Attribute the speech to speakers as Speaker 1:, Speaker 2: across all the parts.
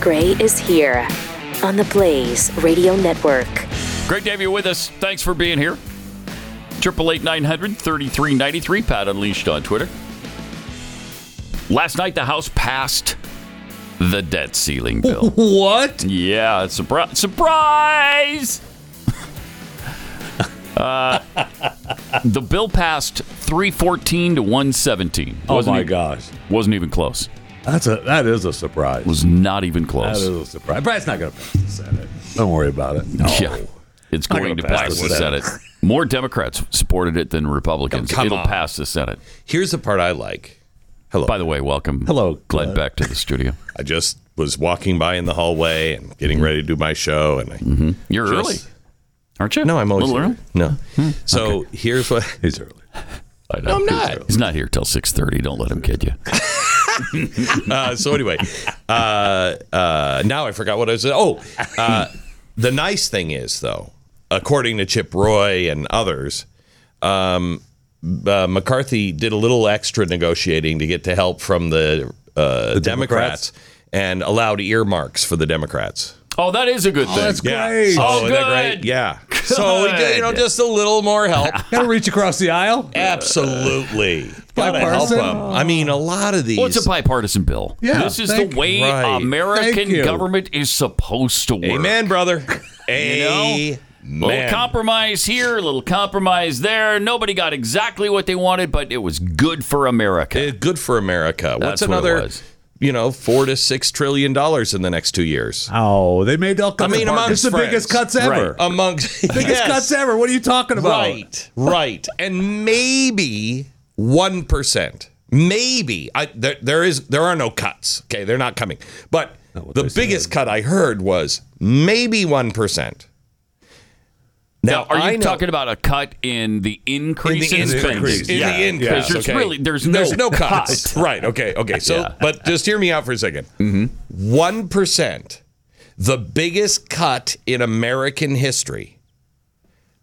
Speaker 1: Gray is here on the Blaze Radio Network.
Speaker 2: Great to have you with us. Thanks for being here. Triple eight nine hundred thirty three ninety three. Pat Unleashed on Twitter. Last night, the House passed the debt ceiling bill.
Speaker 3: What?
Speaker 2: yeah, surprise! Surprise! uh, the bill passed three fourteen to one seventeen.
Speaker 3: Oh my
Speaker 2: even,
Speaker 3: gosh.
Speaker 2: Wasn't even close.
Speaker 3: That's a that is a surprise.
Speaker 2: Was not even
Speaker 3: That
Speaker 2: close.
Speaker 3: is a surprise. Brad's not going to pass the Senate. Don't worry about it. No.
Speaker 2: Yeah. It's
Speaker 3: Oh. Not
Speaker 2: going to
Speaker 3: gonna pass
Speaker 2: pass the
Speaker 3: the
Speaker 2: Senate. More Democrats supported it than Republicans.
Speaker 3: Oh, come
Speaker 2: It'll
Speaker 3: on.
Speaker 2: pass the Senate.
Speaker 4: Here's the part I like. Hello.
Speaker 2: By the way, welcome.
Speaker 3: Hello,
Speaker 2: Glad
Speaker 3: Glenn.
Speaker 2: back to the studio.
Speaker 4: I just was walking by in the hallway and getting ready to do my show, and I,
Speaker 2: You're
Speaker 4: Just-
Speaker 2: early, aren't you?
Speaker 4: no, I'm always
Speaker 2: a little
Speaker 4: Mm-hmm. early.
Speaker 2: early.
Speaker 4: No. So here's what
Speaker 3: He's early.
Speaker 2: I know.
Speaker 4: I'm not.
Speaker 2: He's not here till six thirty. Don't let him kid you.
Speaker 4: uh, so anyway, uh, uh, now I forgot what I was. Oh, uh, the nice thing is though, according to Chip Roy and others, um, uh, McCarthy did a little extra negotiating to get to help from the, uh, Democrats,
Speaker 3: Democrats?
Speaker 4: and allowed earmarks for the Democrats.
Speaker 2: Oh, that is a good thing.
Speaker 3: that's
Speaker 4: Yeah.
Speaker 3: Great.
Speaker 4: So,
Speaker 2: Oh,
Speaker 4: isn't that
Speaker 2: good.
Speaker 4: great? Yeah. So we did, you know,
Speaker 2: Good.
Speaker 4: just a little more help.
Speaker 3: Got to reach across the aisle.
Speaker 4: Absolutely. Gotta help
Speaker 3: Bipartisan?
Speaker 4: them. I mean, a lot of these.
Speaker 2: Well, it's a bipartisan bill.
Speaker 3: Yeah,
Speaker 2: this is the
Speaker 3: thank-
Speaker 2: way
Speaker 4: right.
Speaker 2: American
Speaker 3: Thank you.
Speaker 2: government is supposed to work.
Speaker 4: Amen, brother.
Speaker 2: know?
Speaker 4: Amen.
Speaker 2: Little compromise here, little compromise there. Nobody got exactly what they wanted, but it was good for America.
Speaker 4: Eh, Good for America.
Speaker 2: That's
Speaker 4: What's
Speaker 2: what it
Speaker 4: another,
Speaker 2: was.
Speaker 4: you know, four to six trillion dollars in the next two years?
Speaker 3: Oh, they made all cuts.
Speaker 4: I mean, amongst
Speaker 3: it's the
Speaker 4: friends.
Speaker 3: biggest cuts ever. Oh,
Speaker 2: Right.
Speaker 4: Amongst.
Speaker 3: Biggest
Speaker 4: Yes.
Speaker 3: cuts ever. What are you talking about?
Speaker 4: Right, right. And maybe 1%. Maybe. I, there, there is there are no cuts. Okay, they're not coming. But
Speaker 3: what
Speaker 4: the
Speaker 3: they
Speaker 4: biggest cut I heard was maybe 1%.
Speaker 2: Now, are you
Speaker 4: I know-
Speaker 2: talking about a cut in the increase in,
Speaker 4: in the
Speaker 2: spending?
Speaker 3: increase.
Speaker 4: in
Speaker 2: Yeah.
Speaker 4: the increase?
Speaker 2: 'Cause there's
Speaker 4: okay?
Speaker 2: really there's
Speaker 4: no,
Speaker 2: no,
Speaker 4: no cuts. right. Okay. Okay. So, but just hear me out for a 2nd One the biggest cut in American history.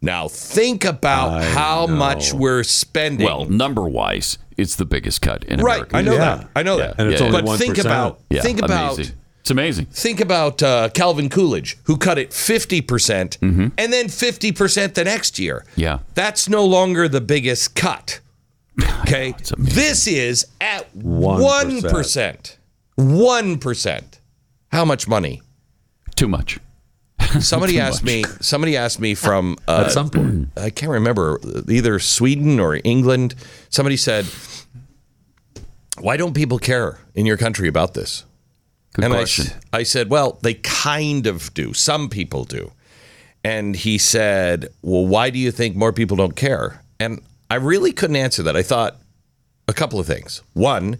Speaker 4: Now think about how much we're spending.
Speaker 2: Well, number wise, it's the biggest cut in
Speaker 4: right.
Speaker 2: American
Speaker 4: I know
Speaker 2: history.
Speaker 3: Yeah.
Speaker 4: that. I know that.
Speaker 3: And it's
Speaker 2: Yeah,
Speaker 3: only
Speaker 4: but
Speaker 3: one
Speaker 4: think about
Speaker 2: Yeah,
Speaker 4: think about
Speaker 2: amazing. it's amazing.
Speaker 4: think about uh, Calvin Coolidge, who cut it 50% percent and then 50% the next year.
Speaker 2: Mm-hmm. Yeah.
Speaker 4: That's no longer the biggest cut. Okay.
Speaker 2: amazing.
Speaker 4: this is at 1%.
Speaker 3: 1%.
Speaker 4: 1%. How much money?
Speaker 2: Too much.
Speaker 4: Somebody asked me, somebody asked me from uh,
Speaker 3: At some point.
Speaker 4: I can't remember either Sweden or England. Somebody said, "Why don't people care in your country about this?"
Speaker 2: Good
Speaker 4: and I s-
Speaker 2: question.
Speaker 4: I, said, "Well, they kind of do. Some people do." And he said, "Well, why do you think more people don't care?" And I really couldn't answer that. I thought a couple of things. One,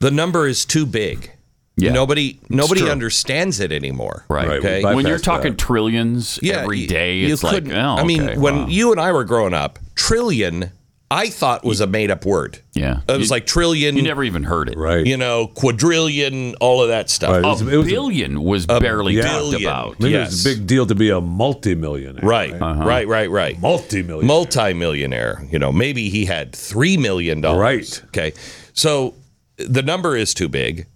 Speaker 4: the number is too big.
Speaker 2: Yeah.
Speaker 4: Nobody nobody
Speaker 2: true.
Speaker 4: understands it anymore.
Speaker 2: right.
Speaker 3: Right, we
Speaker 4: Okay.
Speaker 3: bypass
Speaker 2: When you're talking
Speaker 3: that.
Speaker 2: trillions every
Speaker 4: you-
Speaker 2: day,
Speaker 4: you
Speaker 2: it's like,
Speaker 4: couldn't-
Speaker 2: oh,
Speaker 4: I mean,
Speaker 2: okay,
Speaker 4: when
Speaker 2: wow.
Speaker 4: you and I were growing up, trillion I thought was a made up word.
Speaker 2: Yeah.
Speaker 4: It was
Speaker 2: You-
Speaker 4: like trillion,
Speaker 2: you
Speaker 4: you,
Speaker 2: never even heard it.
Speaker 3: Right.
Speaker 4: know, quadrillion, all of that stuff.
Speaker 3: Right.
Speaker 2: A
Speaker 3: It was- it was a-
Speaker 2: billion was barely
Speaker 3: yeah.
Speaker 2: talked
Speaker 4: billion.
Speaker 2: about.
Speaker 3: Maybe
Speaker 4: Yes.
Speaker 3: it's a big deal to be a multimillionaire.
Speaker 4: right,
Speaker 2: Uh-huh.
Speaker 4: right, right, right.
Speaker 3: Multimillionaire.
Speaker 4: Multi-millionaire, you know, maybe he had three million dollars.
Speaker 3: Right.
Speaker 4: Okay. So the number is too big.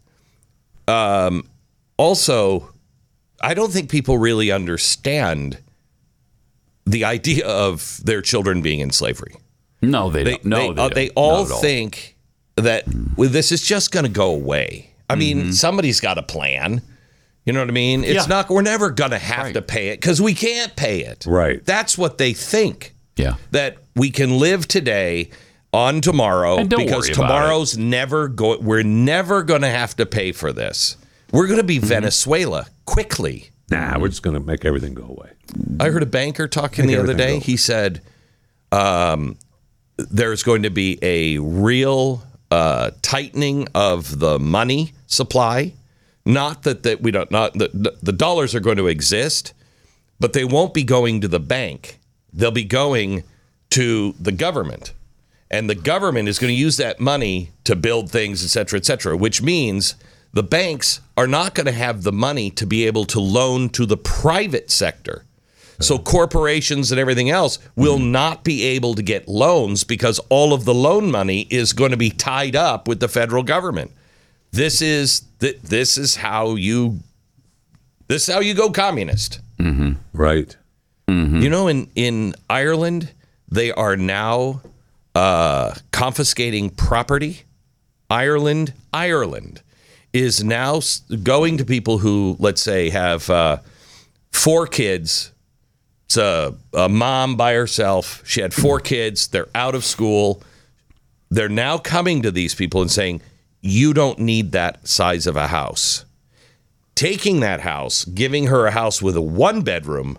Speaker 4: Um, also, I don't think people really understand the idea of their children being in slavery.
Speaker 2: No, they, don't. No, they,
Speaker 4: they, uh,
Speaker 2: don't.
Speaker 4: they
Speaker 2: Not
Speaker 4: all
Speaker 2: at
Speaker 4: think that well, this is just going to go away. I mean, somebody's got a plan. You know what I mean? It's
Speaker 2: Mm-hmm. Yeah.
Speaker 4: not. We're never going to have to pay it because we can't pay it.
Speaker 3: Right.
Speaker 4: That's what they think.
Speaker 2: Yeah.
Speaker 4: That we can live today on tomorrow
Speaker 2: And don't
Speaker 4: because
Speaker 2: worry about it.
Speaker 4: tomorrow's never go. We're never going to have to pay for this. We're going to
Speaker 2: Mm-hmm.
Speaker 4: be Venezuela quickly.
Speaker 3: Nah, we're just going to make everything go away.
Speaker 2: Mm-hmm.
Speaker 4: I heard a banker talking
Speaker 3: Make
Speaker 4: the other day.
Speaker 3: everything go.
Speaker 4: He said, um, "There's going to be a real uh, tightening of the money supply. Not that that we don't not the, the dollars are going to exist, but they won't be going to the bank. They'll be going to the government." And the government is going to use that money to build things, et cetera, et cetera, which means the banks are not going to have the money to be able to loan to the private sector. So corporations and everything else will not be able to get loans because all of the loan money is going to be tied up with the federal government. This is th- this is how you This is how you go communist.
Speaker 3: Right.
Speaker 4: You know, in in Ireland, they are now uh, confiscating property. Ireland, Ireland is now s- going to people who, let's say, have uh, four kids. It's a, a mom by herself. She had four kids. They're out of school. They're now coming to these people and saying, "You don't need that size of a house." Taking that house, giving her a house with a one bedroom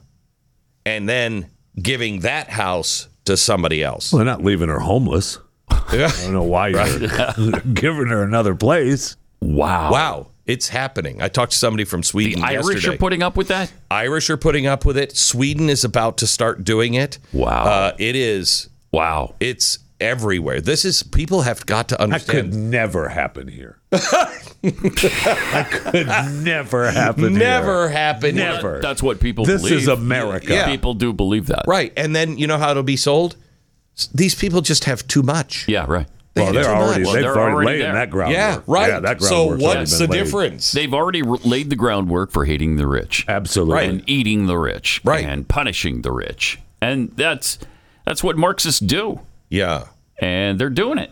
Speaker 4: and then giving that house to somebody else.
Speaker 3: Well, they're not leaving her homeless. I don't know why you're giving her another place.
Speaker 2: Wow.
Speaker 4: Wow, it's happening. I talked to somebody from
Speaker 2: The
Speaker 4: Sweden
Speaker 2: Irish
Speaker 4: yesterday.
Speaker 2: are putting up with that?
Speaker 4: Irish are putting up with it. Sweden is about to start doing it.
Speaker 2: Wow.
Speaker 4: Uh, it is.
Speaker 2: Wow.
Speaker 4: It's everywhere. This is people have got to
Speaker 3: That could
Speaker 4: understand.
Speaker 3: never happen here. that could never happen. here.
Speaker 4: Never happen.
Speaker 3: Never.
Speaker 2: That's what people
Speaker 3: This
Speaker 2: believe.
Speaker 3: is America.
Speaker 4: Yeah.
Speaker 2: People do believe that.
Speaker 4: Right. And then you know how it'll be sold? S- These people just have too much.
Speaker 2: Yeah, right.
Speaker 4: They
Speaker 3: Well,
Speaker 4: have
Speaker 3: they're
Speaker 4: too
Speaker 3: already
Speaker 4: much.
Speaker 2: Well,
Speaker 3: they've
Speaker 2: they're
Speaker 3: already,
Speaker 2: already
Speaker 3: laid
Speaker 2: there.
Speaker 3: that groundwork.
Speaker 4: yeah, right.
Speaker 3: that
Speaker 4: so
Speaker 3: groundwork's already
Speaker 4: what's the
Speaker 3: been laid.
Speaker 4: difference?
Speaker 2: They've already r laid the groundwork for hating the rich.
Speaker 3: Absolutely.
Speaker 2: and eating the rich
Speaker 4: Right.
Speaker 2: and punishing the rich. And that's that's what Marxists do.
Speaker 4: yeah.
Speaker 2: And they're doing it.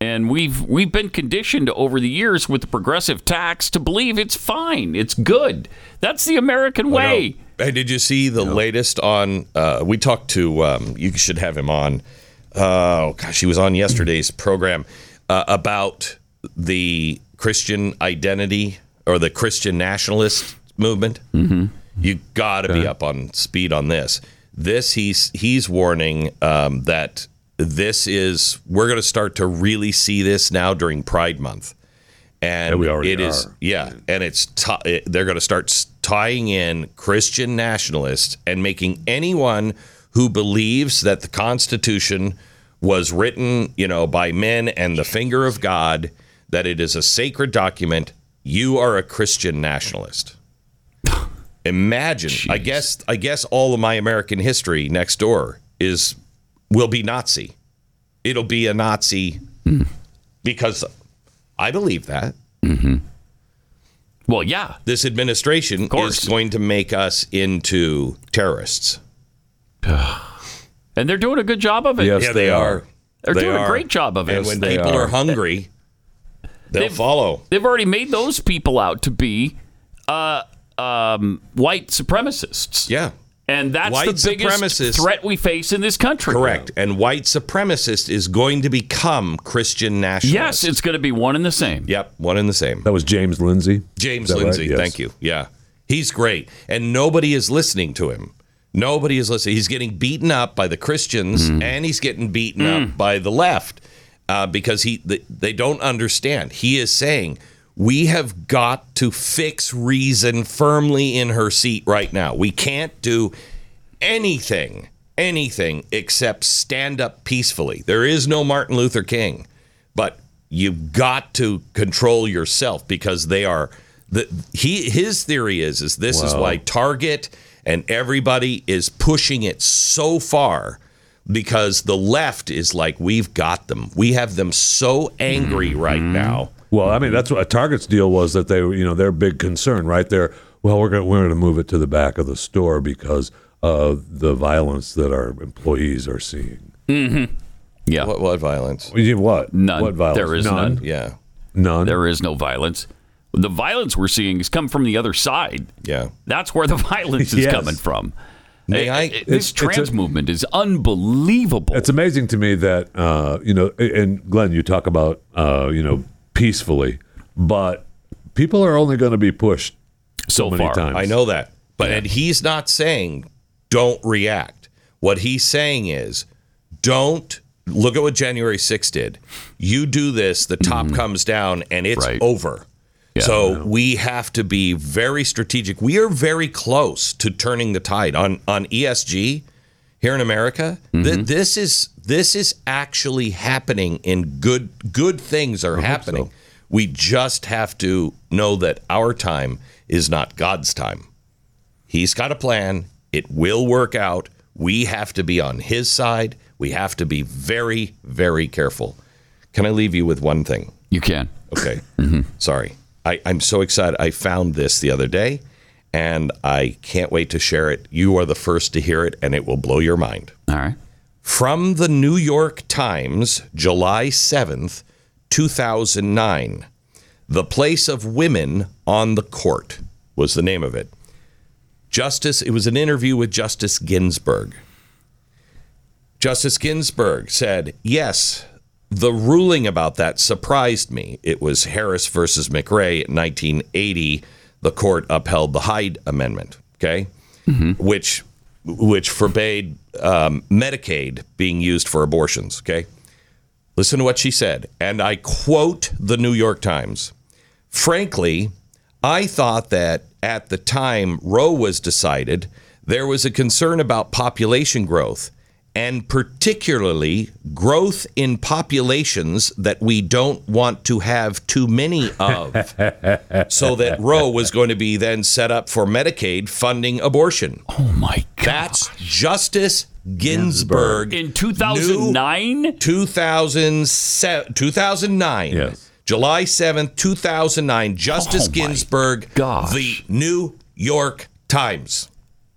Speaker 2: And we've we've been conditioned over the years with the progressive tax to believe it's fine, it's good. That's the American way.
Speaker 4: Hey, did you see the latest on? Uh, we talked to. Um, you should have him on. Uh, oh gosh, he was on yesterday's program uh, about the Christian identity or the Christian nationalist movement. Mm-hmm. You got to be up on speed on this. This he's he's warning um, that this is we're going to start to really see this now during Pride Month, and
Speaker 3: Yeah, we already
Speaker 4: it is
Speaker 3: are.
Speaker 4: yeah, and it's ti it, they're going to start s- tying in Christian nationalists and making anyone who believes that the Constitution was written, you know, by men and the finger of God, that it is a sacred document. You are a Christian nationalist. Imagine, I guess, I guess all of my American history next door is will be Nazi. It'll be a Nazi
Speaker 3: Hmm.
Speaker 4: because I believe that
Speaker 2: Well, yeah.
Speaker 4: this administration
Speaker 2: course.
Speaker 4: is going to make us into terrorists.
Speaker 2: And they're doing a good job of it.
Speaker 3: Yes, Yeah, they they are.
Speaker 2: They're
Speaker 4: They
Speaker 2: doing a
Speaker 4: are.
Speaker 2: great job of it.
Speaker 4: And when
Speaker 2: they,
Speaker 4: people are, hungry, they'll
Speaker 2: They've-
Speaker 4: follow.
Speaker 2: have already made those people out to be uh, um, white supremacists.
Speaker 4: Yeah,
Speaker 2: And that's
Speaker 4: White
Speaker 2: the biggest
Speaker 4: supremacists-
Speaker 2: threat we face in this country.
Speaker 4: correct. And white supremacist is going to become Christian nationalist.
Speaker 2: Yes, it's going to be one and the same.
Speaker 4: yep, one and the same.
Speaker 3: That was James Lindsay.
Speaker 4: James
Speaker 3: Is that right?
Speaker 4: Lindsay,
Speaker 3: Yes.
Speaker 4: thank you. Yeah, he's great, and nobody is listening to him. Nobody is listening. He's getting beaten up by the Christians,
Speaker 3: Mm-hmm.
Speaker 4: and he's getting beaten
Speaker 3: Mm.
Speaker 4: up by the left uh, because he th- they don't understand. He is saying we have got to fix reason firmly in her seat right now. We can't do anything, anything except stand up peacefully. There is no Martin Luther King, but you've got to control yourself because they are. The, he his theory is is this is why Target and everybody is pushing it so far because the left is like we've got them. We have them so angry right now.
Speaker 3: Well, I mean, that's what Target's deal was that they, you know, their big concern, right? They're, well, we're going we're going to move it to the back of the store because of the violence that our employees are seeing.
Speaker 2: Yeah.
Speaker 4: What what violence?
Speaker 3: You- What?
Speaker 2: None.
Speaker 3: What violence?
Speaker 2: There is none.
Speaker 4: Yeah.
Speaker 3: None.
Speaker 2: There is no violence. The violence we're seeing has come from the other side.
Speaker 4: Yeah.
Speaker 2: That's where the violence is
Speaker 3: Yes.
Speaker 2: coming from.
Speaker 4: May I-
Speaker 2: this
Speaker 3: It's- it's a-
Speaker 2: trans movement is unbelievable.
Speaker 3: It's amazing to me that uh, you know, and Glenn, you talk about uh, you know peacefully, but people are only going to be pushed
Speaker 2: so
Speaker 3: many
Speaker 2: far.
Speaker 3: times.
Speaker 4: I know that. But and he's not saying don't react. What he's saying is don't look at what January 6th did. You do this, the top comes down and it's
Speaker 2: Right.
Speaker 4: over. so we have to be very strategic. We are very close to turning the tide on on ESG here in America. Th- this is this is actually happening and good good things are happening. We just have to know that our time is not God's time. He's got a plan. It will work out. We have to be on his side. We have to be very, very careful. Can I leave you with one thing?
Speaker 2: You can.
Speaker 4: Okay. Sorry. I, I'm so excited. I found this the other day, and I can't wait to share it. You are the first to hear it, and it will blow your mind.
Speaker 2: All right.
Speaker 4: From the New York Times, July 7th, 2009. The Place of Women on the Court was the name of it. Justice, it was an interview with Justice Ginsburg. Justice Ginsburg said, Yes, the ruling about that surprised me. It was Harris versus McRae in 1980. The court upheld the Hyde Amendment, okay, which which forbade um, Medicaid being used for abortions, okay. Listen to what she said, and I quote the New York Times. Frankly, I thought that at the time Roe was decided, there was a concern about population growth, and particularly growth in populations that we don't want to have too many of. so that Roe was going to be then set up for Medicaid funding abortion.
Speaker 2: Oh my God.
Speaker 4: That's Justice Ginsburg
Speaker 2: in 2009.
Speaker 4: 2007, 2009.
Speaker 3: Yes.
Speaker 4: July 7th, 2009. Justice
Speaker 2: Oh my
Speaker 4: Ginsburg,
Speaker 2: gosh.
Speaker 4: the New York Times.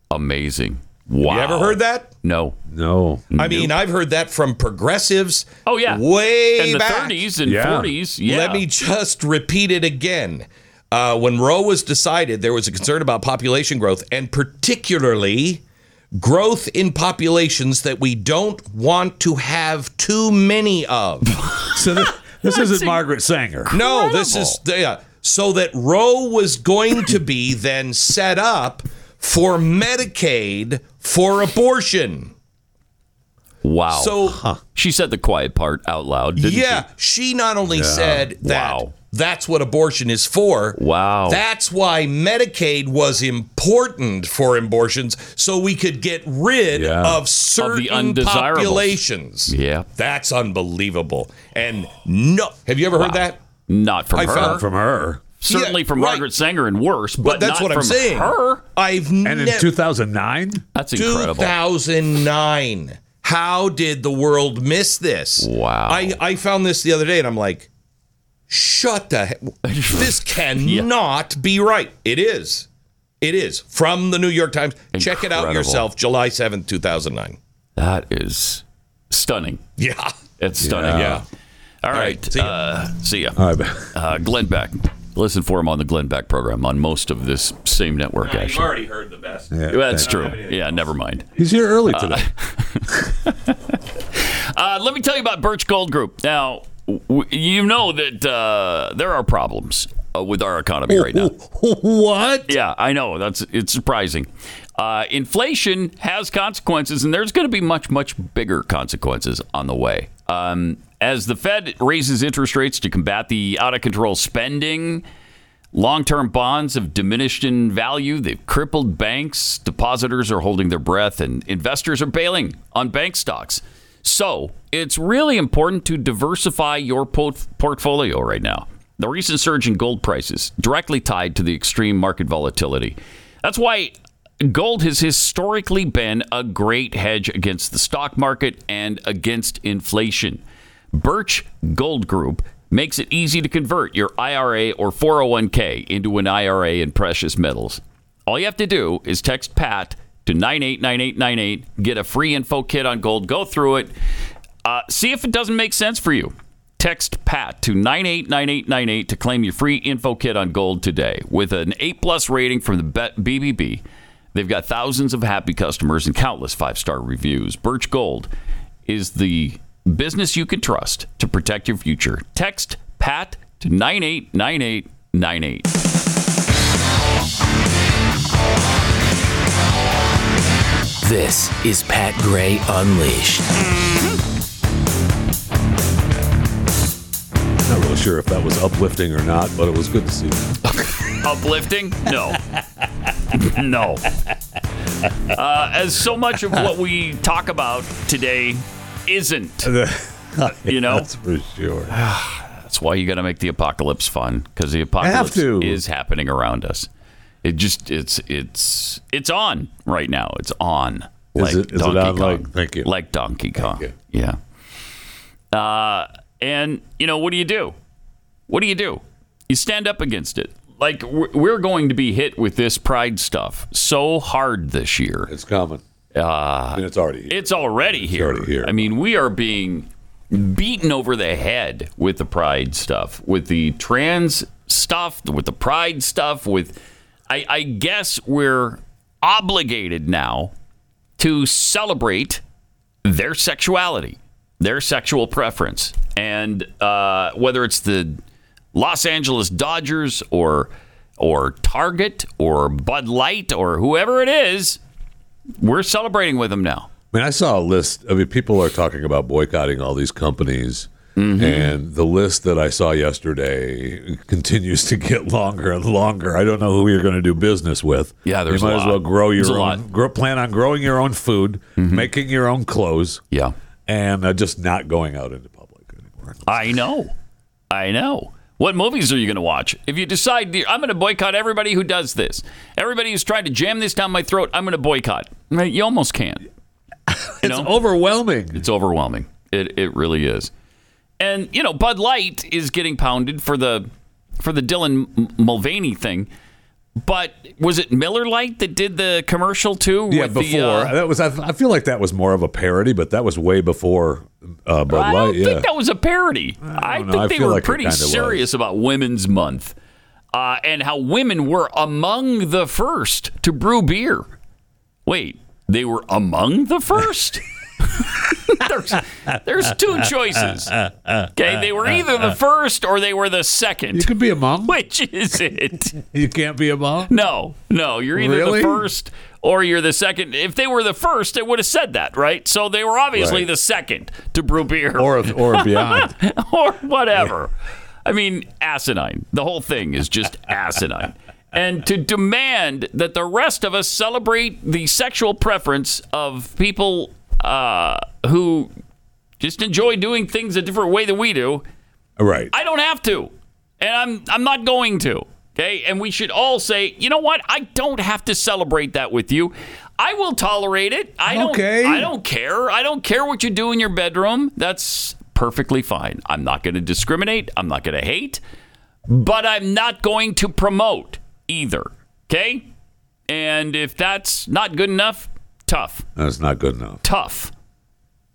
Speaker 2: Amazing. Wow.
Speaker 4: You ever heard that?
Speaker 2: No.
Speaker 3: No.
Speaker 4: I mean, I've heard that from progressives.
Speaker 2: Oh yeah.
Speaker 4: Way
Speaker 2: in the
Speaker 4: back.
Speaker 2: 30s and
Speaker 3: Yeah.
Speaker 2: 40s. Yeah.
Speaker 4: Let me just repeat it again. Uh, when Roe was decided, there was a concern about population growth and particularly growth in populations that we don't want to have too many of.
Speaker 3: So this, this isn't Margaret Sanger.
Speaker 4: No, this is yeah. So that Roe was going to be then set up for Medicaid for abortion.
Speaker 2: Wow.
Speaker 4: So
Speaker 2: she said the quiet part out loud. Oh, Didn't
Speaker 4: yeah, she not only said that
Speaker 2: Wow.
Speaker 4: that's what abortion is for.
Speaker 2: Wow.
Speaker 4: That's why Medicaid was important for abortions, so we could get rid
Speaker 3: Yeah.
Speaker 4: of certain
Speaker 2: undesirables.
Speaker 4: populations.
Speaker 2: she? Yeah.
Speaker 4: That's unbelievable. And no, have you ever heard that?
Speaker 2: Not from
Speaker 4: I
Speaker 2: her.
Speaker 4: found-
Speaker 3: From her.
Speaker 2: Certainly
Speaker 4: Yeah,
Speaker 2: from
Speaker 4: right.
Speaker 2: Margaret Sanger and worse, but,
Speaker 4: But that's
Speaker 2: not
Speaker 4: what
Speaker 2: from
Speaker 4: I'm saying.
Speaker 2: her.
Speaker 4: I've
Speaker 3: And in
Speaker 4: never
Speaker 3: 2009?
Speaker 2: That's incredible.
Speaker 4: 2009. How did the world miss this?
Speaker 2: Wow.
Speaker 4: I, I found this the other day and I'm like, shut the he- This cannot be right. It is. It is. From the New York Times. Check it out
Speaker 2: Incredible.
Speaker 4: yourself, July 7th, 2009.
Speaker 2: That is stunning.
Speaker 4: Yeah.
Speaker 2: It's stunning.
Speaker 4: Yeah.
Speaker 2: All right.
Speaker 4: right, see ya.
Speaker 2: Uh, see ya.
Speaker 3: All right.
Speaker 2: Uh, Glenn Beck. Listen for him on the Glenn Beck program on most of this same network,
Speaker 5: You've
Speaker 2: actually.
Speaker 5: already heard the best.
Speaker 2: That's true. Yeah, never mind.
Speaker 3: He's here early today.
Speaker 2: Uh, let me tell you about Birch Gold Group. Now, w- you know that uh, there are problems uh, with our economy right now.
Speaker 3: what?
Speaker 2: Yeah, I know. That's it's surprising. Uh, inflation has consequences, and there's going to be much, much bigger consequences on the way. Um, as the Fed raises interest rates to combat the out of control spending, long term bonds have diminished in value. They've crippled banks. Depositors are holding their breath, and investors are bailing on bank stocks. So it's really important to diversify your po- portfolio right now. The recent surge in gold prices directly tied to the extreme market volatility. That's why gold has historically been a great hedge against the stock market and against inflation. Birch Gold Group makes it easy to convert your IRA or 401k into an IRA in precious metals. All you have to do is text PAT to 989898, get a free info kit on gold, go through it, uh, see if it doesn't make sense for you. Text PAT to 989898 to claim your free info kit on gold today. With an A plus rating from the Be- BBB, they've got thousands of happy customers and countless five star reviews. Birch Gold is the business you can trust to protect your future. Text PAT to 989898.
Speaker 6: This is Pat Gray Unleashed.
Speaker 3: Not really sure if that was uplifting or not, but it was good to see. you.
Speaker 2: uplifting? No. no. Uh, as so much of what we talk about today isn't, you know?
Speaker 3: That's for sure.
Speaker 2: Ah. That's why you got to make the apocalypse fun because the apocalypse
Speaker 3: to.
Speaker 2: is happening around us. It just it's it's it's on right now. It's on like
Speaker 3: it- is it
Speaker 2: Donkey
Speaker 3: on
Speaker 2: Kong.
Speaker 3: like- thank you.
Speaker 2: Like Donkey Kong.
Speaker 3: you.
Speaker 2: Yeah. Uh, and you know what do you do? What do you do? You stand up against it. like we're we're going to be hit with this pride stuff so hard this year.
Speaker 3: It's coming.
Speaker 2: Uh,
Speaker 3: I mean, it's already. Here.
Speaker 2: It's already here.
Speaker 3: already here.
Speaker 2: I mean, we are being beaten over the head with the pride stuff, with the trans stuff, with the pride stuff, with I, I guess we're obligated now to celebrate their sexuality, their sexual preference, and uh, whether it's the Los Angeles Dodgers or or Target or Bud Light or whoever it is, we're celebrating with them now.
Speaker 3: I mean, I saw a list. I mean, people are talking about boycotting all these companies,
Speaker 2: Mm-hmm.
Speaker 3: and the list that I saw yesterday continues to get longer and longer. I don't know who you're going to do business with.
Speaker 2: Yeah, there's
Speaker 3: you might
Speaker 2: a
Speaker 3: as
Speaker 2: lot.
Speaker 3: well grow your
Speaker 2: There's a
Speaker 3: own.
Speaker 2: lot. Mm-hmm.
Speaker 3: Grow, plan on growing your own food, making your own clothes,
Speaker 2: Yeah.
Speaker 3: and uh, just not going out into public anymore.
Speaker 2: I know. I know. What movies are you going to watch? If you decide I'm going to boycott everybody who does this, everybody who's trying to jam this down my throat, I'm going to boycott. Right? You almost can't. You
Speaker 3: It's
Speaker 2: know?
Speaker 3: overwhelming.
Speaker 2: It's overwhelming. It it really is. And you know, Bud Light is getting pounded for the for the Dylan M- Mulvaney thing. But was it Miller Light that did the commercial too?
Speaker 3: Yeah,
Speaker 2: with
Speaker 3: before
Speaker 2: the, uh,
Speaker 3: that was. I, I feel like that was more of a parody, but that was way before uh, Bud
Speaker 2: I
Speaker 3: Light.
Speaker 2: don't
Speaker 3: Yeah,
Speaker 2: think that was a parody. I,
Speaker 3: I don't
Speaker 2: think
Speaker 3: know. I
Speaker 2: they
Speaker 3: feel
Speaker 2: were
Speaker 3: like it
Speaker 2: pretty
Speaker 3: kinda was.
Speaker 2: serious about Women's Month uh, and how women were among the first to brew beer. Wait, they were among the first? there's, there's two choices. Okay, they were either the first or they were the
Speaker 3: you
Speaker 2: second.
Speaker 3: could be a mom.
Speaker 2: Which is it?
Speaker 3: You can't be a mom.
Speaker 2: No, no. You're either
Speaker 3: Really?
Speaker 2: the first or you're the second. If they were the first, it would have said that, right? So they were obviously
Speaker 3: Right.
Speaker 2: the second to brew beer
Speaker 3: or or beyond.
Speaker 2: or whatever. I mean, asinine. The whole thing is just asinine. And to demand that the rest of us celebrate the sexual preference of people uh, who just enjoy doing things a different way than we do,
Speaker 3: right.
Speaker 2: I don't have to, and I'm I'm not going to. Okay, and we should all say, you know what? I don't have to celebrate that with you. I will tolerate it. I don't.
Speaker 3: Okay.
Speaker 2: I don't care. I don't care what you do in your bedroom. That's perfectly fine. I'm not going to discriminate. I'm not going to hate, but I'm not going to promote either. Okay, and if that's not good enough, tough
Speaker 3: That's not good enough.
Speaker 2: tough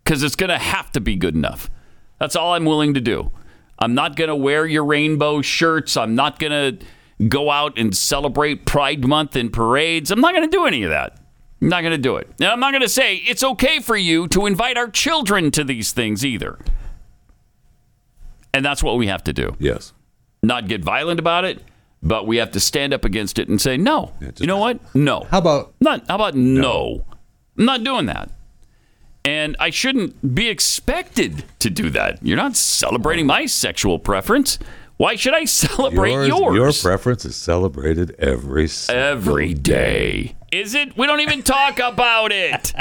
Speaker 2: because it's going to have to be good enough. That's all I'm willing to do. I'm not going to wear your rainbow shirts. I'm not going to go out and celebrate Pride Month in parades. I'm not going to do any of that. I'm not going to do it. And I'm not going to say it's okay for you to invite our children to these things either. And that's what we have to do.
Speaker 3: Yes.
Speaker 2: Not get violent about it, but we have to stand up against it and say, no.
Speaker 3: just-
Speaker 2: you know what? No.
Speaker 3: How about
Speaker 2: Not how about no? I'm not doing that. And I shouldn't be expected to do that. You're not celebrating my sexual preference. Why should I celebrate yours?
Speaker 3: Your preference is celebrated every single
Speaker 2: Every day. Is it? We don't even talk about it.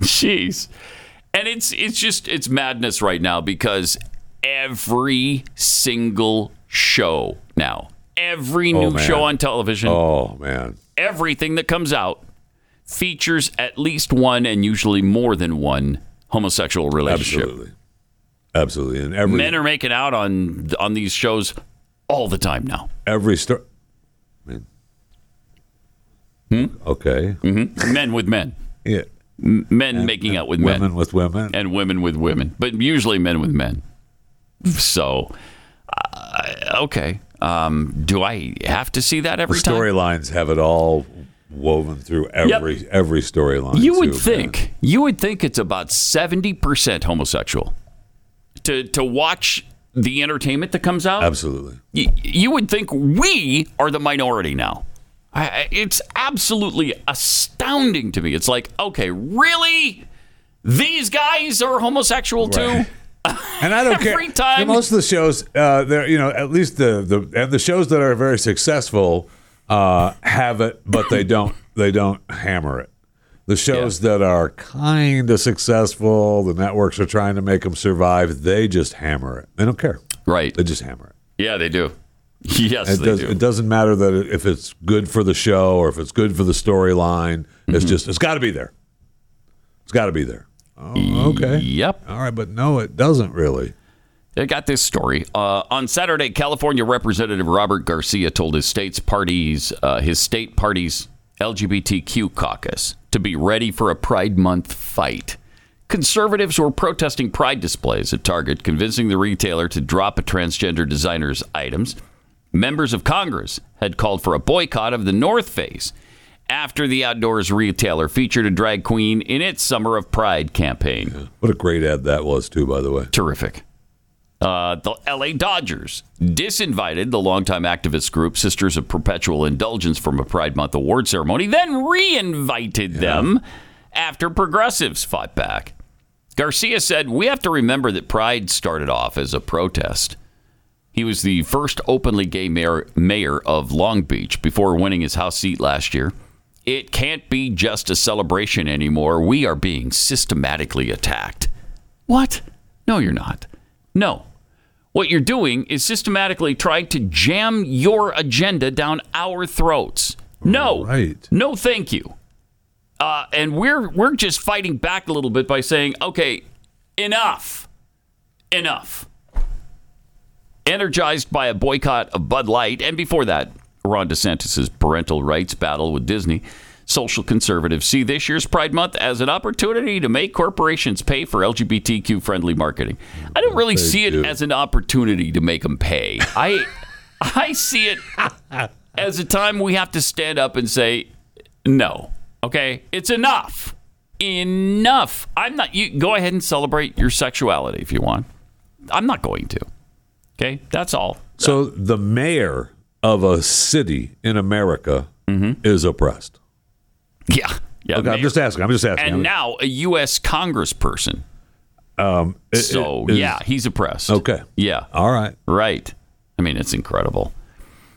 Speaker 2: Jeez. And it's it's just it's madness right now because every single show now, every new
Speaker 3: Oh, man.
Speaker 2: show on television
Speaker 3: Oh man.
Speaker 2: everything that comes out features at least one and usually more than one homosexual relationship.
Speaker 3: Absolutely. Absolutely. And every
Speaker 2: Men are making out on on these shows all the time now.
Speaker 3: every story. Man. Hmm? Okay.
Speaker 2: Men with men,
Speaker 3: Yeah.
Speaker 2: men making out with men,
Speaker 3: Women with women.
Speaker 2: and women with women, but usually men with men. So, uh, okay, um, do I have to see that
Speaker 3: the
Speaker 2: every time?
Speaker 3: storylines have it all woven through every every storyline.
Speaker 2: You would
Speaker 3: too,
Speaker 2: think.
Speaker 3: man.
Speaker 2: You would think it's about seventy percent homosexual. To to watch the entertainment that comes out,
Speaker 3: Absolutely.
Speaker 2: y- you would think we are the minority now. I- I, it's absolutely astounding to me. It's like, okay, really? These guys are homosexual
Speaker 3: Right.
Speaker 2: too?
Speaker 3: And I don't care.
Speaker 2: Every time.
Speaker 3: Yeah, most of the shows, uh, they're you know at least the the and the shows that are very successful uh, have it, but they don't they don't hammer it. The shows that are kind of successful, the networks are trying to make them survive. They just hammer it. They don't care.
Speaker 2: Right.
Speaker 3: They just hammer it.
Speaker 2: Yeah, they do. Yes,
Speaker 3: It,
Speaker 2: they
Speaker 3: does,
Speaker 2: do.
Speaker 3: it doesn't matter that it, if it's good for the show or if it's good for the storyline.
Speaker 2: Mm-hmm.
Speaker 3: It's just it's got to be there. It's got to be there. Oh, okay.
Speaker 2: Yep.
Speaker 3: All right, but no, it doesn't really.
Speaker 2: I got this story. Uh, on Saturday, California Representative Robert Garcia told his state's parties, uh, his state party's LGBTQ caucus to be ready for a Pride Month fight. Conservatives were protesting Pride displays at Target, convincing the retailer to drop a transgender designer's items. Members of Congress had called for a boycott of the North Face after the outdoors retailer featured a drag queen in its Summer of Pride campaign.
Speaker 3: What a great ad that was, too, by the way.
Speaker 2: Terrific. Uh, the LA Dodgers disinvited the longtime activist group Sisters of Perpetual Indulgence from a Pride Month award ceremony, then reinvited them after progressives fought back. Garcia said, We have to remember that Pride started off as a protest. He was the first openly gay mayor, mayor of Long Beach before winning his House seat last year. It can't be just a celebration anymore. We are being systematically attacked. What? No, you're not. No. What you're doing is systematically trying to jam your agenda down our throats. No.
Speaker 3: Right.
Speaker 2: No, thank you. Uh, and we're we're just fighting back a little bit by saying, okay, enough, enough. Energized by a boycott of Bud Light, and before that, Ron DeSantis' parental rights battle with Disney, social conservatives see this year's Pride Month as an opportunity to make corporations pay for LGBTQ friendly marketing. I don't really see it
Speaker 3: do.
Speaker 2: as an opportunity to make them pay. I I see it as a time we have to stand up and say, no. Okay, it's enough. Enough. I'm not. You go ahead and celebrate your sexuality if you want. I'm not going to. Okay, that's all.
Speaker 3: So the mayor of a city in America is oppressed.
Speaker 2: Yeah, yeah.
Speaker 3: Okay, I'm
Speaker 2: Mm-hmm. mayor.
Speaker 3: just asking. I'm just asking.
Speaker 2: and
Speaker 3: I'm-
Speaker 2: now a U.S. Congressperson.
Speaker 3: it- it
Speaker 2: So
Speaker 3: is-
Speaker 2: yeah, he's oppressed.
Speaker 3: Okay.
Speaker 2: Yeah.
Speaker 3: All right.
Speaker 2: Right. I mean, it's incredible.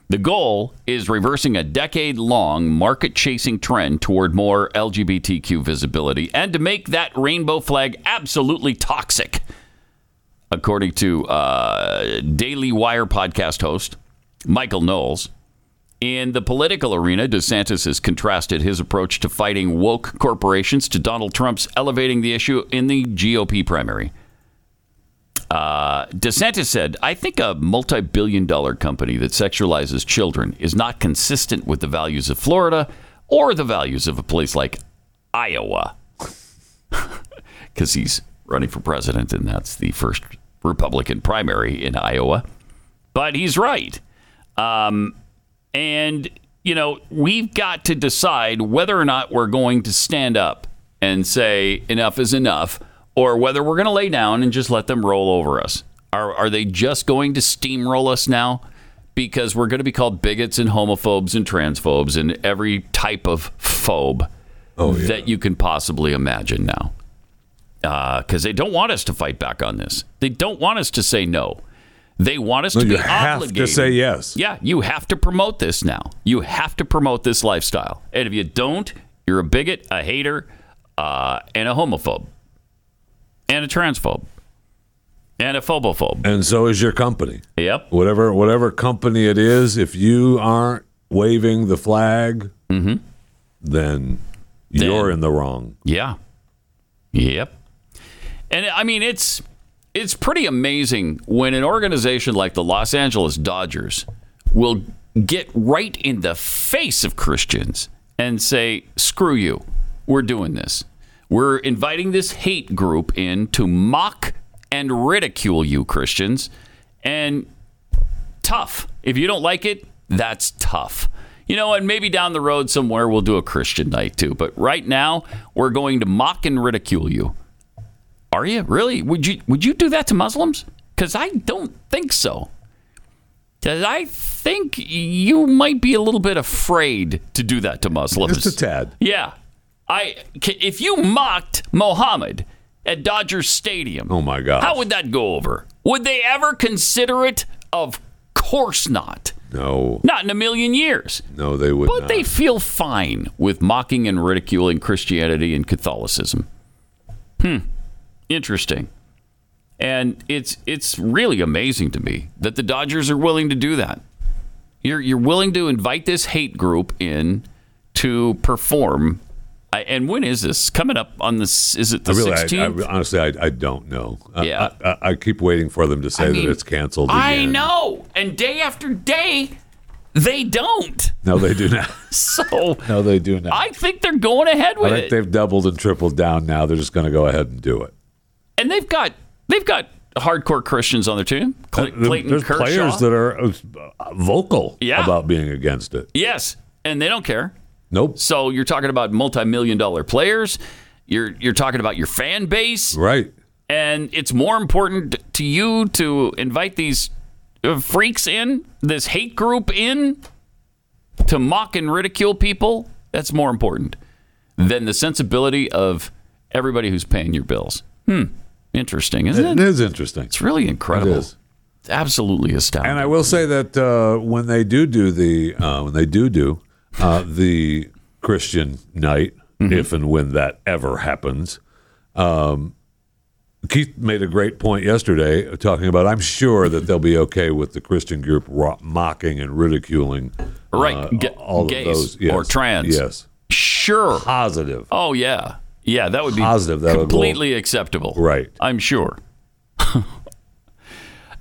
Speaker 2: The goal is reversing a decade long market chasing trend toward more LGBTQ visibility and to make that rainbow flag absolutely toxic, according to uh, Daily Wire podcast host Michael Knowles. In the political arena, DeSantis has contrasted his approach to fighting woke corporations to Donald Trump's elevating the issue in the GOP primary. DeSantis said, I think a multi billion dollar company that sexualizes children is not consistent with the values of Florida or the values of a place like Iowa. Because he's running for president, and that's the first Republican primary in Iowa. But he's right. Um, and, you know, we've got to decide whether or not we're going to stand up and say enough is enough, or whether we're going to lay down and just let them roll over us. Are, are they just going to steamroll us now? Because we're going to be called bigots and homophobes and transphobes and every type of phobe
Speaker 3: Oh,
Speaker 2: that you can possibly imagine now because they don't want us to fight back on this. They don't want us to say no. They want us
Speaker 3: No,
Speaker 2: to
Speaker 3: you
Speaker 2: be
Speaker 3: have
Speaker 2: obligated.
Speaker 3: to say yes.
Speaker 2: Yeah, you have to promote this now. You have to promote this lifestyle. And if you don't, you're a bigot, a hater, uh, and a homophobe, and a transphobe, and a phobophobe.
Speaker 3: And so is your company.
Speaker 2: Yep.
Speaker 3: Whatever whatever company it is, if you aren't waving the flag,
Speaker 2: Mm-hmm.
Speaker 3: then you're in the wrong.
Speaker 2: Yeah. Yep. And I mean it's it's pretty amazing when an organization like the Los Angeles Dodgers will get right in the face of Christians and say, "Screw you. We're doing this. We're inviting this hate group in to mock and ridicule you Christians." And tough. If you don't like it, that's tough. You know, and maybe down the road somewhere we'll do a Christian night too. But right now, we're going to mock and ridicule you. Are you really? Would you would you do that to Muslims? Because I don't think so. 'Cause I think you might be a little bit afraid to do that to Muslims.
Speaker 3: Just a tad.
Speaker 2: Yeah, I. c- If you mocked Mohammed at Dodger Stadium,
Speaker 3: Oh my gosh.
Speaker 2: how would that go over? Would they ever consider it? Of course not.
Speaker 3: No.
Speaker 2: Not in a million years.
Speaker 3: No, they would
Speaker 2: But
Speaker 3: not.
Speaker 2: they feel fine with mocking and ridiculing Christianity and Catholicism. Hmm. Interesting. And it's it's really amazing to me that the Dodgers are willing to do that. You're you're willing to invite this hate group in to perform I, and when is this coming up on this? Is it the
Speaker 3: I really, I, I,
Speaker 2: sixteenth?
Speaker 3: re- honestly, I, I don't know. I-
Speaker 2: Yeah.
Speaker 3: I, I, I keep waiting for them to say
Speaker 2: I mean,
Speaker 3: that it's canceled.
Speaker 2: I
Speaker 3: again.
Speaker 2: know. And day after day, they don't.
Speaker 3: No, they do not.
Speaker 2: So
Speaker 3: No, they do not.
Speaker 2: Oh. I think they're going ahead
Speaker 3: I
Speaker 2: with
Speaker 3: think
Speaker 2: it.
Speaker 3: they've doubled and tripled down now. They're just going to go ahead and do it.
Speaker 2: and they've got they've got hardcore Christians on their team. Clay, Clayton
Speaker 3: Uh, There's
Speaker 2: Kershaw.
Speaker 3: players that are uh, vocal
Speaker 2: Yeah.
Speaker 3: about being against it.
Speaker 2: yes, and they don't care.
Speaker 3: Nope.
Speaker 2: So you're talking about multi-million dollar players. You're you're talking about your fan base,
Speaker 3: Right.
Speaker 2: and it's more important to you to invite these uh, freaks in, this hate group in, to mock and ridicule people. That's more important than the sensibility of everybody who's paying your bills. Hmm. Interesting, isn't it?
Speaker 3: It is interesting.
Speaker 2: It's really incredible.
Speaker 3: It is.
Speaker 2: It's absolutely astounding.
Speaker 3: And I will say that uh, when they do do the uh, when they do do uh, the Christian night,
Speaker 2: Mm-hmm.
Speaker 3: if and when that ever happens, um, Keith made a great point yesterday uh, talking about. I'm sure that they'll be okay with the Christian group ro- mocking and ridiculing, uh,
Speaker 2: Right, ga-
Speaker 3: all
Speaker 2: gays
Speaker 3: of those yes,
Speaker 2: or trans.
Speaker 3: Yes,
Speaker 2: sure.
Speaker 3: positive.
Speaker 2: Oh yeah, yeah. That would be
Speaker 3: Positive, that would go-
Speaker 2: completely acceptable.
Speaker 3: Right.
Speaker 2: I'm sure.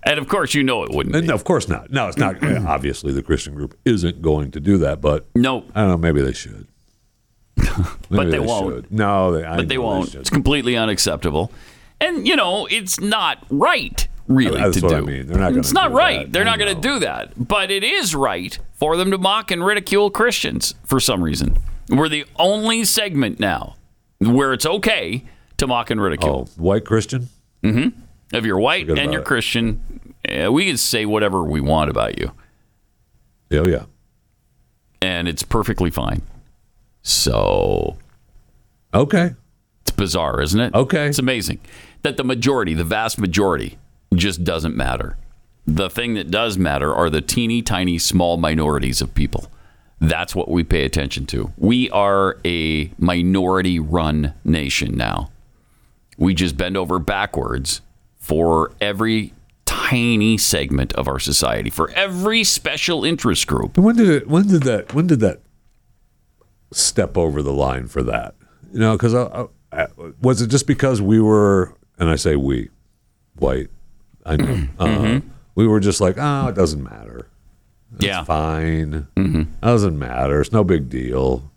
Speaker 2: and of course, you know it wouldn't.
Speaker 3: And
Speaker 2: Be.
Speaker 3: no, of course not. No, it's not. obviously, the Christian group isn't going to do that, but
Speaker 2: No,
Speaker 3: I don't know. Maybe they should. Maybe
Speaker 2: they won't.
Speaker 3: should. No, they,
Speaker 2: but they won't. it's completely unacceptable. And you know, it's not right, really,
Speaker 3: That's
Speaker 2: to
Speaker 3: what
Speaker 2: do.
Speaker 3: I mean. They're not gonna
Speaker 2: it's not
Speaker 3: do
Speaker 2: right.
Speaker 3: that.
Speaker 2: They're
Speaker 3: I
Speaker 2: not going to do that. But it is right for them to mock and ridicule Christians for some reason. We're the only segment now where it's okay to mock and ridicule.
Speaker 3: Oh, white Christian?
Speaker 2: If you're white
Speaker 3: Oh, Forget
Speaker 2: and
Speaker 3: about
Speaker 2: you're
Speaker 3: it.
Speaker 2: Christian, eh, we can say whatever we want about you,
Speaker 3: Yeah, yeah.
Speaker 2: and it's perfectly fine. So
Speaker 3: Okay.
Speaker 2: it's bizarre, isn't it?
Speaker 3: Okay.
Speaker 2: It's amazing that the majority, the vast majority, just doesn't matter. The thing that does matter are the teeny tiny small minorities of people. That's what we pay attention to. We are a minority run nation now. We just bend over backwards for every tiny segment of our society, for every special interest group.
Speaker 3: But when did it? When did that? When did that step over the line for that? You know, because I, I, was it just because we were, and I say we, white. I know uh,
Speaker 2: Mm-hmm.
Speaker 3: we were just like, oh, it doesn't matter.
Speaker 2: yeah.
Speaker 3: Fine,
Speaker 2: Mm-hmm.
Speaker 3: doesn't matter. It's no big deal.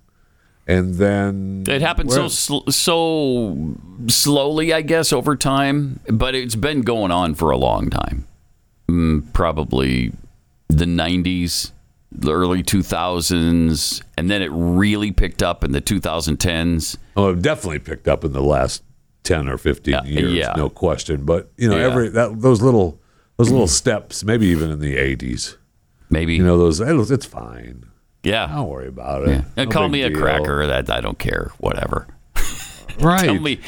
Speaker 3: And then
Speaker 2: It happened so
Speaker 3: Where-
Speaker 2: sl- so slowly, I guess, over time, but it's been going on for a long time. Mm, probably the 90s, the early 2000s, and then it really picked up in the 2010s.
Speaker 3: Oh, I've definitely picked up in the last ten or fifteen
Speaker 2: Yeah,
Speaker 3: years,
Speaker 2: yeah.
Speaker 3: no question. But you know,
Speaker 2: Yeah.
Speaker 3: every that those little those little steps, maybe even in the eighties.
Speaker 2: Maybe.
Speaker 3: You know, those "Hey, it's fine.
Speaker 2: yeah.
Speaker 3: Don't worry about it.
Speaker 2: Yeah.
Speaker 3: No
Speaker 2: call
Speaker 3: big
Speaker 2: me a
Speaker 3: deal."
Speaker 2: cracker. That I don't care. Whatever.
Speaker 3: right?
Speaker 2: Tell me,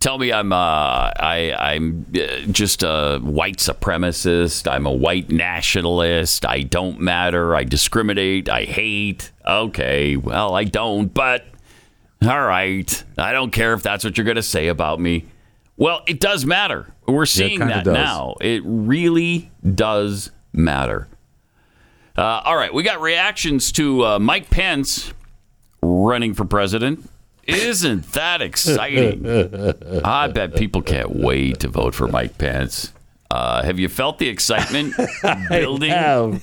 Speaker 2: tell me, I'm uh, I I'm uh, just a white supremacist. I'm a white nationalist. I don't matter. I discriminate. I hate. Okay, well, I don't. But all right, I don't care if that's what you're going to say about me. Well, it does matter. We're seeing
Speaker 3: kinda
Speaker 2: that
Speaker 3: does.
Speaker 2: now. It really does matter. Uh, all right, we got reactions to uh, Mike Pence running for president. Isn't that exciting? I bet people can't wait to vote for Mike Pence. Uh, have you felt the excitement building?
Speaker 5: have.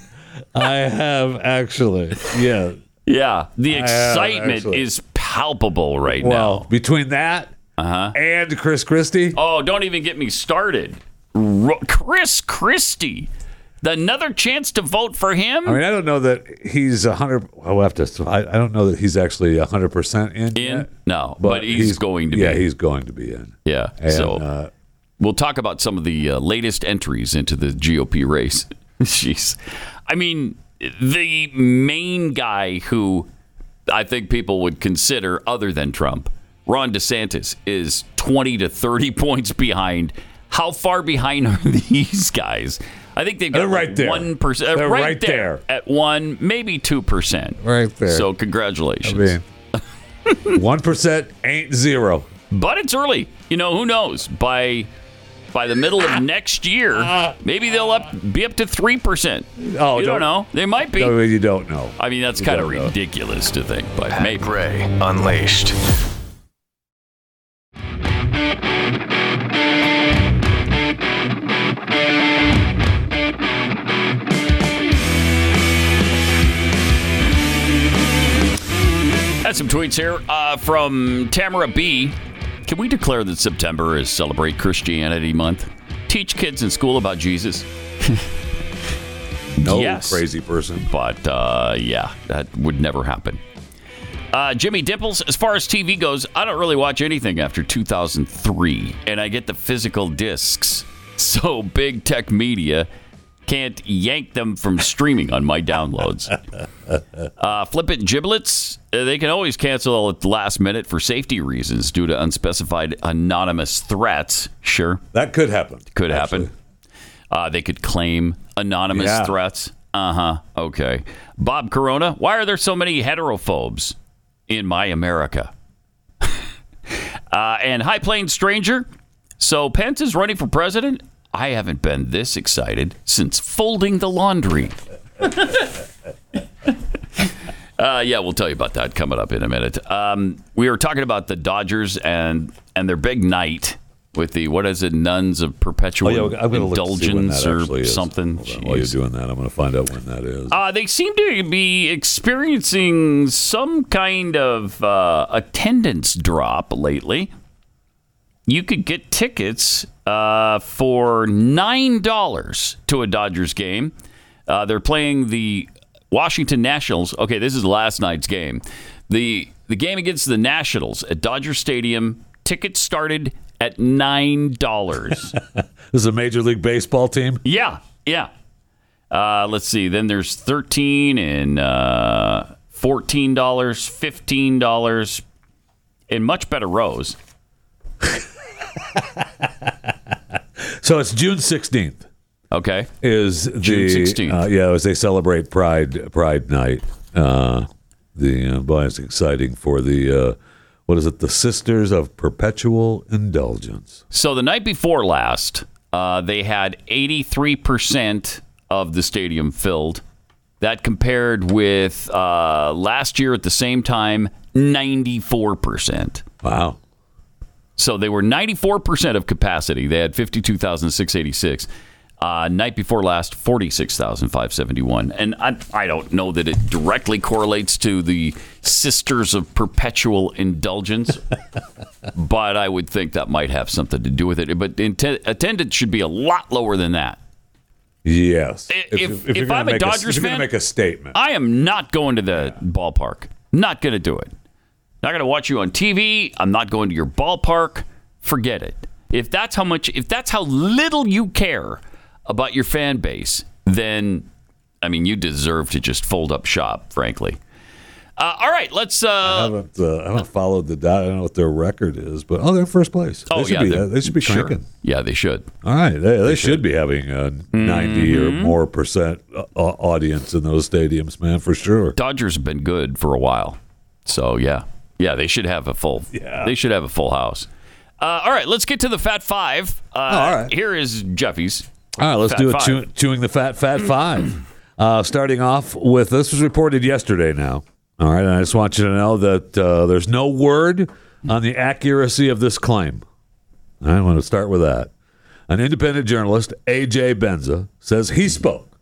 Speaker 5: I have actually. Yeah.
Speaker 2: Yeah, the excitement
Speaker 5: actually.
Speaker 2: is palpable right
Speaker 3: Well,
Speaker 2: now. Uh-huh.
Speaker 3: between that and Chris Christie,
Speaker 2: Oh, don't even get me started. Ro- Chris Christie, another chance to vote for him
Speaker 3: I mean, I don't know that he's a hundred. I'll have to. I, I don't know that he's actually a hundred percent in.
Speaker 2: in?
Speaker 3: yet,
Speaker 2: No, but, he's, going to
Speaker 3: Yeah,
Speaker 2: be.
Speaker 3: he's going to be in.
Speaker 2: yeah.
Speaker 3: And,
Speaker 2: so
Speaker 3: uh,
Speaker 2: We'll talk about some of the uh, latest entries into the GOP race. Jeez. I mean, the main guy who I think people would consider other than Trump, Ron DeSantis, is 20 to 30 points behind. How far behind are these guys? I think they've got
Speaker 3: They're right
Speaker 2: like
Speaker 3: there.
Speaker 2: 1%. uh,
Speaker 3: They're
Speaker 2: right,
Speaker 3: right
Speaker 2: there. At 1, maybe 2%.
Speaker 3: Right there.
Speaker 2: So, congratulations.
Speaker 3: one percent ain't zero.
Speaker 2: But it's early. You know, who knows? By by the middle of next year, maybe they'll up be up to three percent.
Speaker 3: Oh,
Speaker 2: you Ah. don't, know. They might be.
Speaker 3: No, you don't know.
Speaker 2: I mean, that's kind of ridiculous to think, but maybe.
Speaker 6: Gray Unleashed.
Speaker 2: comments here uh, from Tamara B. Can we declare that September is Celebrate Christianity Month? Teach kids in school about Jesus.
Speaker 3: No
Speaker 2: Yes.
Speaker 3: crazy person.
Speaker 2: but uh, yeah, that would never happen. Uh, Jimmy Dimples, as far as TV goes, I don't really watch anything after 2003, and I get the physical discs. So big tech media can't yank them from streaming on my downloads. Uh, flippant giblets, uh, they can always cancel at the last minute for safety reasons due to unspecified anonymous threats. Sure,
Speaker 3: That could happen.
Speaker 2: could
Speaker 3: Absolutely.
Speaker 2: happen. Uh, they could claim anonymous
Speaker 3: Yeah.
Speaker 2: threats. Uh huh. Okay. Bob Corona, why are there so many heterophobes in my America? uh, and High Plains Stranger, so Pence is running for president. I haven't been this excited since folding the laundry. Uh, yeah, we'll tell you about that coming up in a minute. Um, we were talking about the Dodgers and and their big night with the what is it, nuns of perpetual
Speaker 3: Oh, yeah, I'm gonna look to see when
Speaker 2: indulgence
Speaker 3: that actually
Speaker 2: or
Speaker 3: is.
Speaker 2: something.
Speaker 3: Hold on, Oh, While you're
Speaker 2: Jeez.
Speaker 3: doing that, I'm going to find out when that is.
Speaker 2: Uh, they seem to be experiencing some kind of uh, attendance drop lately. You could get tickets uh, for $9 to a Dodgers game. Uh, they're playing the Washington Nationals. Okay, this is last night's game. The, the game against the Nationals at Dodger Stadium. Tickets started at $9.
Speaker 3: This is a Major League Baseball team.
Speaker 2: Yeah, yeah. Uh, let's see. Then there's thirteen and uh, fourteen dollars, fifteen dollars, and much better rows.
Speaker 3: So it's June 16th.
Speaker 2: Okay.
Speaker 3: Is the
Speaker 2: 16th.
Speaker 3: Uh, yeah, as they celebrate Pride Pride Night. Uh, the uh, boy, it's exciting for the uh, what is it? The Sisters of Perpetual Indulgence.
Speaker 2: So the night before last, uh, they had eighty-three percent of the stadium filled. That compared with uh, last year at the same time, ninety-four percent.
Speaker 3: Wow.
Speaker 2: So they were 94% of capacity. They had 52,686. Uh, night before last, 46,571. And I, I don't know that it directly correlates to the Sisters of Perpetual Indulgence, but I would think that might have something to do with it. But inten- attendance should be a lot lower than that.
Speaker 3: Yes.
Speaker 2: I- if- if
Speaker 3: gonna
Speaker 2: I'm a
Speaker 3: make
Speaker 2: Dodgers
Speaker 3: if you're
Speaker 2: fan, uh,
Speaker 3: gonna make a statement.
Speaker 2: I am not going to the ballpark. Not going to do it. Not going to watch you on TV. I'm not going to your ballpark. Forget it. If that's how much, if that's how little you care about your fan base, then I mean, you deserve to just fold up shop, frankly. Uh, all right, let's.
Speaker 3: I
Speaker 2: Uh,
Speaker 3: haven't, uh, I haven't followed the dot. I don't know what their record is, but oh, they're in first place.
Speaker 2: oh
Speaker 3: they should
Speaker 2: yeah,
Speaker 3: be,
Speaker 2: they're-
Speaker 3: they should be
Speaker 2: sure.
Speaker 3: cranking.
Speaker 2: Yeah, they should. Mm-hmm.
Speaker 3: All right, they, they should be having a 90 or more percent uh, au- audience in those stadiums, man, for sure.
Speaker 2: Dodgers have been good for a while, so yeah, yeah, they should have a full.
Speaker 3: Yeah.
Speaker 2: they should have a full house. Uh, all right, let's get to the Fat Five. Uh,
Speaker 3: Oh, all right.
Speaker 2: Here is Jeffy's.
Speaker 3: All right, let's
Speaker 2: Fat
Speaker 3: do it.
Speaker 2: five.
Speaker 3: Chew, chewing the fat, fat five. Uh, starting off with this was reported yesterday. Now, all right, and I just want you to know that uh, there's no word on the accuracy of this claim. All right, I want to start with that. An independent journalist, AJ Benza, says he spoke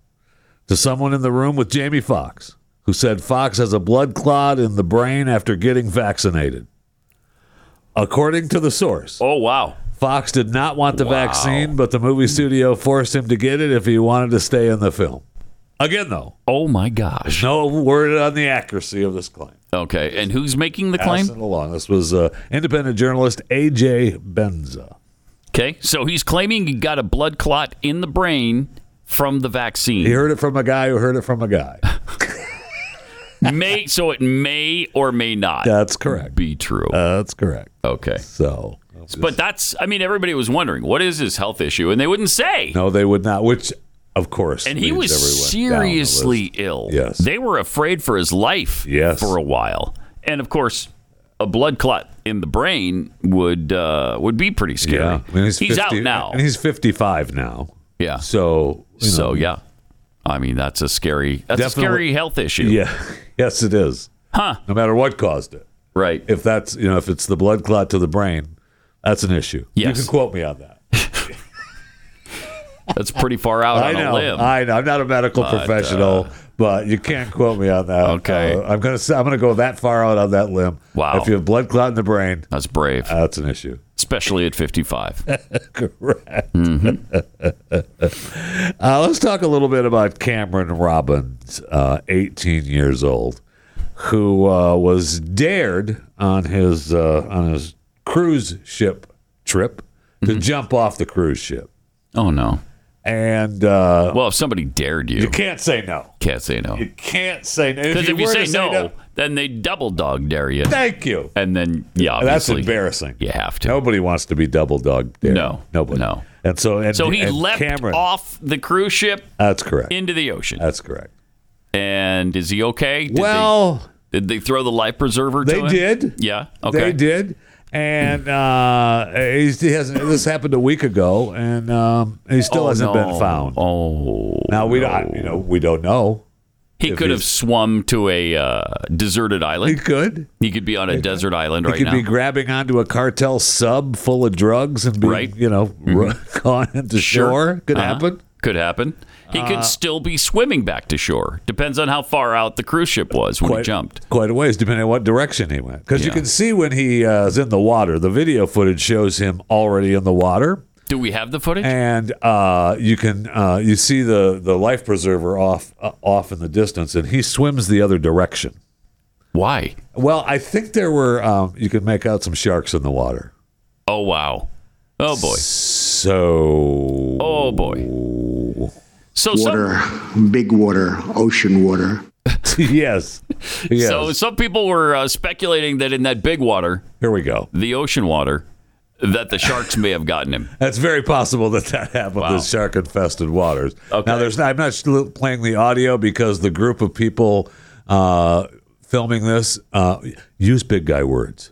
Speaker 3: to someone in the room with Jamie Foxx, who said Fox has a blood clot in the brain after getting vaccinated. According to the source,
Speaker 2: Oh wow.
Speaker 3: Fox did not want the vaccine, but the movie studio forced him to get it if he wanted to stay in the film. Again, though,
Speaker 2: Oh my gosh.
Speaker 3: no word on the accuracy of this claim.
Speaker 2: Okay, and who's making the
Speaker 3: Pass
Speaker 2: claim?
Speaker 3: it along. This was uh, independent journalist A.J. Benza.
Speaker 2: Okay, so he's claiming he got a blood clot in the brain from the vaccine.
Speaker 3: He heard it from a guy who heard it from a guy.
Speaker 2: May so it may or may not
Speaker 3: That's correct.
Speaker 2: be true.
Speaker 3: That's correct.
Speaker 2: okay.
Speaker 3: So,
Speaker 2: But that's I mean everybody was wondering, what is his health issue? And they wouldn't say.
Speaker 3: no, they would not. Which, of course,
Speaker 2: and he
Speaker 3: leads
Speaker 2: was
Speaker 3: everyone down the list.
Speaker 2: seriously ill.
Speaker 3: Yes.
Speaker 2: They were afraid for his life
Speaker 3: Yes.
Speaker 2: for a while. And of course, a blood clot in the brain would uh, would be pretty scary.
Speaker 3: Yeah, I mean, he's,
Speaker 2: he's out
Speaker 3: 50
Speaker 2: now.
Speaker 3: and he's fifty-five now.
Speaker 2: yeah.
Speaker 3: So, you know,
Speaker 2: So yeah, I mean that's a scary that's a
Speaker 3: Definitely-
Speaker 2: scary health issue.
Speaker 3: yeah, yes, it is.
Speaker 2: Huh.
Speaker 3: No matter what caused it.
Speaker 2: Right.
Speaker 3: if that's you know if it's the blood clot to the brain, that's an issue.
Speaker 2: Yes.
Speaker 3: You can quote me on that.
Speaker 2: That's pretty far out
Speaker 3: I
Speaker 2: on
Speaker 3: know.
Speaker 2: a limb. uh,
Speaker 3: I know. I'm not a medical professional, but you can't quote me on that.
Speaker 2: Okay.
Speaker 3: Uh, I'm gonna say, I'm gonna go that far out on that limb.
Speaker 2: Wow.
Speaker 3: If you have blood clot in the brain,
Speaker 2: That's brave,
Speaker 3: that's an issue.
Speaker 2: especially at 55. Mm-hmm.
Speaker 3: Uh, let's talk a little bit about Cameron Robbins, uh, 18 years old, who uh, was dared on his uh, on his
Speaker 7: Cruise ship trip to
Speaker 2: Mm-hmm.
Speaker 7: jump off the cruise ship.
Speaker 2: Oh, no.
Speaker 3: and uh,
Speaker 2: Well, if somebody dared you,
Speaker 3: can't say no.
Speaker 2: can't say no.
Speaker 3: Can't say no.
Speaker 2: Because if you
Speaker 3: were
Speaker 2: say
Speaker 3: to
Speaker 2: no, then they double dog dare you.
Speaker 3: thank you.
Speaker 2: And then, yeah,
Speaker 3: That's
Speaker 2: obviously,
Speaker 3: embarrassing.
Speaker 2: you have to.
Speaker 3: Nobody wants to be double dog dared.
Speaker 2: No.
Speaker 3: nobody.
Speaker 2: No.
Speaker 3: And so, and,
Speaker 2: So he
Speaker 3: and
Speaker 2: leapt
Speaker 3: Cameron,
Speaker 2: off the cruise ship
Speaker 3: That's correct.
Speaker 2: into the ocean.
Speaker 3: That's correct.
Speaker 2: and is he okay? Did
Speaker 3: well,
Speaker 2: they, did they throw the life preserver? to
Speaker 3: they
Speaker 2: him?
Speaker 3: did.
Speaker 2: Yeah. Okay.
Speaker 3: They did. And uh, he's, he hasn't. This happened a week ago, and um, he still
Speaker 2: Oh,
Speaker 3: hasn't
Speaker 2: no.
Speaker 3: been found.
Speaker 2: Oh.
Speaker 3: now we don't. You know, we don't know.
Speaker 2: He could have swum to a uh, deserted
Speaker 3: He
Speaker 2: island.
Speaker 3: could.
Speaker 2: He could be on a desert island
Speaker 3: He
Speaker 2: right
Speaker 3: could
Speaker 2: now.
Speaker 3: be grabbing onto a cartel sub full of drugs and be,
Speaker 2: Right. Mm-hmm.
Speaker 3: you know, gone into shore. Could
Speaker 2: Uh-huh.
Speaker 3: happen. Uh,
Speaker 2: Could happen. He could still be swimming back to shore. Depends on how far out the cruise ship was when he
Speaker 3: quite-
Speaker 2: jumped.
Speaker 3: quite a ways, depending on what direction he went. Because you
Speaker 2: Yeah.
Speaker 3: can see when he uh, is in the water, the video footage shows him already in the water,
Speaker 2: Do we have the footage?
Speaker 3: and uh, you can uh, you see the the life preserver off uh, off in the distance, and he swims the other direction.
Speaker 2: Why?
Speaker 3: Well, I think there were um, you could make out some sharks in the water.
Speaker 2: Oh wow. Oh boy.
Speaker 3: So
Speaker 2: Oh boy. So some,
Speaker 8: water, big water, ocean water.
Speaker 3: yes, yes.
Speaker 2: so some people were uh, speculating that in that big water,
Speaker 3: Here we go.
Speaker 2: the ocean water, that the sharks may have gotten him.
Speaker 3: That's very possible that that happened
Speaker 2: Wow.
Speaker 3: to shark infested waters.
Speaker 2: Okay.
Speaker 3: Now, there's I'm not sl- playing the audio because the group of people uh, filming this uh, use big guy words,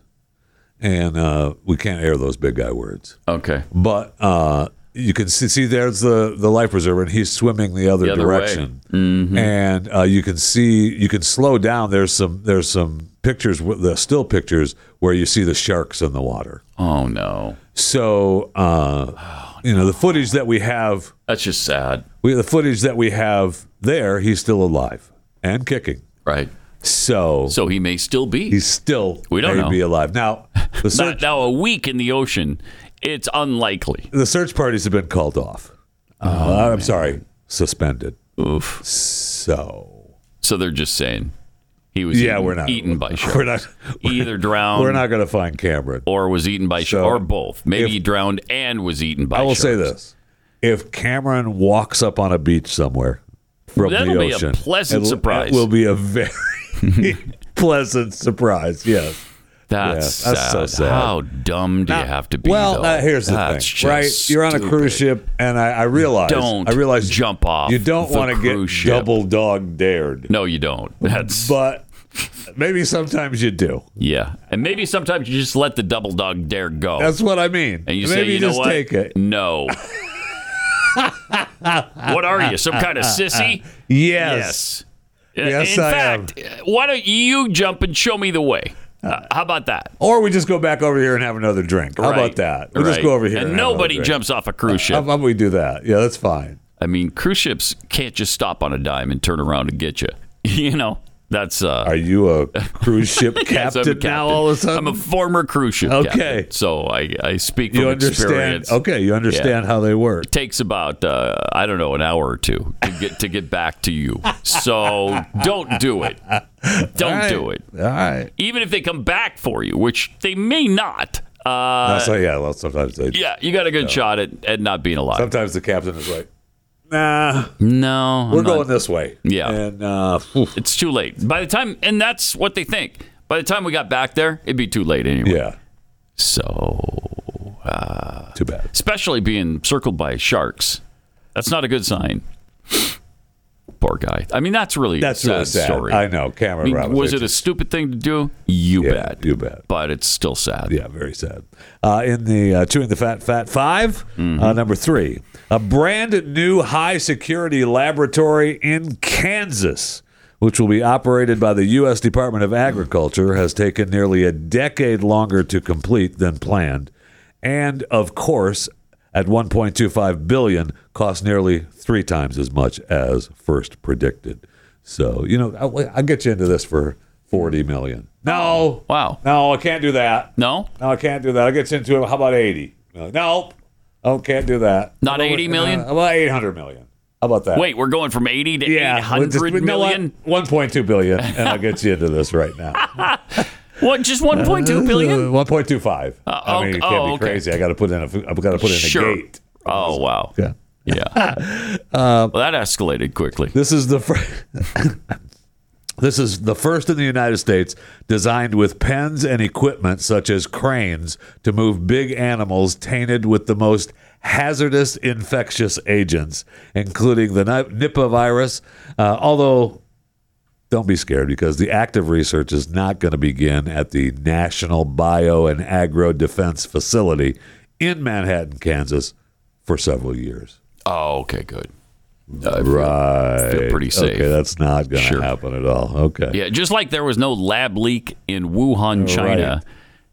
Speaker 3: and uh, we can't air those big guy words.
Speaker 2: Okay.
Speaker 3: But uh, you can see, see there's the the life preserver, and he's swimming the other,
Speaker 2: The other way. Mm-hmm.
Speaker 3: direction, and uh, you can see you can slow down. There's some there's some pictures with the still pictures where you see the sharks in the water.
Speaker 2: Oh no.
Speaker 3: So, uh, you know, the footage that we have,
Speaker 2: That's just sad.
Speaker 3: we the footage that we have there, he's still alive and kicking.
Speaker 2: Right.
Speaker 3: So,
Speaker 2: So he may still be.
Speaker 3: he's still
Speaker 2: We don't
Speaker 3: may
Speaker 2: know.
Speaker 3: be alive. Now, the
Speaker 2: Now-
Speaker 3: search,
Speaker 2: now a week in the ocean, it's unlikely.
Speaker 3: the search parties have been called off. Uh, I'm sorry, suspended.
Speaker 2: Oh, Oof.
Speaker 3: So,
Speaker 2: So they're just saying he was
Speaker 3: Yeah,
Speaker 2: eaten,
Speaker 3: we're not-
Speaker 2: eaten by sharks.
Speaker 3: we're not
Speaker 2: either drowned
Speaker 3: we're not going to find Cameron.
Speaker 2: or was eaten by sharks
Speaker 3: So,
Speaker 2: or both. Maybe
Speaker 3: if-
Speaker 2: he drowned and was eaten by
Speaker 3: I will
Speaker 2: sharks.
Speaker 3: say this: if Cameron walks up on a beach somewhere from
Speaker 2: That'll
Speaker 3: the
Speaker 2: be a
Speaker 3: ocean,
Speaker 2: pleasant
Speaker 3: it-
Speaker 2: surprise.
Speaker 3: It will be a very pleasant surprise. Yes.
Speaker 2: That's,
Speaker 3: Yeah, that's
Speaker 2: sad.
Speaker 3: so sad.
Speaker 2: How dumb do you have to be?
Speaker 3: Well,
Speaker 2: though?
Speaker 3: uh, here's the
Speaker 2: That's just
Speaker 3: thing, right? You're on a cruise
Speaker 2: stupid.
Speaker 3: ship, and I, I realize
Speaker 2: Don't
Speaker 3: I realize
Speaker 2: jump off
Speaker 3: You don't
Speaker 2: the
Speaker 3: want to get
Speaker 2: cruise ship.
Speaker 3: double dog dared,
Speaker 2: No, you don't. That's
Speaker 3: but maybe sometimes you do.
Speaker 2: yeah. And maybe sometimes you just let the double dog dare go.
Speaker 3: That's what I mean.
Speaker 2: and you
Speaker 3: maybe
Speaker 2: say, you
Speaker 3: just
Speaker 2: know what?
Speaker 3: take it.
Speaker 2: No. what are you? Some kind of sissy? Uh,
Speaker 3: Yes. Yes,
Speaker 2: In
Speaker 3: I am.
Speaker 2: fact, uh, why don't you jump and show me the way? Uh, how about that?
Speaker 3: Or we just go back over here and have another drink. How
Speaker 2: Right.
Speaker 3: about that? We'll just
Speaker 2: Right.
Speaker 3: go over here.
Speaker 2: And,
Speaker 3: And, have Uh, another
Speaker 2: nobody
Speaker 3: drink.
Speaker 2: jumps off a cruise
Speaker 3: How
Speaker 2: ship.
Speaker 3: about we do that? Yeah, that's fine.
Speaker 2: I mean, cruise ships can't just stop on a dime and turn around and get you. You know, that's uh,
Speaker 3: Are you a cruise ship captain,
Speaker 2: yes, I'm a
Speaker 3: now? All of a sudden,
Speaker 2: I'm a former cruise ship.
Speaker 3: Okay.
Speaker 2: captain, so I, I speak from
Speaker 3: you understand?
Speaker 2: experience.
Speaker 3: Okay, you understand how they work.
Speaker 2: takes about uh, I don't know an hour or two to get to get back to you. So don't do it. Don't do it.
Speaker 3: All right.
Speaker 2: Even if they come back for you, which they may not. Uh,
Speaker 3: so yeah, well, sometimes they
Speaker 2: yeah, you got a good shot at, at not being alive.
Speaker 3: Sometimes the captain is like, "Nah,
Speaker 2: no, I'm
Speaker 3: we're
Speaker 2: not-
Speaker 3: going this way."
Speaker 2: Yeah.
Speaker 3: and uh, oof,
Speaker 2: It's too late. By the time, and that's what they think. By the time we got back there, it'd be too late anyway.
Speaker 3: yeah,
Speaker 2: So,
Speaker 3: too bad.
Speaker 2: especially being circled by sharks, that's not a good sign. Poor guy. I mean, that's really
Speaker 3: That's
Speaker 2: a sad
Speaker 3: really sad.
Speaker 2: story.
Speaker 3: I know, Cameron.
Speaker 2: I mean,
Speaker 3: Robinson.
Speaker 2: was it a stupid thing to do? You
Speaker 3: Yeah,
Speaker 2: bet.
Speaker 3: you bet.
Speaker 2: But it's still sad.
Speaker 3: Yeah, very sad. Uh, in the uh, chewing the fat, fat 5
Speaker 2: Mm-hmm.
Speaker 3: uh, number three, a brand new high security laboratory in Kansas, which will be operated by the U.S. Department of Agriculture, has taken nearly a decade longer to complete than planned, and of course, at 1.25 billion cost nearly three times as much as first predicted. So you know, I'll, I'll get you into this for 40 million. No,
Speaker 2: Wow.
Speaker 3: no, I can't do that.
Speaker 2: No?
Speaker 3: No, I can't do that. I'll get you into it. How about 80? No, nope. Oh, can't do that.
Speaker 2: Not
Speaker 3: How about-
Speaker 2: 80 million?
Speaker 3: How about 800 million? How about that?
Speaker 2: Wait, we're going from 80 to eight
Speaker 3: yeah,
Speaker 2: hundred million.
Speaker 3: One point two billion, and I'll get you into this right now.
Speaker 2: What? Just
Speaker 3: Uh,
Speaker 2: 1.2 billion?
Speaker 3: One point two five.
Speaker 2: oh,
Speaker 3: I mean, you can't
Speaker 2: oh,
Speaker 3: be
Speaker 2: okay.
Speaker 3: crazy. I got to put in a. I've got to put in a
Speaker 2: Sure.
Speaker 3: gate.
Speaker 2: Oh, wow.
Speaker 3: Yeah. Uh,
Speaker 2: Yeah. well, that escalated quickly.
Speaker 3: This is the first. this is the first in the United States designed with pens and equipment such as cranes to move big animals tainted with the most hazardous infectious agents, including the Ni- Nipah virus. Uh, although. Don't be scared because the active research is not going to begin at the National Bio and Agro Defense Facility in Manhattan, Kansas, for several years.
Speaker 2: Oh, okay, good. Uh, I feel-
Speaker 3: Right.
Speaker 2: feel pretty safe.
Speaker 3: Okay, that's not going to
Speaker 2: Sure.
Speaker 3: happen at all. Okay.
Speaker 2: Yeah, just like there was no lab leak in Wuhan, China.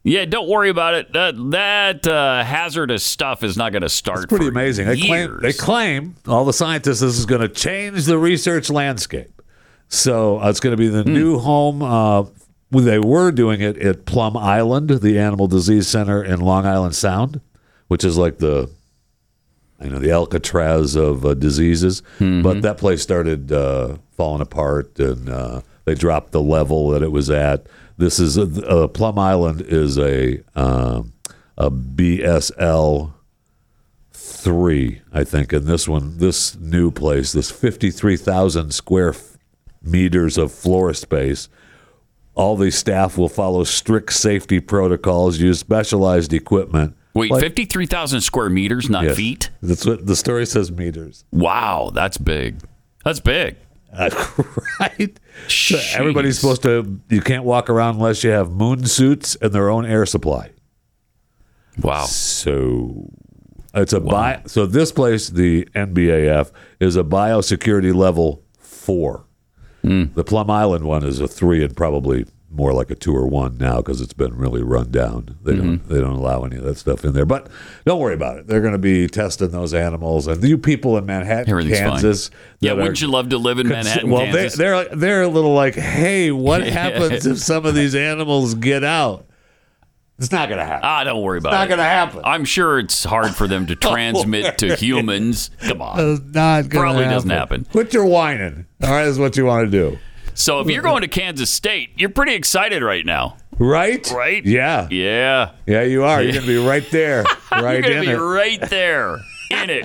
Speaker 2: Yeah, don't worry about it. That that uh, hazardous stuff is not going to start.
Speaker 3: It's pretty
Speaker 2: for
Speaker 3: amazing. They claim, they
Speaker 2: years.
Speaker 3: claim, all the scientists, this is going to change the research landscape. So uh, it's going to be the
Speaker 2: Hmm.
Speaker 3: new home. Uh, well, they were doing it at Plum Island, the Animal Disease Center in Long Island Sound, which is like the, you know, the Alcatraz of uh, diseases.
Speaker 2: Mm-hmm.
Speaker 3: But that place started uh, falling apart, and uh, they dropped the level that it was at. This is a, uh, Plum Island is a um a BSL three, I think, in this one, this new place, this fifty-three thousand square f- meters of floor space. All the staff will follow strict safety protocols, use specialized equipment.
Speaker 2: Wait, fifty-three thousand square meters, not
Speaker 3: Yes.
Speaker 2: feet.
Speaker 3: That's what the story says. Meters,
Speaker 2: Wow, that's big. That's big.
Speaker 3: right? So everybody's
Speaker 2: Jeez.
Speaker 3: supposed to. You can't walk around unless you have moon suits and their own air supply.
Speaker 2: Wow.
Speaker 3: So it's a bio. So this place, the NBAF, is a biosecurity level four.
Speaker 2: Hmm.
Speaker 3: The Plum Island one is a three and probably more like a two or one now because it's been really run down. They
Speaker 2: Mm-hmm.
Speaker 3: don't they don't allow any of that stuff in there. But don't worry about it. They're going to be testing those animals and you people in Manhattan,
Speaker 2: Everything's fine.
Speaker 3: Kansas.
Speaker 2: Yeah,
Speaker 3: that are-
Speaker 2: wouldn't you love to live in Manhattan,
Speaker 3: well,
Speaker 2: Kansas?
Speaker 3: They, they're they're a little like, hey, what happens if some of these animals get out? It's not going to happen.
Speaker 2: ah, don't worry about
Speaker 3: not
Speaker 2: it.
Speaker 3: gonna happen.
Speaker 2: I'm sure it's hard for them to
Speaker 3: Oh,
Speaker 2: transmit to humans. Come on.
Speaker 3: It's not gonna
Speaker 2: Probably doesn't happen.
Speaker 3: Quit your whining. All right, is what you want to do,
Speaker 2: So if you're going to Kansas State, you're pretty excited right now,
Speaker 3: right?
Speaker 2: right?
Speaker 3: Yeah,
Speaker 2: Yeah.
Speaker 3: yeah, you are. You're gonna be right there,
Speaker 2: You're
Speaker 3: right
Speaker 2: going to
Speaker 3: in
Speaker 2: be
Speaker 3: it.
Speaker 2: right there in it.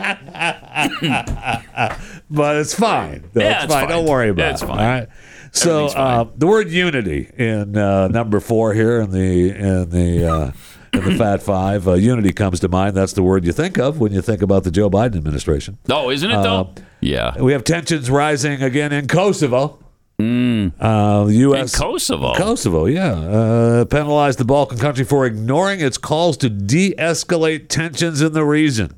Speaker 3: But it's fine. Though.
Speaker 2: Yeah, it's
Speaker 3: fine. Don't
Speaker 2: fine.
Speaker 3: worry about
Speaker 2: It's
Speaker 3: it.
Speaker 2: fine.
Speaker 3: All right. So uh, the word unity in uh, number four here in the in the uh, in the Fat Five, uh, unity comes to mind. That's the word you think of when you think about the Joe Biden administration.
Speaker 2: No, Oh, isn't it though?
Speaker 3: Uh,
Speaker 2: yeah.
Speaker 3: We have tensions rising again in Kosovo. Uh, the
Speaker 2: Mm. In
Speaker 3: U.S.
Speaker 2: Kosovo.
Speaker 3: Kosovo, yeah, uh, penalized the Balkan country for ignoring its calls to de-escalate tensions in the region.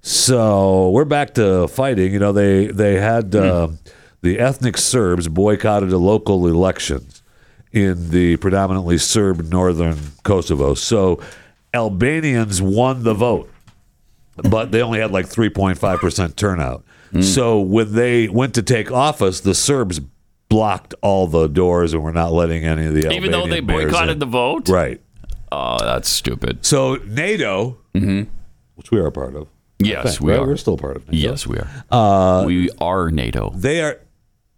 Speaker 3: So we're back to fighting. You know, they they had uh, the ethnic Serbs boycotted the local elections in the predominantly Serb northern Kosovo. So Albanians won the vote but they only had like 3.5% turnout. So when they went to take office, the Serbs blocked all the doors and were not letting any of the
Speaker 2: Even though they
Speaker 3: Albanian mayors
Speaker 2: boycotted
Speaker 3: in.
Speaker 2: the vote?
Speaker 3: right.
Speaker 2: Oh, that's stupid.
Speaker 3: So NATO, which we are a part of,
Speaker 2: Yes, we
Speaker 3: right?
Speaker 2: are.
Speaker 3: We're Uh, still a part of. NATO.
Speaker 2: Yes, we are. we are NATO.
Speaker 3: They are.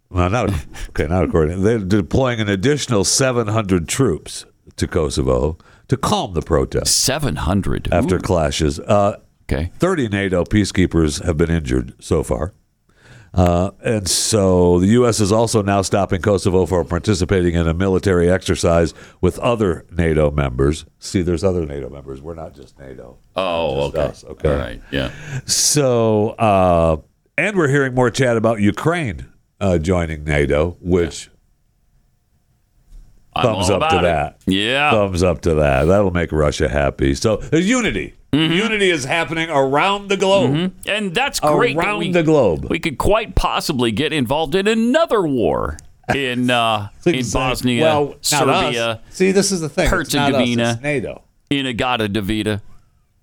Speaker 3: Well, not okay. Not according. They're deploying an additional 700 troops to Kosovo to calm the protests
Speaker 2: 700.
Speaker 3: after
Speaker 2: Ooh,
Speaker 3: clashes. Uh,
Speaker 2: okay.
Speaker 3: 30 NATO peacekeepers have been injured so far. Uh, and so the U.S. is also now stopping Kosovo from participating in a military exercise with other NATO members. See, there's other NATO members. We're not just NATO.
Speaker 2: Oh, okay.
Speaker 3: us, okay.
Speaker 2: All right. Yeah.
Speaker 3: So, uh, and we're hearing more chat about Ukraine uh, joining NATO, which
Speaker 2: I'm
Speaker 3: thumbs
Speaker 2: all
Speaker 3: up to
Speaker 2: about it.
Speaker 3: that.
Speaker 2: Yeah.
Speaker 3: Thumbs up to that. That'll make Russia happy. So there's unity.
Speaker 2: Mm-hmm.
Speaker 3: Unity is happening around the globe.
Speaker 2: and that's Mm-hmm. great. that
Speaker 3: Around
Speaker 2: we-
Speaker 3: the globe.
Speaker 2: We could quite possibly get involved in another war in uh, in Bosnia,
Speaker 3: well, not
Speaker 2: Serbia,
Speaker 3: us. See, this is the thing. It's not us,
Speaker 2: Herzegovina.
Speaker 3: it's NATO.
Speaker 2: Inagata Davida,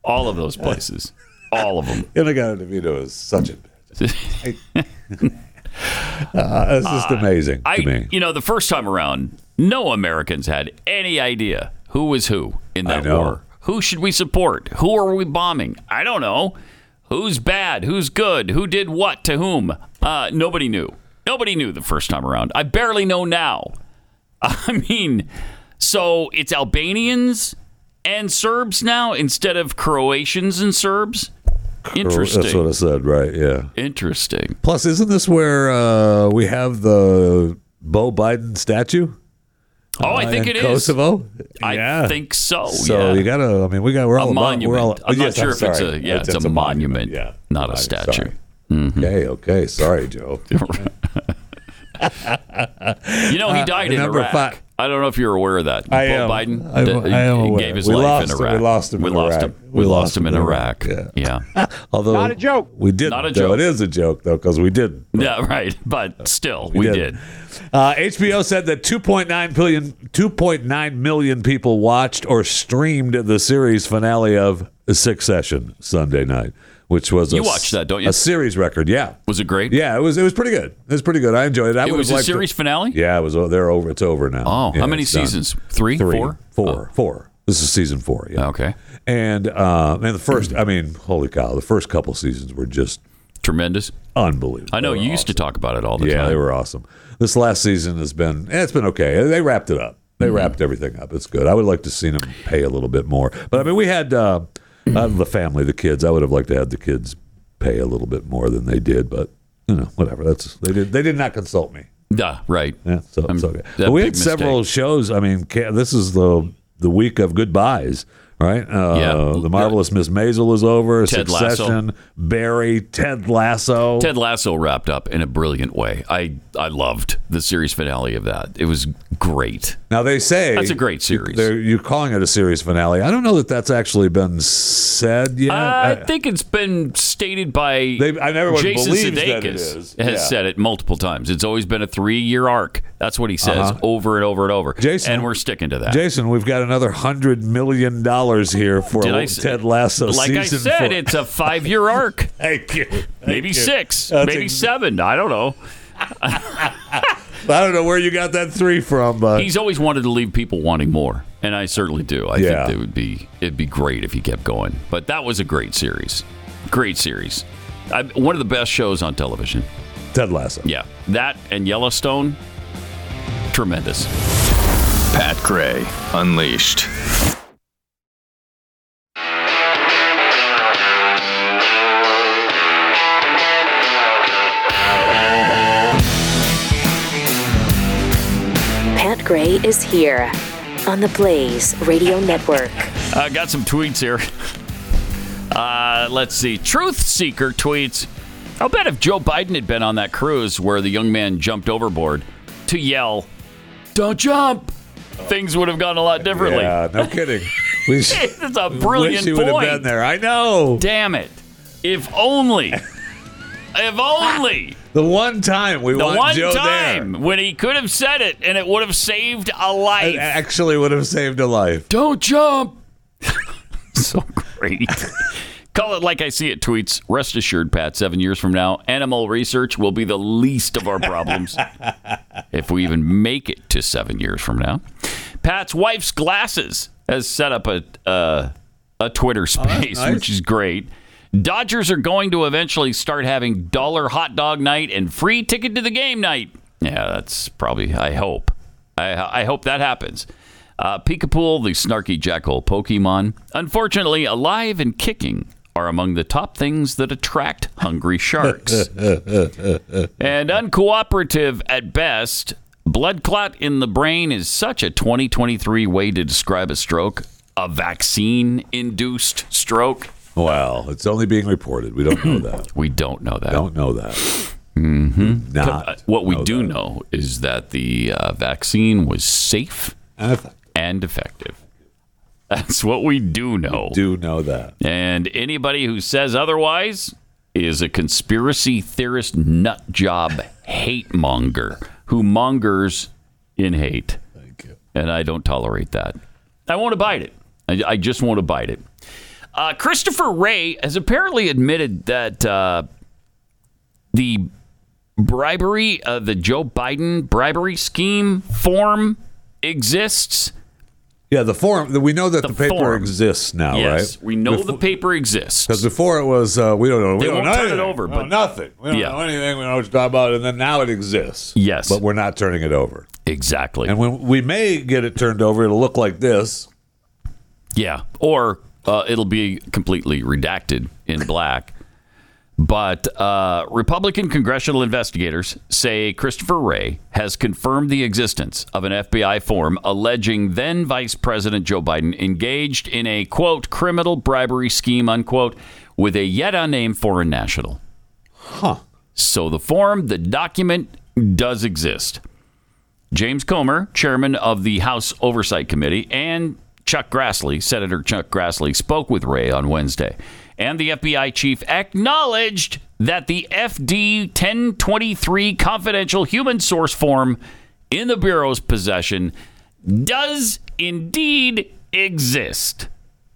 Speaker 2: all of those places. all of them.
Speaker 3: Inigo DeVito is such a. Uh, it's just amazing
Speaker 2: I,
Speaker 3: to me.
Speaker 2: you know, the first time around, no Americans had any idea who was who in that
Speaker 3: know.
Speaker 2: war. Who should we support? Who are we bombing? I don't know. Who's bad? Who's good? Who did what to whom? Uh, nobody knew. Nobody knew the first time around. I barely know now. I mean, so it's Albanians and Serbs now instead of Croatians and Serbs. Interesting.
Speaker 3: That's what I said, right? Yeah.
Speaker 2: Interesting.
Speaker 3: Plus, isn't this where uh, we have the Bo Biden statue?
Speaker 2: Oh, I think
Speaker 3: in
Speaker 2: it is.
Speaker 3: Kosovo.
Speaker 2: I
Speaker 3: Yeah.
Speaker 2: think so.
Speaker 3: So
Speaker 2: yeah.
Speaker 3: you gotta. I mean, we got. We're all about-
Speaker 2: monument.
Speaker 3: We're all,
Speaker 2: I'm not
Speaker 3: Yes,
Speaker 2: sure if it's
Speaker 3: sorry.
Speaker 2: a- yeah, it's a monument, not a
Speaker 3: Right,
Speaker 2: statue. Mm-hmm.
Speaker 3: sorry. Okay. Okay. Sorry, Joe.
Speaker 2: You know, he died in
Speaker 3: Uh, number
Speaker 2: Iraq.
Speaker 3: five.
Speaker 2: I don't know if you're aware of that.
Speaker 3: I
Speaker 2: Bo
Speaker 3: am.
Speaker 2: Biden
Speaker 3: I am-
Speaker 2: d-
Speaker 3: I am
Speaker 2: he
Speaker 3: aware.
Speaker 2: gave his
Speaker 3: We
Speaker 2: life in
Speaker 3: lost him. We
Speaker 2: Iraq.
Speaker 3: lost him
Speaker 2: We
Speaker 3: in
Speaker 2: lost
Speaker 3: Iraq.
Speaker 2: him. We lost him in Iraq. Yeah. Yeah,
Speaker 3: Although not a joke. We did.
Speaker 2: Not a
Speaker 3: Though
Speaker 2: joke.
Speaker 3: it is a joke though, because we did.
Speaker 2: right. But still, we,
Speaker 3: did.
Speaker 2: did.
Speaker 3: Uh, HBO said that 2.9 billion, 2.9 million people watched or streamed the series finale of Succession Sunday night, which was
Speaker 2: You
Speaker 3: a,
Speaker 2: watched that, don't you?
Speaker 3: A series record, yeah.
Speaker 2: Was it great?
Speaker 3: Yeah, it was. It was pretty good. It was pretty good. I enjoyed it. I
Speaker 2: It
Speaker 3: would've
Speaker 2: was a
Speaker 3: liked to-
Speaker 2: series finale?
Speaker 3: Yeah, it was. They're over. It's over now.
Speaker 2: Oh,
Speaker 3: Yeah,
Speaker 2: how many
Speaker 3: it's done.
Speaker 2: seasons? Three?
Speaker 3: Three,
Speaker 2: Four? Oh.
Speaker 3: four, four. This is season four. Yeah.
Speaker 2: Okay.
Speaker 3: And uh, and the first, I mean, holy cow, the first couple seasons were just
Speaker 2: Tremendous.
Speaker 3: unbelievable.
Speaker 2: I know
Speaker 3: They were
Speaker 2: you used to talk about it all the
Speaker 3: yeah,
Speaker 2: time.
Speaker 3: they were awesome. This last season has been eh, it's been okay. They wrapped it up. They
Speaker 2: Mm-hmm.
Speaker 3: wrapped everything up. It's good. I would like to see them pay a little bit more. But I mean, we had uh, uh, the family, the kids. I would have liked to have the kids pay a little bit more than they did. But you know, whatever. That's they did. They did not consult me.
Speaker 2: Duh, right.
Speaker 3: Yeah, so
Speaker 2: I'm-
Speaker 3: it's okay.
Speaker 2: that
Speaker 3: But we
Speaker 2: big
Speaker 3: had
Speaker 2: mistake.
Speaker 3: several shows. I mean, ca- this is the the week of goodbyes, right? Uh,
Speaker 2: Yeah.
Speaker 3: The marvelous Miss Maisel is over.
Speaker 2: Ted Lasso.
Speaker 3: Succession, Barry, Ted Lasso.
Speaker 2: Ted Lasso wrapped up in a brilliant way. I, I loved the series finale of that. It was great.
Speaker 3: Now they say
Speaker 2: That's a great series.
Speaker 3: They're, you're calling it a series finale. I don't know that that's actually been said yet.
Speaker 2: Uh,
Speaker 3: Uh,
Speaker 2: I think it's been stated by
Speaker 3: They- I- everyone
Speaker 2: Jason
Speaker 3: believes
Speaker 2: Sudeikis
Speaker 3: that it
Speaker 2: has
Speaker 3: is. Yeah.
Speaker 2: said it multiple times. It's always been a three-year arc. That's what he says over and over and over.
Speaker 3: Uh-huh. Jason-
Speaker 2: and we're sticking to that.
Speaker 3: Jason, we've got another hundred million dollars here for
Speaker 2: Did I s-
Speaker 3: Ted Lasso
Speaker 2: like
Speaker 3: season.
Speaker 2: I said,
Speaker 3: four.
Speaker 2: it's a five-year arc,
Speaker 3: Thank you. Thank
Speaker 2: maybe
Speaker 3: you.
Speaker 2: six,
Speaker 3: That's
Speaker 2: maybe
Speaker 3: ex-
Speaker 2: seven. I don't know.
Speaker 3: I don't know where you got that three from, but
Speaker 2: He's always wanted to leave people wanting more, and I certainly do. I
Speaker 3: Yeah.
Speaker 2: think it would be it'd be great if he kept going. But that was a great series, great series, I, one of the best shows on television.
Speaker 3: Ted Lasso.
Speaker 2: Yeah, that and Yellowstone, tremendous.
Speaker 9: Pat Gray Unleashed.
Speaker 1: Pat Gray is here on the Blaze Radio Network.
Speaker 2: I got some tweets here. Uh, let's see. Truth Seeker tweets I'll bet if Joe Biden had been on that cruise where the young man jumped overboard to yell, Don't jump, things would have gone a lot differently.
Speaker 3: Yeah, no kidding. We sh-
Speaker 2: It's a
Speaker 3: wish
Speaker 2: brilliant
Speaker 3: you would have been
Speaker 2: point.
Speaker 3: there. I know.
Speaker 2: Damn it. If only. if only.
Speaker 3: The one time we
Speaker 2: The
Speaker 3: want
Speaker 2: one
Speaker 3: Joe
Speaker 2: time when he could have said it and it would have saved a
Speaker 3: there,
Speaker 2: life.
Speaker 3: it actually would have saved a life.
Speaker 2: Don't jump. so great. Call it like I see it tweets. Rest assured, Pat, seven years from now, animal research will be the least of our problems if we even make it to seven years from now. Pat's wife's glasses has set up a, uh, a Twitter space,
Speaker 3: nice.
Speaker 2: which is great. Dodgers are going to eventually start having dollar hot dog night and free ticket to the game night. Yeah, that's probably, I hope. I, I hope that happens. Uh, Peekapool, the snarky jackal Pokemon, unfortunately alive and kicking, are among the top things that attract hungry sharks. and uncooperative at best, blood clot in the brain is such a 2023 way to describe a stroke, a vaccine induced stroke.
Speaker 3: Well, it's only being reported. We don't know that.
Speaker 2: We don't know that.
Speaker 3: don't know that. Mm-hmm. Not
Speaker 2: Uh, what we
Speaker 3: know
Speaker 2: do
Speaker 3: that.
Speaker 2: know is that the uh, vaccine was safe
Speaker 3: I
Speaker 2: and effective. That's what we do know.
Speaker 3: do know that.
Speaker 2: And anybody who says otherwise is a conspiracy theorist, nut job, hate monger who mongers in hate. Thank you. And I don't tolerate that. I won't abide it. I, I just won't abide it. Uh, Christopher Ray has apparently admitted that uh, the bribery, uh, the Joe Biden bribery scheme form exists.
Speaker 3: Yeah, the form. The, we know that the, paper
Speaker 2: form.
Speaker 3: exists now,
Speaker 2: Yes,
Speaker 3: right?
Speaker 2: we know the paper exists.
Speaker 3: Because before it was, uh, we don't know. We
Speaker 2: They
Speaker 3: don't
Speaker 2: won't
Speaker 3: know
Speaker 2: turn it
Speaker 3: anything.
Speaker 2: over,
Speaker 3: We don't
Speaker 2: but-
Speaker 3: know nothing. We don't
Speaker 2: Yeah.
Speaker 3: know anything. We don't know what you're talking about. And then now it exists.
Speaker 2: Yes.
Speaker 3: but we're not turning it over.
Speaker 2: Exactly.
Speaker 3: And when we may get it turned over, it'll look like this.
Speaker 2: Yeah, or uh, it'll be completely redacted in black. But uh, Republican congressional investigators say Christopher Wray has confirmed the existence of an FBI form alleging then Vice President Joe Biden engaged in a quote criminal bribery scheme unquote with a yet unnamed foreign national. So the form, the document does exist. James Comer, chairman of the House Oversight Committee, and Chuck Grassley, Senator Chuck Grassley, spoke with Ray on Wednesday. And the FBI chief acknowledged that the FD 1023 confidential human source form in the Bureau's possession does indeed exist.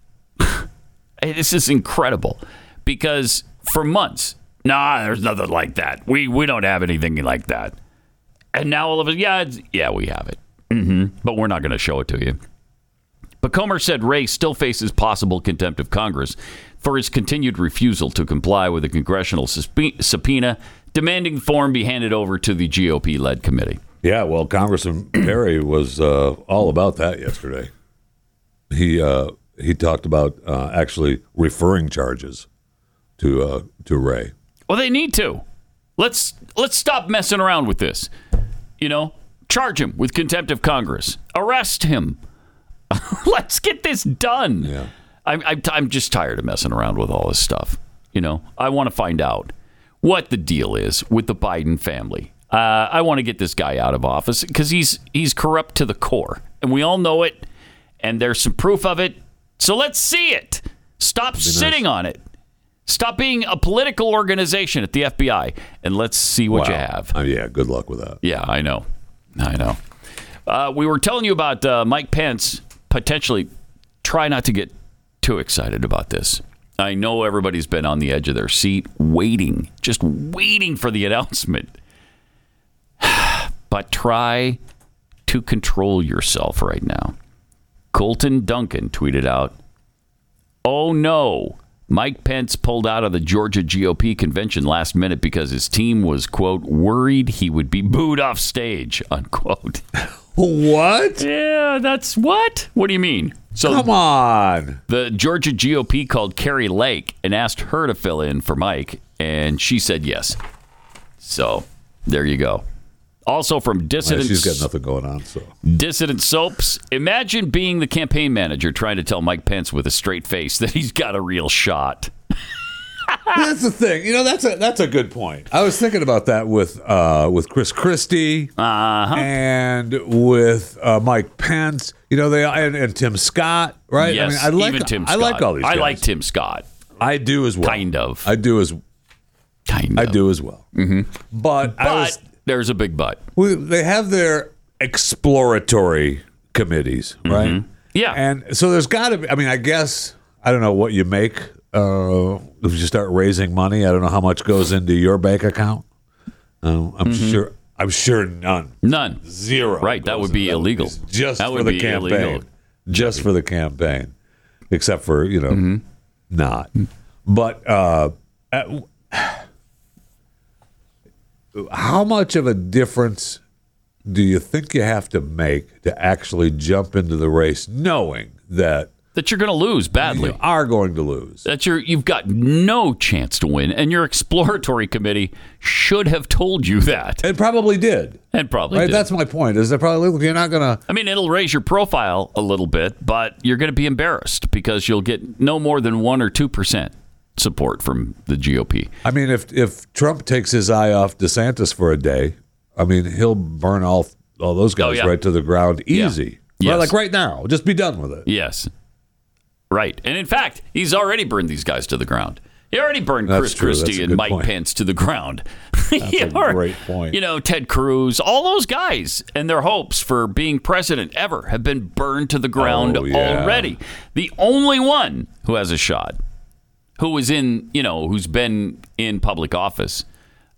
Speaker 2: Hey, this is incredible because for months, nah, there's nothing like that. We we don't have anything like that. And now all of us, yeah, it's, yeah, we have it, hmm but we're not going to show it to you. But Comer said Ray still faces possible contempt of Congress for his continued refusal to comply with a congressional suspe- subpoena demanding the form be handed over to the GOP-led committee.
Speaker 3: Yeah, well, Congressman Perry was uh, all about that yesterday. He uh, he talked about uh, actually referring charges to uh, to Ray.
Speaker 2: Well, they need to. Let's let's stop messing around with this. You know, charge him with contempt of Congress. Arrest him. let's get this done.
Speaker 3: Yeah.
Speaker 2: I'm, I'm, t- I'm just tired of messing around with all this stuff. You know, I want to find out what the deal is with the Biden family. Uh, I want to get this guy out of office because he's he's corrupt to the core, and we all know it. And there's some proof of it. So let's see it. Stop sitting on it. Stop being a political organization at the FBI, and let's see what you have.
Speaker 3: Uh, yeah, good luck with that.
Speaker 2: Yeah, I know. I know. Uh, we were telling you about uh, Mike Pence potentially. Try not to get too excited about this. I know everybody's been on the edge of their seat, waiting, just waiting for the announcement. but try to control yourself right now. Colton Duncan tweeted out, Oh no. Mike Pence pulled out of the Georgia GOP convention last minute because his team was, quote, worried he would be booed off stage, unquote.
Speaker 3: What?
Speaker 2: Yeah, that's what? What do you mean? So
Speaker 3: Come on.
Speaker 2: the Georgia GOP called Carrie Lake and asked her to fill in for Mike, and she said yes. So there you go. Also from dissident
Speaker 3: She's got nothing going on, so
Speaker 2: Ah. Dissident Soaps, imagine being the campaign manager trying to tell Mike Pence with a straight face that he's got a real shot.
Speaker 3: that's the thing. You know, that's a that's a good point. I was thinking about that with uh, with Chris Christie
Speaker 2: Uh-huh.
Speaker 3: and with uh, Mike Pence. You know, they and, and Tim Scott, right?
Speaker 2: Yes,
Speaker 3: I like
Speaker 2: even Tim
Speaker 3: I
Speaker 2: Scott.
Speaker 3: like all these.
Speaker 2: I
Speaker 3: guys.
Speaker 2: like Tim Scott,
Speaker 3: I do as well.
Speaker 2: kind of.
Speaker 3: I do as
Speaker 2: kind
Speaker 3: I
Speaker 2: of.
Speaker 3: do as well. Mm-hmm. But, I
Speaker 2: But
Speaker 3: was,
Speaker 2: there's a big but.
Speaker 3: well, they have their exploratory committees, right?
Speaker 2: Yeah.
Speaker 3: And so there's got to be. I mean, I guess I don't know what you make uh, if you start raising money. I don't know how much goes into your bank account. Um, I'm sure. I'm sure none.
Speaker 2: None.
Speaker 3: Zero.
Speaker 2: Right, that
Speaker 3: goes
Speaker 2: would be
Speaker 3: into
Speaker 2: illegal.
Speaker 3: Just
Speaker 2: That
Speaker 3: for
Speaker 2: would
Speaker 3: the
Speaker 2: be
Speaker 3: campaign.
Speaker 2: illegal.
Speaker 3: Just for the campaign, except for you know,
Speaker 2: Mm-hmm.
Speaker 3: not. But uh, at- how much of a difference do you think you have to make to actually jump into the race, knowing that
Speaker 2: That you're going to lose badly.
Speaker 3: you are going to lose?
Speaker 2: That you're you've got no chance to win, and your exploratory committee should have told you that,
Speaker 3: It probably did.
Speaker 2: and probably
Speaker 3: Right.
Speaker 2: did.
Speaker 3: That's my point. Is that probably you're not gonna.
Speaker 2: I mean, it'll raise your profile a little bit, but you're going to be embarrassed because you'll get no more than one or two percent support from the GOP.
Speaker 3: I mean, if if Trump takes his eye off DeSantis for a day, I mean, he'll burn all all those guys
Speaker 2: yeah.
Speaker 3: right to the ground
Speaker 2: Yeah.
Speaker 3: easy.
Speaker 2: Yes.
Speaker 3: Right, like right now, just be done with it.
Speaker 2: Yes. Right. And in fact, he's already burned these guys to the ground. He already burned
Speaker 3: That's
Speaker 2: Chris
Speaker 3: true. That's
Speaker 2: Christie
Speaker 3: a
Speaker 2: and
Speaker 3: good
Speaker 2: Mike
Speaker 3: point.
Speaker 2: Pence to the ground. That's
Speaker 3: a great point.
Speaker 2: You know, Ted Cruz, all those guys and their hopes for being president ever have been burned to the ground
Speaker 3: Oh, yeah.
Speaker 2: already. The only one who has a shot, who is in, you know, who's been in public office.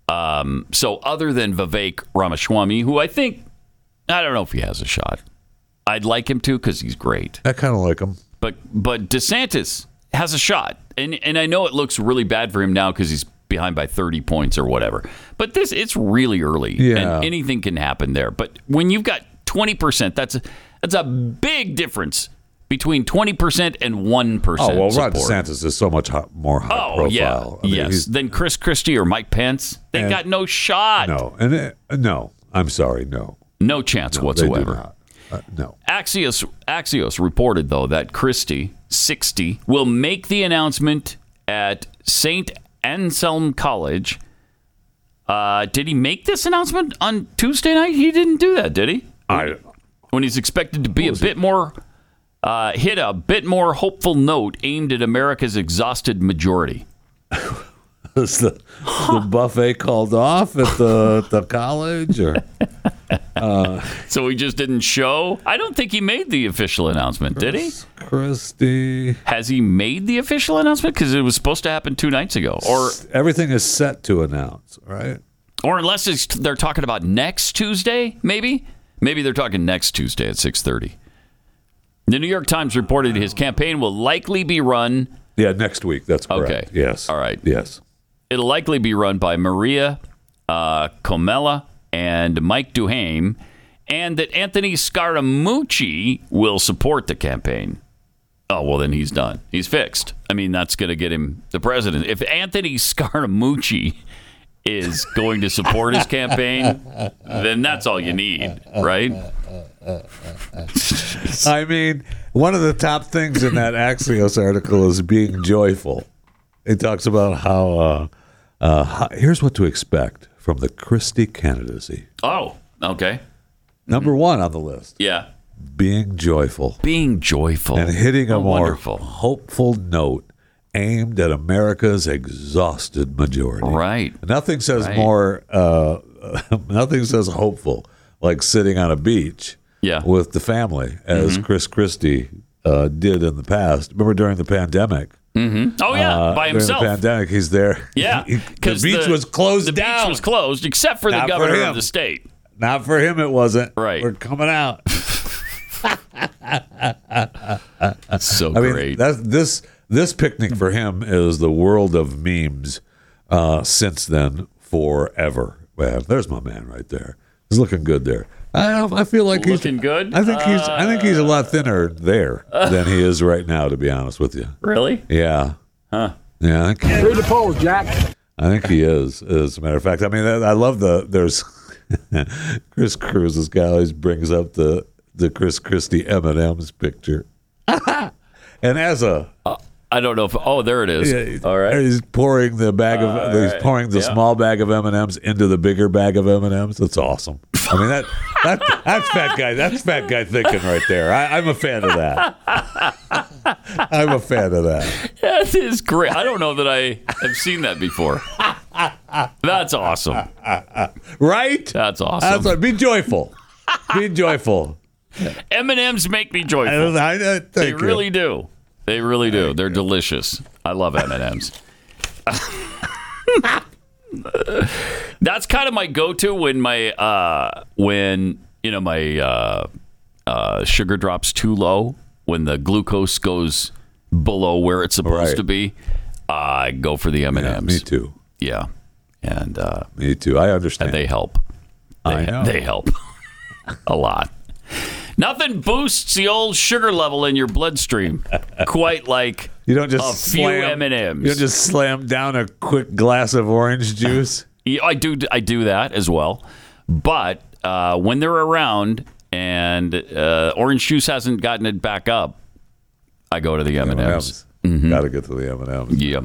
Speaker 2: Um, so other than Vivek Ramaswamy, who I think, I don't know if he has a shot. I'd like him to because he's great
Speaker 3: I kind of like him.
Speaker 2: but but DeSantis has a shot, and and I know it looks really bad for him now because he's behind by 30 points or whatever. But this it's really early,
Speaker 3: Yeah.
Speaker 2: and anything can happen there. But when you've got 20 percent, that's a, that's a big difference between 20 percent and one percent.
Speaker 3: Oh well, Ron
Speaker 2: support.
Speaker 3: DeSantis is so much hi- more high
Speaker 2: Oh
Speaker 3: profile.
Speaker 2: yeah, yes.
Speaker 3: he's-
Speaker 2: Then Chris Christie or Mike Pence, they
Speaker 3: And-
Speaker 2: got no shot,
Speaker 3: no, and it, no, I'm sorry, no,
Speaker 2: no chance
Speaker 3: they do
Speaker 2: whatsoever.
Speaker 3: not. Uh, no,
Speaker 2: Axios Axios reported though that Christie, 60, will make the announcement at St. Anselm College. Uh, did he make this announcement on Tuesday night? He didn't do that, did he?
Speaker 3: I
Speaker 2: When he's expected to be a bit more uh, hit a bit more hopeful note aimed at America's exhausted majority.
Speaker 5: Is the, the buffet called off at the the college or
Speaker 2: So he just didn't show. I don't think he made the official announcement, did he?
Speaker 5: Christie?
Speaker 2: Has he made the official announcement? Because it was supposed to happen two nights ago, or
Speaker 5: Everything is set to announce, right?
Speaker 2: or unless it's, they're talking about next Tuesday, maybe. Maybe they're talking next Tuesday at six thirty. The New York Times reported his campaign will likely be run.
Speaker 3: yeah, next week. That's correct.
Speaker 2: Okay.
Speaker 3: Yes.
Speaker 2: All right.
Speaker 3: Yes.
Speaker 2: It'll likely be run by Maria uh, Comella and Mike Duhame, and that Anthony Scaramucci will support the campaign. Oh well, then he's done. He's fixed. I mean, that's going to get him the president. If Anthony Scaramucci is going to support his campaign, then that's all you need, right?
Speaker 5: I mean, one of the top things in that Axios article is being joyful.
Speaker 3: It talks about how. Uh, uh, how- here's what to expect from the Christie candidacy.
Speaker 2: Oh, okay,
Speaker 3: Number one on the list:
Speaker 2: yeah.
Speaker 3: being joyful.
Speaker 2: Being joyful
Speaker 3: and hitting a
Speaker 2: Oh,
Speaker 3: more
Speaker 2: wonderful,
Speaker 3: hopeful note aimed at America's exhausted majority.
Speaker 2: right?
Speaker 3: Nothing says more. Uh, nothing says hopeful like sitting on a beach.
Speaker 2: Yeah. Mm-hmm.
Speaker 3: With the family, as Chris Christie uh, did in the past. Remember during the pandemic.
Speaker 2: Oh yeah, by
Speaker 3: Uh, during the
Speaker 2: himself.
Speaker 3: pandemic, he's there.
Speaker 2: Yeah,
Speaker 3: He- the
Speaker 2: 'cause
Speaker 3: beach was closed
Speaker 2: The
Speaker 3: down.
Speaker 2: beach was closed, except for the
Speaker 3: Not for
Speaker 2: governor
Speaker 3: him.
Speaker 2: of the state.
Speaker 3: Not for him, it wasn't.
Speaker 2: Right.
Speaker 3: We're coming out.
Speaker 2: That's so
Speaker 3: I mean,
Speaker 2: great.
Speaker 3: that's this this picnic for him is the world of memes uh, since then forever. Well, there's my man right there. He's looking good there. I don't, I feel like
Speaker 2: Looking
Speaker 3: he's
Speaker 2: good?
Speaker 3: I think he's I think he's a lot thinner there than he is right now. To be honest with you,
Speaker 2: really?
Speaker 3: yeah, huh? Yeah, I think,
Speaker 10: Read the polls, Jack.
Speaker 3: I think he is. As a matter of fact, I mean, I I love the there's Chris Cruz's guy always brings up the the Chris Christie M and M's picture, and as a
Speaker 2: I don't know if. Oh, there it is.
Speaker 3: Yeah,
Speaker 2: All right.
Speaker 3: He's pouring the bag of he's pouring the small bag of M and M's into the bigger bag of M and M's. That's awesome. I mean that, that that's fat guy. That's fat guy thinking right there. I, I'm a fan of that. I'm a fan of that.
Speaker 2: That is great. I don't know that I have seen that before. That's awesome.
Speaker 3: Right?
Speaker 2: That's awesome.
Speaker 3: That's right. Be joyful. Be joyful.
Speaker 2: M and M's make me
Speaker 3: I,
Speaker 2: joyful.
Speaker 3: don't- I, I, thank
Speaker 2: They
Speaker 3: you.
Speaker 2: really do. They really do. They're delicious. I love M and M's. That's kind of my go-to when my uh, when you know my uh, uh, sugar drops too low when the glucose goes below where it's supposed
Speaker 3: Right.
Speaker 2: to be. I go for the M and
Speaker 3: Yeah, me
Speaker 2: M's.
Speaker 3: too.
Speaker 2: Yeah, and uh,
Speaker 3: Me too. I understand.
Speaker 2: they help. They,
Speaker 3: I know.
Speaker 2: they help a lot. Nothing boosts the old sugar level in your bloodstream quite like
Speaker 3: you don't just
Speaker 2: a few
Speaker 3: slam,
Speaker 2: M&Ms.
Speaker 3: You don't just slam down a quick glass of orange juice.
Speaker 2: Yeah, I do I do that as well. But uh, when they're around and uh, orange juice hasn't gotten it back up, I go to the M&Ms.
Speaker 3: M&Ms. Mm-hmm. Gotta get to the M and M's.
Speaker 2: Yeah.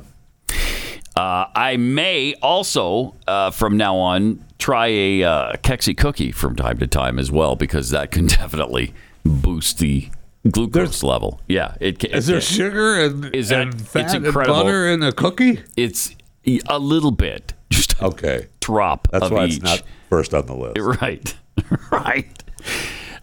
Speaker 2: Uh, I may also, uh, from now on, try a uh, Kexi cookie from time to time as well, because that can definitely boost the glucose level. Yeah, it can.
Speaker 3: Is there
Speaker 2: it-
Speaker 3: sugar and,
Speaker 2: Is that-
Speaker 3: and
Speaker 2: it's
Speaker 3: fat and
Speaker 2: incredible.
Speaker 3: butter in a cookie?
Speaker 2: it's e, a little bit, just a
Speaker 3: Okay,
Speaker 2: drop
Speaker 3: that's
Speaker 2: of
Speaker 3: why
Speaker 2: each.
Speaker 3: it's not first on the list.
Speaker 2: Right, right.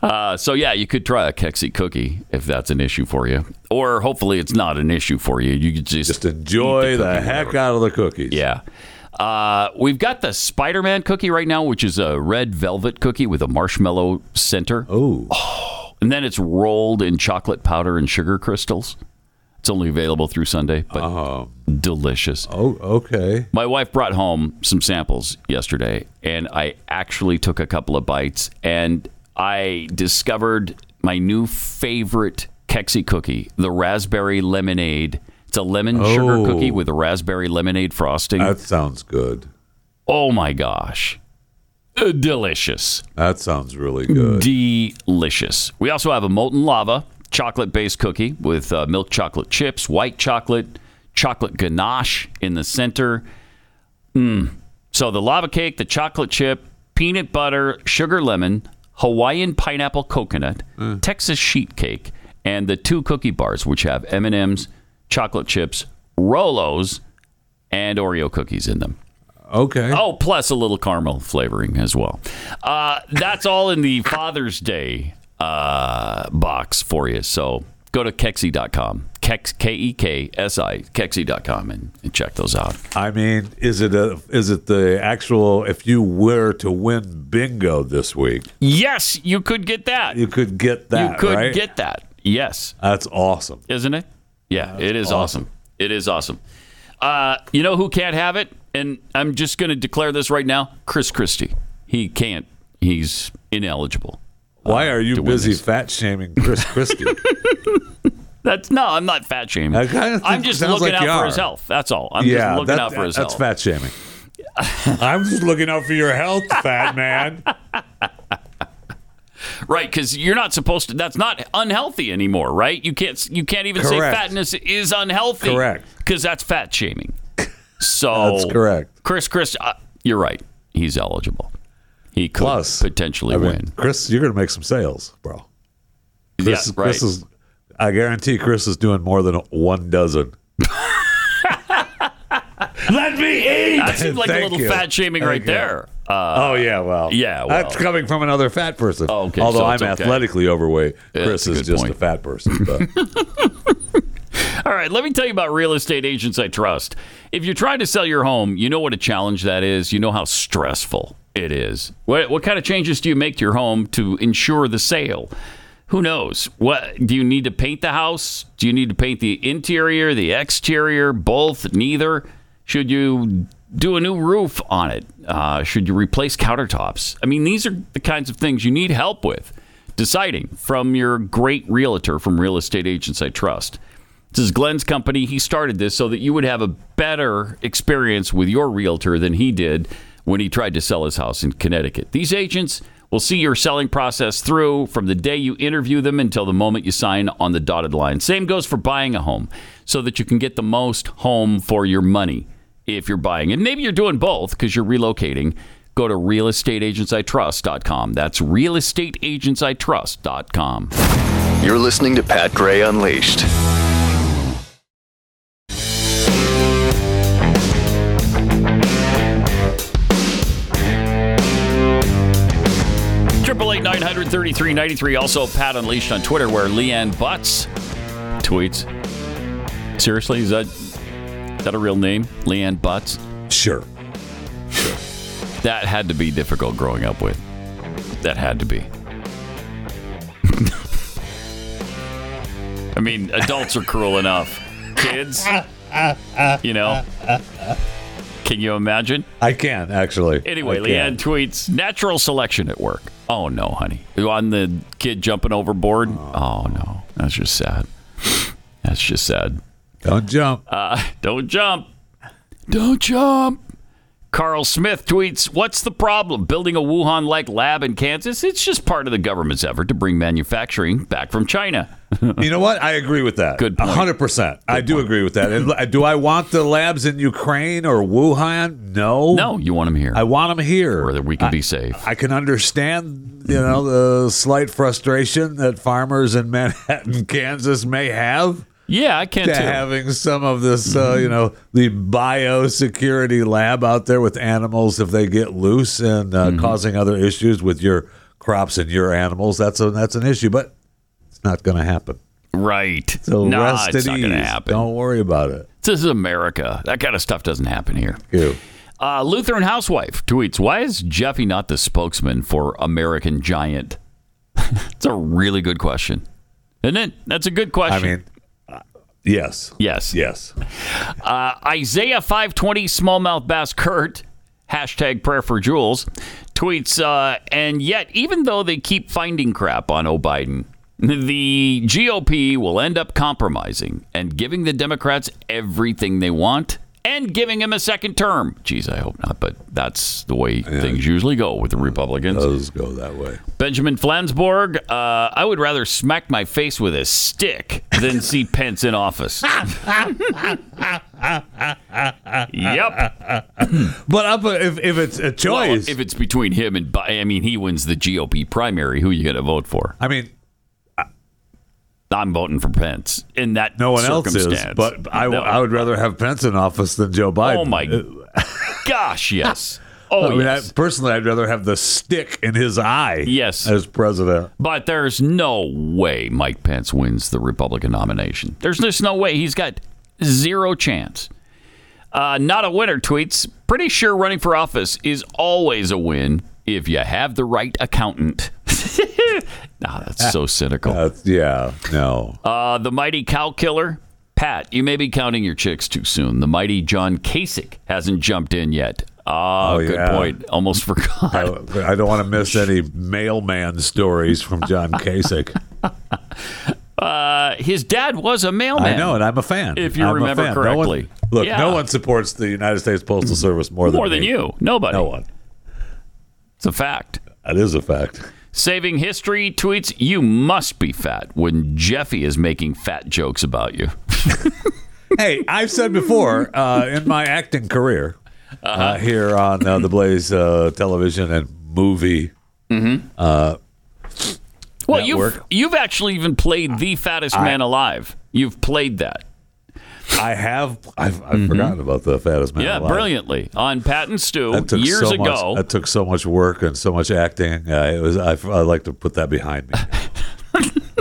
Speaker 2: Uh, so yeah, you could try a Kexi cookie if that's an issue for you, or hopefully it's not an issue for you. You could just,
Speaker 3: Just enjoy the, heck out of the cookies.
Speaker 2: yeah. Uh, we've got the Spider-Man cookie right now, which is a red velvet cookie with a marshmallow center. Oh. And then it's rolled in chocolate powder and sugar crystals. It's only available through Sunday, but delicious.
Speaker 3: Oh, okay.
Speaker 2: My wife brought home some samples yesterday, and I actually took a couple of bites, and I discovered my new favorite Kexi cookie, the raspberry lemonade. It's a lemon sugar cookie with a raspberry lemonade frosting.
Speaker 3: That sounds good.
Speaker 2: oh my gosh. Uh, Delicious.
Speaker 3: That sounds really good.
Speaker 2: Delicious. We also have a molten lava chocolate based cookie with uh, milk chocolate chips, white chocolate, chocolate ganache in the center. Mm. So the lava cake, the chocolate chip, peanut butter, sugar lemon, Hawaiian pineapple coconut, Texas sheet cake, and the two cookie bars which have M&Ms, chocolate chips, Rolos, and Oreo cookies in them.
Speaker 3: Okay.
Speaker 2: Oh, plus a little caramel flavoring as well. Uh, that's all in the Father's Day uh, box for you. So go to kexi.com, kex, K E K S I, kexi.com, and, and check those out.
Speaker 3: I mean, is it a is it the actual if you were to win bingo this week,
Speaker 2: Yes, you could get that.
Speaker 3: you could get that,
Speaker 2: you could
Speaker 3: right?
Speaker 2: get that. Yes,
Speaker 3: That's awesome.
Speaker 2: isn't it? Yeah, it is awesome. It is awesome. Uh, you know who can't have it? And I'm just going to declare this right now Chris Christie. He can't, he's ineligible.
Speaker 3: Why are you
Speaker 2: Uh, win
Speaker 3: busy
Speaker 2: this.
Speaker 3: fat shaming Chris Christie?
Speaker 2: That's no, I'm not fat shaming.
Speaker 3: I kinda think
Speaker 2: I'm
Speaker 3: it
Speaker 2: just
Speaker 3: sounds
Speaker 2: looking
Speaker 3: like
Speaker 2: out
Speaker 3: you
Speaker 2: for
Speaker 3: are.
Speaker 2: his health. That's all. I'm
Speaker 3: yeah,
Speaker 2: just looking
Speaker 3: that-
Speaker 2: out for his
Speaker 3: that's
Speaker 2: health.
Speaker 3: fat shaming. I'm just looking out for your health, fat man.
Speaker 2: Right, because you're not supposed to. That's not unhealthy anymore, right? You can't. You can't even
Speaker 3: Correct.
Speaker 2: say fatness is unhealthy.
Speaker 3: Correct.
Speaker 2: Because that's fat shaming. So
Speaker 3: That's correct.
Speaker 2: Chris, Chris, uh, you're right. He's eligible. He could
Speaker 3: Plus,
Speaker 2: potentially
Speaker 3: I mean,
Speaker 2: win.
Speaker 3: Chris, you're going to make some sales, bro. Chris,
Speaker 2: yeah,
Speaker 3: Chris
Speaker 2: right.
Speaker 3: is. I guarantee Chris is doing more than one dozen.
Speaker 5: Let me eat.
Speaker 2: that seems like a
Speaker 3: Thank
Speaker 2: little
Speaker 3: you.
Speaker 2: fat shaming
Speaker 3: Thank
Speaker 2: right
Speaker 3: you.
Speaker 2: there. Uh,
Speaker 3: Oh yeah, well,
Speaker 2: yeah,
Speaker 3: that's
Speaker 2: well.
Speaker 3: coming from another fat person.
Speaker 2: Oh, okay,
Speaker 3: Although
Speaker 2: so
Speaker 3: I'm
Speaker 2: it's okay.
Speaker 3: athletically overweight,
Speaker 2: Yeah,
Speaker 3: Chris
Speaker 2: that's a
Speaker 3: is
Speaker 2: good
Speaker 3: just
Speaker 2: point.
Speaker 3: a fat person. But
Speaker 2: All right, let me tell you about real estate agents I trust. If you're trying to sell your home, you know what a challenge that is. You know how stressful it is. What, what kind of changes do you make to your home to ensure the sale? Who knows? What do you need to paint the house? Do you need to paint the interior, the exterior, both, neither? Should you do a new roof on it? Uh, should you replace countertops? I mean, these are the kinds of things you need help with deciding from your great realtor from Real Estate Agents I Trust. This is Glenn's company. He started this so that you would have a better experience with your realtor than he did when he tried to sell his house in Connecticut. These agents will see your selling process through from the day you interview them until the moment you sign on the dotted line. Same goes for buying a home so that you can get the most home for your money if you're buying. And maybe you're doing both because you're relocating. Go to realestateagentsitrust.com. That's realestateagentsitrust.com.
Speaker 9: You're listening to Pat Gray Unleashed.
Speaker 2: Triple eight nine hundred thirty three ninety three. Also, Pat Unleashed on Twitter, where Leanne Butts tweets. Seriously, is that is that a real name, Leanne Butts?
Speaker 3: sure,
Speaker 2: That had to be difficult growing up with. That had to be. I mean, adults are cruel enough. Kids, you know. Can you imagine?
Speaker 3: I can actually.
Speaker 2: Anyway,
Speaker 3: I
Speaker 2: Leanne
Speaker 3: can.
Speaker 2: tweets natural selection at work. Oh no, honey. On the kid jumping overboard. Oh no, that's just sad. That's just sad.
Speaker 3: don't jump.
Speaker 2: Don't jump. Don't jump. Carl Smith tweets, What's the problem? Building a Wuhan like lab in Kansas? It's just part of the government's effort to bring manufacturing back from China.
Speaker 3: You know what? I agree with that.
Speaker 2: Good point.
Speaker 3: 100%. I do agree with that. And l- do I want the labs in Ukraine or Wuhan? No.
Speaker 2: No, you want him here.
Speaker 3: I want them here.
Speaker 2: where we can be safe.
Speaker 3: I can understand, you know, the slight frustration that farmers in Manhattan, Kansas may have
Speaker 2: yeah, I can
Speaker 3: to
Speaker 2: too. Mm-hmm.
Speaker 3: having some of this, uh, you know, the biosecurity lab out there with animals if they get loose and
Speaker 2: Mm-hmm.
Speaker 3: uh, causing other issues with your crops and your animals. That's a, that's an issue, but it's not going to happen.
Speaker 2: right.
Speaker 3: So
Speaker 2: nah,
Speaker 3: rest
Speaker 2: it's
Speaker 3: at
Speaker 2: not going to
Speaker 3: ease.
Speaker 2: happen.
Speaker 3: Don't worry about it.
Speaker 2: This is America. That kind of stuff doesn't happen here.
Speaker 3: Ew.
Speaker 2: Uh, Lutheran housewife tweets, "Why is Jeffy not the spokesman for American Giant?" it's a really good question, isn't it? That's a good
Speaker 3: I
Speaker 2: question.
Speaker 3: mean, uh, yes,
Speaker 2: yes,
Speaker 3: yes.
Speaker 2: Isaiah five twenty smallmouth bass Kurt hashtag prayer for Jules tweets, uh, and yet even though they keep finding crap on O Biden, the GOP will end up compromising and giving the Democrats everything they want and giving him a second term. Geez, I hope not, but that's the way things usually go with the Republicans.
Speaker 3: Those go that way.
Speaker 2: Benjamin Flansborg, uh, I would rather smack my face with a stick than see Pence in office. yep.
Speaker 3: But up if, if it's a
Speaker 2: Well,
Speaker 3: choice,
Speaker 2: if it's between him and Bi- I mean, he wins the GOP primary. Who you going to vote for?
Speaker 3: I mean,
Speaker 2: I'm voting for Pence in that
Speaker 3: no one else
Speaker 2: circumstance.
Speaker 3: is. But I,
Speaker 2: No.
Speaker 3: I would rather have Pence in office than Joe Biden.
Speaker 2: Oh my gosh! Yes. Oh
Speaker 3: I mean,
Speaker 2: yes.
Speaker 3: I, personally, I'd rather have the stick in his eye.
Speaker 2: Yes.
Speaker 3: as president.
Speaker 2: But there's no way Mike Pence wins the Republican nomination. There's just no way. He's got zero chance. Uh, not a winner tweets. Pretty sure running for office is always a win if you have the right accountant. nah, that's so cynical.
Speaker 3: Uh, yeah, no.
Speaker 2: Uh, the mighty cow killer. Pat, you may be counting your chicks too soon. The mighty John Kasich hasn't jumped in yet. Ah,
Speaker 3: Oh,
Speaker 2: good
Speaker 3: yeah.
Speaker 2: point. Almost forgot.
Speaker 3: I, I don't want to miss any mailman stories from John Kasich.
Speaker 2: Uh, his dad was a mailman.
Speaker 3: I know, and I'm a fan.
Speaker 2: If you
Speaker 3: I'm a
Speaker 2: remember
Speaker 3: fan. No one-
Speaker 2: correctly.
Speaker 3: look,
Speaker 2: Yeah.
Speaker 3: no one supports the United States Postal Service more than
Speaker 2: More than
Speaker 3: me.
Speaker 2: you. Nobody.
Speaker 3: No one.
Speaker 2: It's a fact.
Speaker 3: That is a fact.
Speaker 2: Saving History tweets, you must be fat when Jeffy is making fat jokes about you.
Speaker 3: hey, I've said before uh, in my acting career uh
Speaker 2: Uh-huh.
Speaker 3: here on uh, the Blaze uh, television and movie.
Speaker 2: Well,
Speaker 3: That
Speaker 2: you've,
Speaker 3: work?
Speaker 2: you've actually even played the fattest man alive. You've played that.
Speaker 3: I have I've, I've forgotten about the fattest man.
Speaker 2: Mm-hmm. Yeah,
Speaker 3: alive.
Speaker 2: brilliantly. On Pat and Stu
Speaker 3: That took
Speaker 2: years
Speaker 3: so much-
Speaker 2: ago.
Speaker 3: that took so much work and so much acting. Uh, it was I, I like to put that behind me.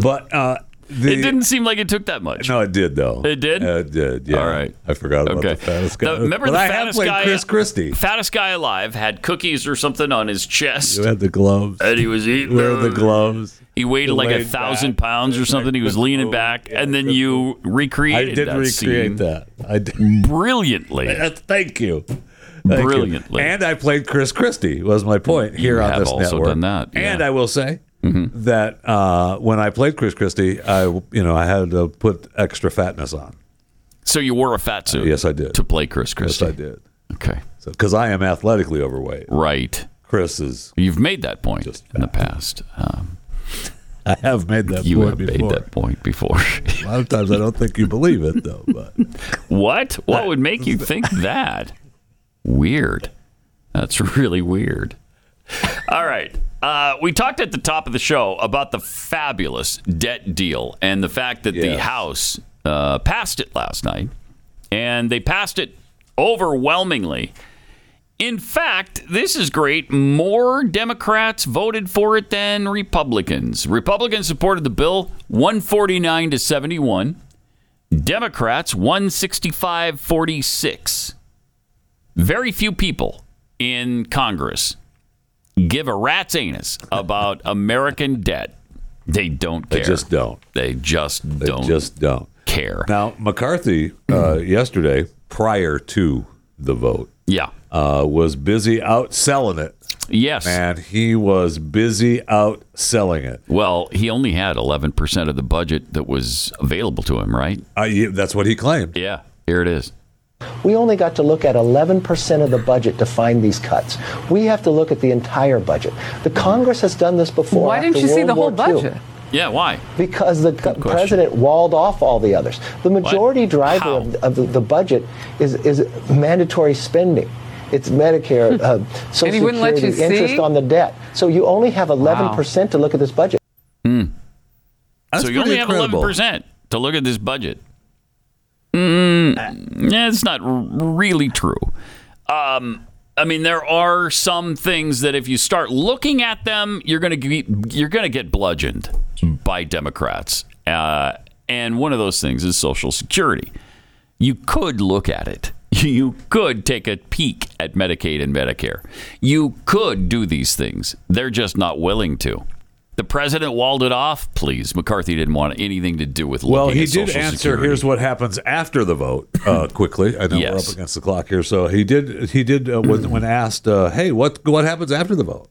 Speaker 3: but uh, the,
Speaker 2: it didn't seem like it took that much.
Speaker 3: No, it did though.
Speaker 2: It did?
Speaker 3: Uh, it did. Yeah.
Speaker 2: All right.
Speaker 3: I forgot about
Speaker 2: Okay.
Speaker 3: the fattest guy.
Speaker 2: The- remember
Speaker 3: But
Speaker 2: the
Speaker 3: I have
Speaker 2: fattest
Speaker 3: played
Speaker 2: guy- uh,
Speaker 3: Chris Christie.
Speaker 2: Fattest guy alive had cookies or something on his chest.
Speaker 3: Who had the gloves?
Speaker 2: And he was eating
Speaker 3: Wear the
Speaker 2: them.
Speaker 3: gloves.
Speaker 2: He weighed like a
Speaker 3: laid
Speaker 2: thousand
Speaker 3: back.
Speaker 2: pounds or something. He was leaning back, and then you
Speaker 3: I
Speaker 2: recreated
Speaker 3: did
Speaker 2: that
Speaker 3: recreate
Speaker 2: scene
Speaker 3: that. I did.
Speaker 2: brilliantly.
Speaker 3: That's- Thank you. Thank you.
Speaker 2: Brilliantly.
Speaker 3: And I played Chris Christie. Was my point here on
Speaker 2: have
Speaker 3: this
Speaker 2: also
Speaker 3: network.
Speaker 2: done that, yeah. Mm-hmm.
Speaker 3: And I will say that uh, when I played Chris Christie, I you know I had to put extra fatness on.
Speaker 2: So you wore a fat suit.
Speaker 3: Yes, I did.
Speaker 2: To play Chris
Speaker 3: Yes,
Speaker 2: Christie.
Speaker 3: I did.
Speaker 2: Okay.
Speaker 3: Because I am athletically overweight.
Speaker 2: Right.
Speaker 3: Chris is.
Speaker 2: You've made that point
Speaker 3: Just
Speaker 2: in the past. Um,
Speaker 3: I have made that
Speaker 2: you
Speaker 3: point
Speaker 2: have
Speaker 3: before.
Speaker 2: made that point before.
Speaker 3: A lot of times I don't think you believe it though, but.
Speaker 2: what? What would make you think that? Weird. That's really weird. All right. Uh, we talked at the top of the show about the fabulous debt deal and the fact that the
Speaker 3: Yes.
Speaker 2: House uh, passed it last night, and they passed it overwhelmingly. In fact, this is great. More Democrats voted for it than Republicans. Republicans supported the bill 149 to 71. Democrats 165 46. Very few people in Congress give a rat's anus about American debt. They don't care.
Speaker 3: They just don't.
Speaker 2: They just
Speaker 3: They
Speaker 2: don't
Speaker 3: just don't.
Speaker 2: care.
Speaker 3: Now McCarthy uh, yesterday, prior to the vote,
Speaker 2: yeah.
Speaker 3: uh, was busy out selling it,
Speaker 2: Yes.
Speaker 3: and he was busy out selling it.
Speaker 2: Well, he only had 11% of the budget that was available to him, right?
Speaker 3: Uh, yeah, that's what he claimed.
Speaker 2: Yeah. Here it is.
Speaker 10: We only got to look at 11% of the budget to find these cuts. We have to look at the entire budget. The Congress has done this before.
Speaker 11: Why didn't
Speaker 10: after
Speaker 11: you see
Speaker 10: World
Speaker 11: the whole
Speaker 10: War II.
Speaker 11: budget?
Speaker 2: Yeah, why?
Speaker 10: because the co-
Speaker 2: question.
Speaker 10: president walled off all the others. The majority driver
Speaker 2: How?
Speaker 10: of, of the, the budget is, is mandatory spending. It's Medicare, uh,
Speaker 11: And he
Speaker 10: Social
Speaker 11: wouldn't let
Speaker 10: Security,
Speaker 11: you see?
Speaker 10: interest on the debt. So you only have 11% to look at this budget.
Speaker 2: so you only
Speaker 4: pretty
Speaker 2: have
Speaker 4: incredible.
Speaker 2: 11% to look at this budget. Mm, yeah, it's not r- really true. Um, I mean, there are some things that if you start looking at them, you're going to get you're going to get bludgeoned by Democrats. Uh, and one of those things is Social Security. You could look at it. You could take a peek at Medicaid and Medicare. You could do these things. They're just not willing to. The president walled it off. Please, McCarthy didn't want anything to do with.
Speaker 3: Well,
Speaker 2: looking
Speaker 3: he
Speaker 2: at
Speaker 3: did
Speaker 2: Social
Speaker 3: answer.
Speaker 2: Security.
Speaker 3: Here's what happens after the vote. Uh, quickly, I know
Speaker 2: Yes.
Speaker 3: we're up against the clock here. So he did. He did uh, when, when asked, uh, "Hey, what what happens after the vote?"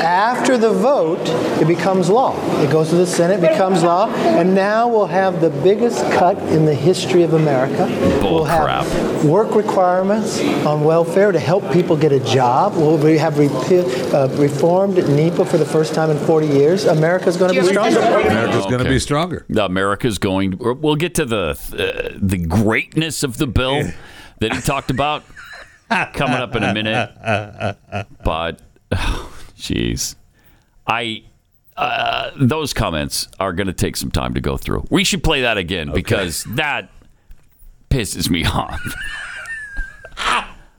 Speaker 10: After the vote, it becomes law. It goes to the Senate, becomes law, and now we'll have the biggest cut in the history of America.
Speaker 2: Bull
Speaker 10: we'll
Speaker 2: crap.
Speaker 10: have work requirements on welfare to help people get a job. We'll we have repeal, uh, reformed NEPA for the first time in 40 years. America's going to be stronger.
Speaker 3: America's going to
Speaker 2: Okay.
Speaker 3: be stronger.
Speaker 2: America's going. We'll get to the uh, the greatness of the bill that he talked about coming up in a minute. But jeez, I uh, those comments are going to take some time to go through. We should play that again because that pisses me off.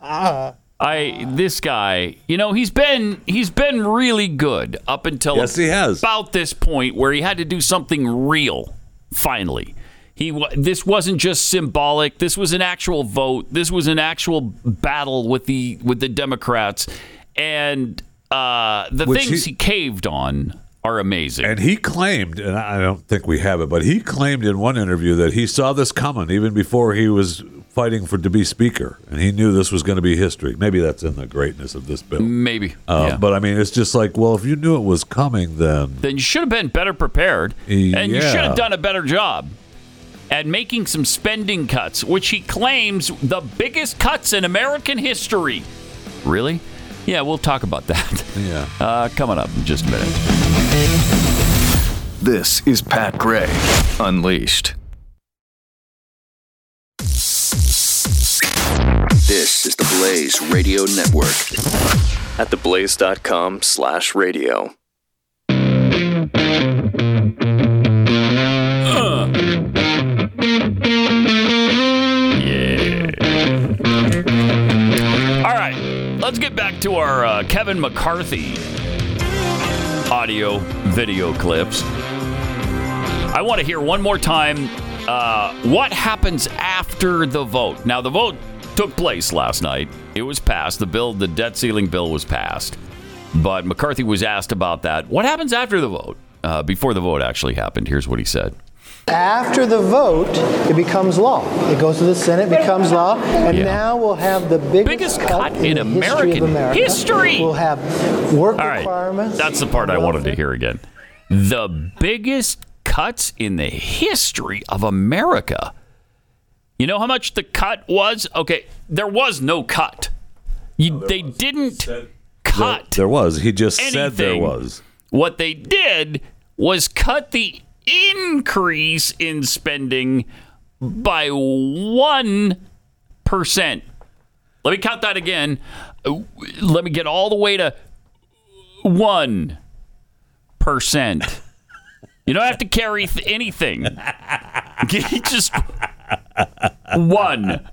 Speaker 2: I this guy, you know, he's been he's been really good up until
Speaker 3: Yes, he has.
Speaker 2: about this point where he had to do something real. Finally, he wa- this wasn't just symbolic. This was an actual vote. This was an actual battle with the with the Democrats, and uh, the
Speaker 3: Which
Speaker 2: things
Speaker 3: he-
Speaker 2: he caved on are amazing.
Speaker 3: And he claimed, and I I don't think we have it, but he claimed in one interview that he saw this coming even before he was fighting for to be speaker, and he knew this was going to be history. Maybe that's in the greatness of this bill.
Speaker 2: Maybe,
Speaker 3: Uh,
Speaker 2: Mm, Yeah.
Speaker 3: But I mean, it's just like, well, if you knew it was coming, then
Speaker 2: then you should have been better prepared and you
Speaker 3: Yeah.
Speaker 2: should have done a better job at making some spending cuts, which he claims the biggest cuts in American history. Really? Yeah, we'll talk about that.
Speaker 3: Yeah.
Speaker 2: Uh, coming up in just a minute.
Speaker 9: This is Pat Gray Unleashed. This is the Blaze Radio Network at theblaze.com slash radio.
Speaker 2: All right, let's get back to our uh, Kevin McCarthy audio video clips. I want to hear one more time uh, what happens after the vote. Now, the vote took place last night. It was passed. The bill, the debt ceiling bill, was passed. But McCarthy was asked about that. What happens after the vote? Uh, before the vote actually happened, here's what he said.
Speaker 10: After the vote, it becomes law. It goes to the Senate, becomes law, and
Speaker 2: Yeah.
Speaker 10: now we'll have the biggest,
Speaker 2: Biggest cut in
Speaker 10: in, the history
Speaker 2: American
Speaker 10: of America.
Speaker 2: history.
Speaker 10: We'll have work
Speaker 2: All right.
Speaker 10: requirements.
Speaker 2: That's the part I wanted to hear again. The biggest cuts in the history of America. You know how much the cut was? Okay, there was no cut. You, they didn't cut.
Speaker 3: there was. He just said there
Speaker 2: anything.
Speaker 3: was.
Speaker 2: What they did was cut the increase in spending by 1%. Let me count that again. Uh, Let me get all the way to 1%. You don't have to carry th- anything. You Just one.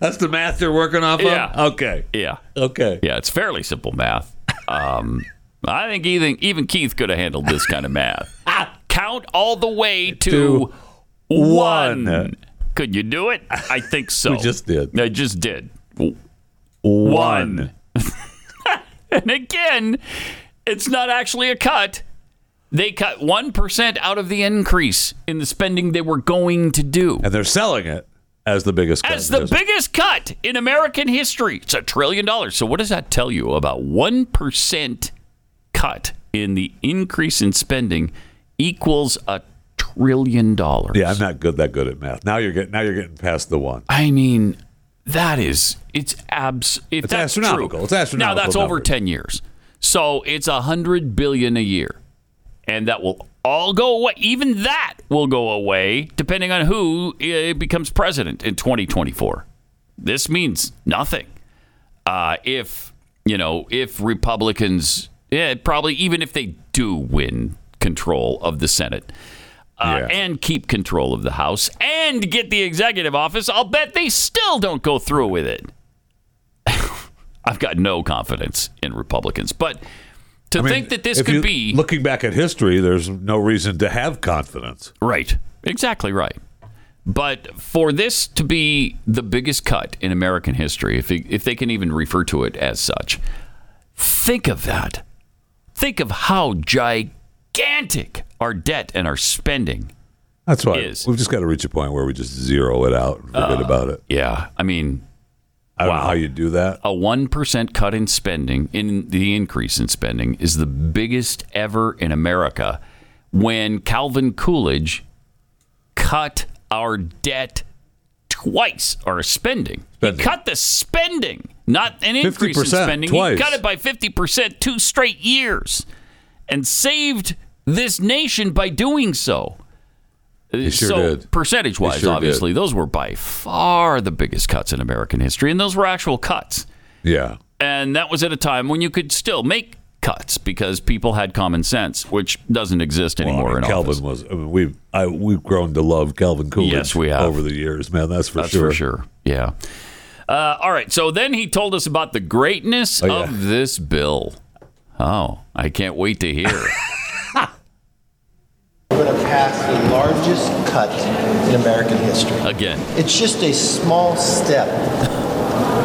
Speaker 5: That's the math they're working off
Speaker 2: Yeah.
Speaker 5: of? Okay.
Speaker 2: Yeah.
Speaker 5: Okay.
Speaker 2: Yeah, it's fairly simple math. Um, I think even even Keith could have handled this kind of math. Count all the way to,
Speaker 5: To
Speaker 2: one.
Speaker 5: one.
Speaker 2: Could you do it? I think so.
Speaker 5: We just did.
Speaker 2: I just did. W- One. and again, it's not actually a cut. They cut 1% out of the increase in the spending they were going to do.
Speaker 3: And they're selling it as the biggest. cut
Speaker 2: As
Speaker 3: in
Speaker 2: the
Speaker 3: history.
Speaker 2: biggest cut in American history. It's a trillion dollars. So, what does that tell you about 1% cut in the increase in spending equals a trillion dollars?
Speaker 3: Yeah, I'm not good that good at math. Now you're getting. Now you're getting past the one.
Speaker 2: I mean, that is, it's abs. If
Speaker 3: It's
Speaker 2: that's
Speaker 3: astronomical.
Speaker 2: True,
Speaker 3: It's astronomical
Speaker 2: Now, that's over
Speaker 3: numbers.
Speaker 2: 10 years. So, it's a $100 billion a year. and that will all go away. Even that will go away depending on who uh, becomes president in 2024. This means nothing. Uh, if you know, if Republicans, yeah, probably even if they do win control of the Senate uh, and keep control of the House and get the executive office, I'll bet they still don't go through with it. I've got no confidence in Republicans, but to
Speaker 3: I mean,
Speaker 2: think that this
Speaker 3: if
Speaker 2: could
Speaker 3: you-
Speaker 2: be
Speaker 3: looking back at history. There's no reason to have confidence.
Speaker 2: Right. Exactly right. But for this to be the biggest cut in American history, if, if they can even refer to it as such, think of that. Think of how gigantic our debt and our spending
Speaker 3: That's why
Speaker 2: is.
Speaker 3: we've just got to reach a point where we just zero it out and forget about it.
Speaker 2: Yeah. I mean,
Speaker 3: I don't
Speaker 2: Uh, wow.
Speaker 3: know how you do that.
Speaker 2: a 1% cut in spending, in the increase in spending, is the biggest ever in America when Calvin Coolidge cut our debt twice, our spending. He
Speaker 3: Spending.
Speaker 2: cut the spending, not an increase in
Speaker 3: 50%
Speaker 2: spending.
Speaker 3: twice.
Speaker 2: He cut it by 50% two straight years and saved this nation by doing so. He
Speaker 3: sure
Speaker 2: so,
Speaker 3: did.
Speaker 2: percentage wise,
Speaker 3: He sure did.
Speaker 2: obviously, those were by far the biggest cuts in American history, and those were actual cuts
Speaker 3: Yeah.
Speaker 2: and that was at a time when you could still make cuts because people had common sense, which doesn't exist
Speaker 3: Well, I
Speaker 2: anymore in
Speaker 3: mean, Calvin
Speaker 2: office.
Speaker 3: was. I mean, we've I, we've grown to love Calvin Coolidge.
Speaker 2: Yes, we have.
Speaker 3: over the years, man. That's for
Speaker 2: That's
Speaker 3: sure.
Speaker 2: for sure. Yeah. Uh, all right. So then he told us about the greatness
Speaker 3: Oh, yeah.
Speaker 2: of this bill. Oh, I can't wait to hear.
Speaker 10: We're going to pass the largest cut in American history.
Speaker 2: Again,
Speaker 10: It's just a small step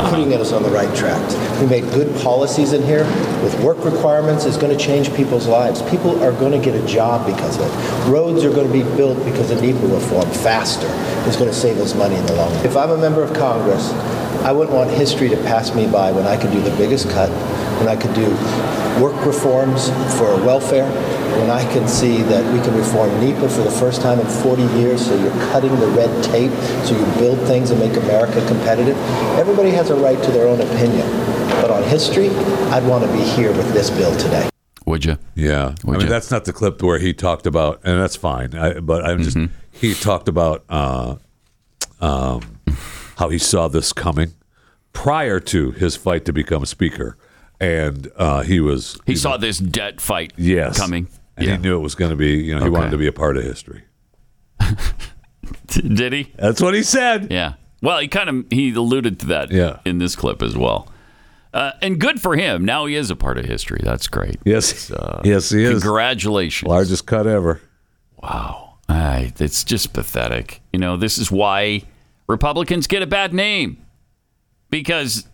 Speaker 10: putting us on the right track. We made good policies in here with work requirements is going to change people's lives. People are going to get a job because of it. Roads are going to be built because of NEPA reform faster. It's going to save us money in the long run. If I'm a member of Congress, I wouldn't want history to pass me by when I could do the biggest cut, when I could do work reforms for welfare, when I can see that we can reform NEPA for the first time in 40 years, so you're cutting the red tape, so you build things and make America competitive. Everybody has a right to their own opinion, but on history, I'd want to be here with this bill today.
Speaker 2: would you?
Speaker 3: Yeah, I
Speaker 2: Would
Speaker 3: mean
Speaker 2: you?
Speaker 3: that's not the clip where he talked about, and that's fine. I, but I'm just
Speaker 2: Mm-hmm.
Speaker 3: he talked about uh, um, how he saw this coming prior to his fight to become speaker, and uh, he was
Speaker 2: He
Speaker 3: you
Speaker 2: saw
Speaker 3: know,
Speaker 2: this debt fight
Speaker 3: yes
Speaker 2: coming.
Speaker 3: and he knew it was going to be you know he
Speaker 2: Okay.
Speaker 3: wanted to be a part of history.
Speaker 2: Did he?
Speaker 3: That's what he said.
Speaker 2: Yeah. Well, he kind of he alluded to that
Speaker 3: Yeah.
Speaker 2: in this clip as well. Uh, and good for him. Now he is a part of history. That's great.
Speaker 3: Yes,
Speaker 2: uh,
Speaker 3: yes, he is
Speaker 2: Congratulations.
Speaker 3: largest cut ever.
Speaker 2: Wow. I, it's just pathetic. You know, this is why Republicans get a bad name. Because,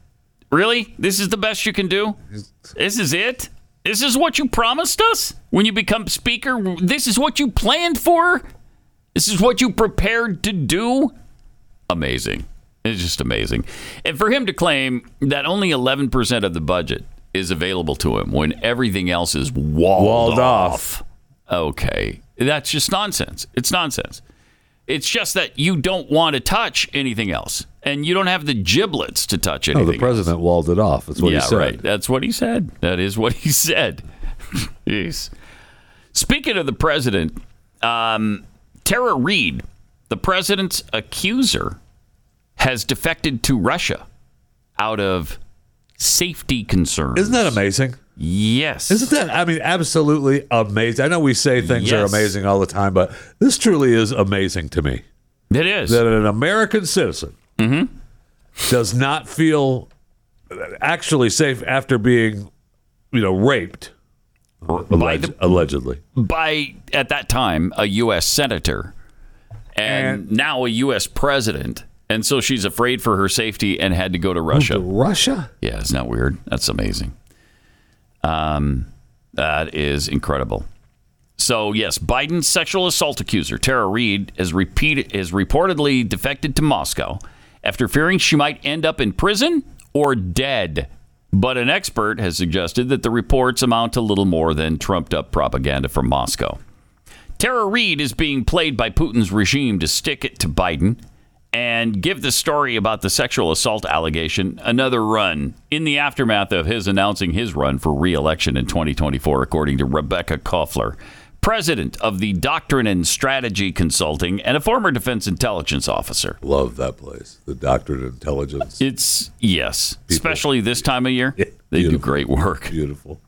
Speaker 2: really? This is the best you can do? This is it? This is what you promised us when you become Speaker? This is what you planned for? This is what you prepared to do? Amazing. It's just amazing. And for him to claim that only 11% of the budget is available to him when everything else is walled,
Speaker 3: Walled
Speaker 2: off. Okay. That's just nonsense. It's nonsense. It's just that you don't want to touch anything else and you don't have the giblets to touch
Speaker 3: No,
Speaker 2: anything.
Speaker 3: Oh, the president walled it off. That's what
Speaker 2: yeah,
Speaker 3: he said.
Speaker 2: right. That's what he said. That is what he said. Jeez. Speaking of the president, um, Tara Reid, the president's accuser, has defected to Russia out of safety concerns.
Speaker 3: Isn't that amazing?
Speaker 2: Yes.
Speaker 3: Isn't that, I mean, absolutely amazing? I know we say things are
Speaker 2: Yes.
Speaker 3: amazing all the time, but this truly is amazing to me
Speaker 2: it is.
Speaker 3: that an American citizen
Speaker 2: Mm-hmm.
Speaker 3: does not feel actually safe after being, you know, raped,
Speaker 2: by, the,
Speaker 3: alleg- allegedly.
Speaker 2: by, at that time, a U.S. senator and, now a U.S. president. And so she's afraid for her safety and had to go to Russia.
Speaker 3: Russia?
Speaker 2: Yeah, it's not weird. That's amazing. Um, that is incredible. So yes, Biden's sexual assault accuser Tara Reid has repeated is reportedly defected to Moscow after fearing she might end up in prison or dead. But an expert has suggested that the reports amount to little more than trumped up propaganda from Moscow. Tara Reid is being played by Putin's regime to stick it to Biden and give the story about the sexual assault allegation another run in the aftermath of his announcing his run for re election in 2024, according to Rebecca Koffler, president of the Doctrine and Strategy Consulting, and a former defense intelligence officer.
Speaker 3: Love that place, the Doctorate of Intelligence.
Speaker 2: It's, yes, especially this time of year. They do great work.
Speaker 3: Beautiful.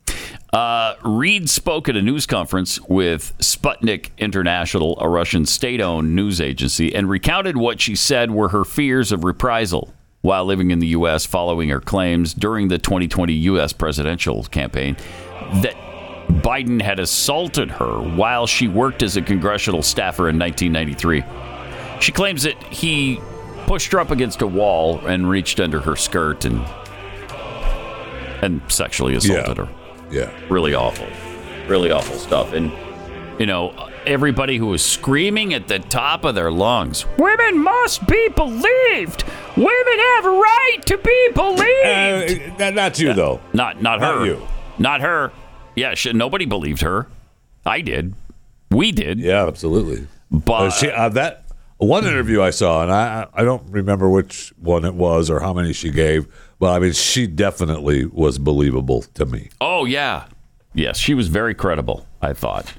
Speaker 2: Uh, Reed spoke at a news conference with Sputnik International, a Russian state owned news agency, and recounted what she said were her fears of reprisal while living in the U.S. following her claims during the 2020 U.S. presidential campaign that Biden had assaulted her while she worked as a congressional staffer in 1993. She claims that he pushed her up against a wall and reached under her skirt and and sexually assaulted
Speaker 3: Yeah.
Speaker 2: her
Speaker 3: Yeah.
Speaker 2: really awful, really awful stuff. And you know, everybody who was screaming at the top of their lungs, "Women must be believed. Women have a right to be
Speaker 3: Uh,
Speaker 2: believed."
Speaker 3: not- not you though.
Speaker 2: not, not her.
Speaker 3: not you.
Speaker 2: Not her. Yeah, she, nobody believed her. I did. We did.
Speaker 3: Yeah, absolutely.
Speaker 2: But
Speaker 3: Uh, she, uh, that one interview I saw, and I I don't remember which one it was or how many she gave, but I mean, she definitely was believable to me.
Speaker 2: Oh yeah, yes, she was very credible. I thought,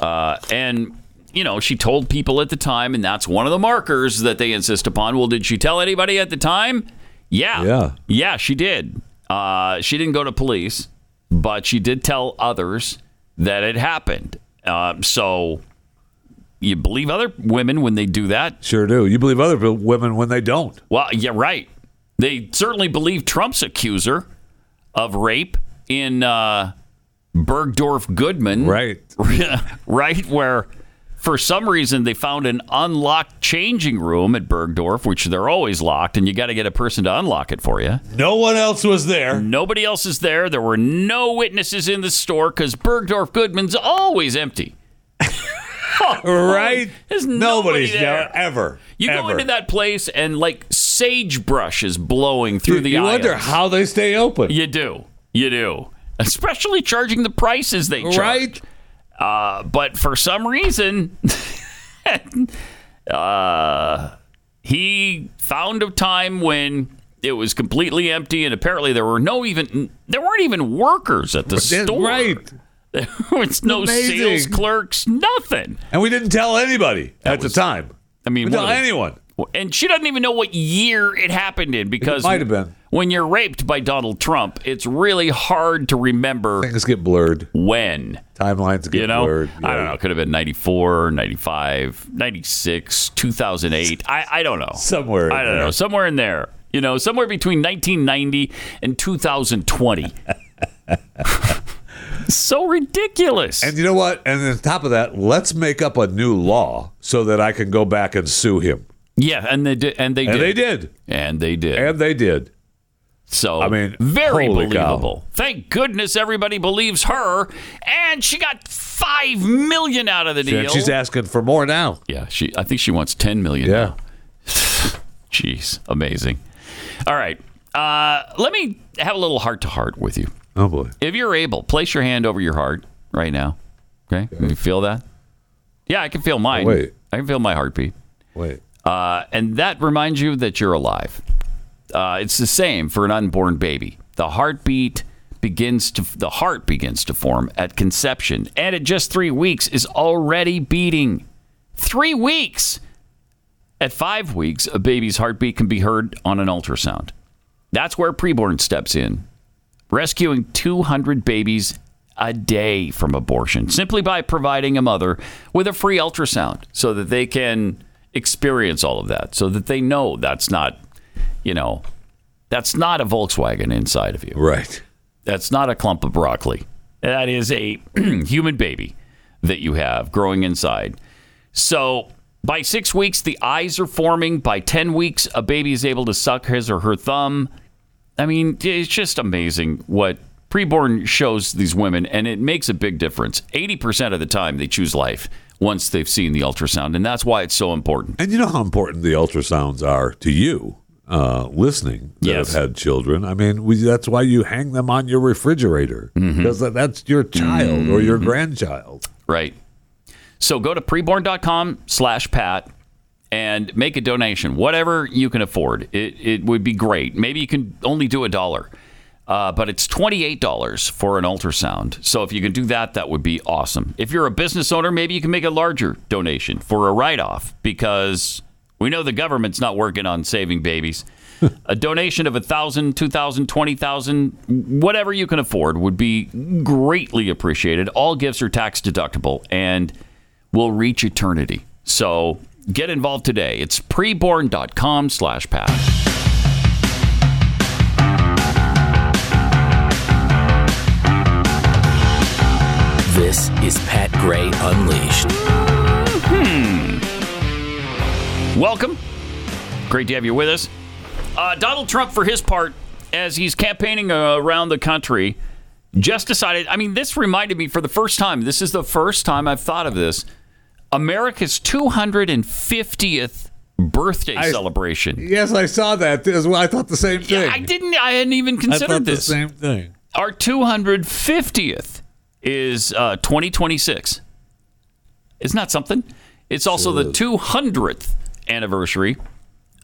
Speaker 2: uh, and you know, she told people at the time, and that's one of the markers that they insist upon. Well, did she tell anybody at the time? Yeah,
Speaker 3: Yeah.
Speaker 2: yeah, she did. Uh, she didn't go to police, but she did tell others that it happened. Uh, so you believe other women when they do that?
Speaker 3: Sure do. You believe other pe- women when they don't.
Speaker 2: Well, yeah, right. They certainly believe Trump's accuser of rape in uh, Bergdorf Goodman,
Speaker 3: Right.
Speaker 2: right, where for some reason they found an unlocked changing room at Bergdorf, which they're always locked, and you got to get a person to unlock it for you.
Speaker 3: No one else was there.
Speaker 2: Nobody else is there. There were no witnesses in the store because Bergdorf Goodman's always empty.
Speaker 3: Right?
Speaker 2: There's nobody
Speaker 3: Nobody's
Speaker 2: there.
Speaker 3: ever.
Speaker 2: You
Speaker 3: ever.
Speaker 2: go into that place and like sagebrush is blowing through the
Speaker 3: you wonder
Speaker 2: aisles.
Speaker 3: how they stay open.
Speaker 2: You do. You do. Especially charging the prices they charge.
Speaker 3: Right?
Speaker 2: Uh, but for some reason, uh, he found a time when it was completely empty, and apparently there were no even there weren't even workers at the
Speaker 3: That's
Speaker 2: store.
Speaker 3: right.
Speaker 2: There was no
Speaker 3: Amazing.
Speaker 2: sales clerks, nothing.
Speaker 3: And we didn't tell anybody at
Speaker 2: was-
Speaker 3: the time.
Speaker 2: I mean, what
Speaker 3: We didn't tell
Speaker 2: are they-
Speaker 3: anyone.
Speaker 2: and she doesn't even know what year it happened in because
Speaker 3: might have been.
Speaker 2: when you're raped by Donald Trump, it's really hard to remember
Speaker 3: Things get blurred.
Speaker 2: when.
Speaker 3: Timelines get
Speaker 2: You know,
Speaker 3: blurred.
Speaker 2: I don't know. It could have been 94, 95, 96, 2008. I, I don't know.
Speaker 3: Somewhere in
Speaker 2: I don't know.
Speaker 3: there.
Speaker 2: Somewhere in there. You know, somewhere between 1990 and 2020. so ridiculous.
Speaker 3: And you know what? And on top of that, let's make up a new law so that I can go back and sue him.
Speaker 2: yeah, and they did. And they
Speaker 3: And
Speaker 2: did.
Speaker 3: they did.
Speaker 2: And they did.
Speaker 3: And they did.
Speaker 2: so,
Speaker 3: I mean,
Speaker 2: very
Speaker 3: holy cow.
Speaker 2: believable. Thank goodness everybody believes her. And she got five million out of the deal.
Speaker 3: And she's asking for more now.
Speaker 2: yeah, she. I think she wants 10 million. now.
Speaker 3: Yeah.
Speaker 2: Jeez, amazing. All right. Uh, let me have a little heart to heart with you.
Speaker 3: Oh boy.
Speaker 2: If you're able, place your hand over your heart right now. Okay? Can you feel that? Yeah, I can feel mine.
Speaker 3: wait.
Speaker 2: I can feel my heartbeat.
Speaker 3: Wait.
Speaker 2: Uh, and that reminds you that you're alive. Uh, it's the same for an unborn baby. The heartbeat begins to the heart begins to form at conception, and at just three weeks is already beating. Three weeks. At five weeks, a baby's heartbeat can be heard on an ultrasound. That's where preborn steps in, rescuing 200 babies a day from abortion simply by providing a mother with a free ultrasound so that they can experience all of that, so that they know that's not, you know, that's not a Volkswagen inside of you.
Speaker 3: Right.
Speaker 2: That's not a clump of broccoli. That is a human baby that you have growing inside. So by six weeks, the eyes are forming. By 10 weeks, a baby is able to suck his or her thumb. I mean, it's just amazing what preborn shows these women, and it makes a big difference. 80% of the time, they choose life once they've seen the ultrasound, and that's why it's so important.
Speaker 3: And you know how important the ultrasounds are to you, uh, listening that
Speaker 2: Yes.
Speaker 3: have had children. I mean, we, that's why you hang them on your refrigerator
Speaker 2: Mm-hmm.
Speaker 3: because that, that's your child or your grandchild.
Speaker 2: Right. So go to preborn.com slash Pat and make a donation, whatever you can afford. It, it would be great. Maybe you can only do a dollar. Uh, but it's $28 for an ultrasound. So if you can do that, that would be awesome. If you're a business owner, maybe you can make a larger donation for a write off because we know the government's not working on saving babies. a donation of 1000 2000 20000 whatever you can afford would be greatly appreciated. All gifts are tax deductible and will reach eternity. So get involved today. It's preborn.com slash pass.
Speaker 6: This is Pat Gray Unleashed.
Speaker 2: Welcome. Great to have you with us. Uh, Donald Trump, for his part, as he's campaigning uh, around the country, just decided. I mean, this reminded me for the first time. This is the first time I've thought of this. America's 250th birthday
Speaker 3: I-
Speaker 2: celebration.
Speaker 3: Yes, I saw that as well. I thought the same thing.
Speaker 2: Yeah, I didn't. I hadn't even
Speaker 3: I
Speaker 2: considered
Speaker 3: thought the
Speaker 2: this.
Speaker 3: same thing.
Speaker 2: Our 250th is uh, 2026. Isn't that something? It's also the 200th anniversary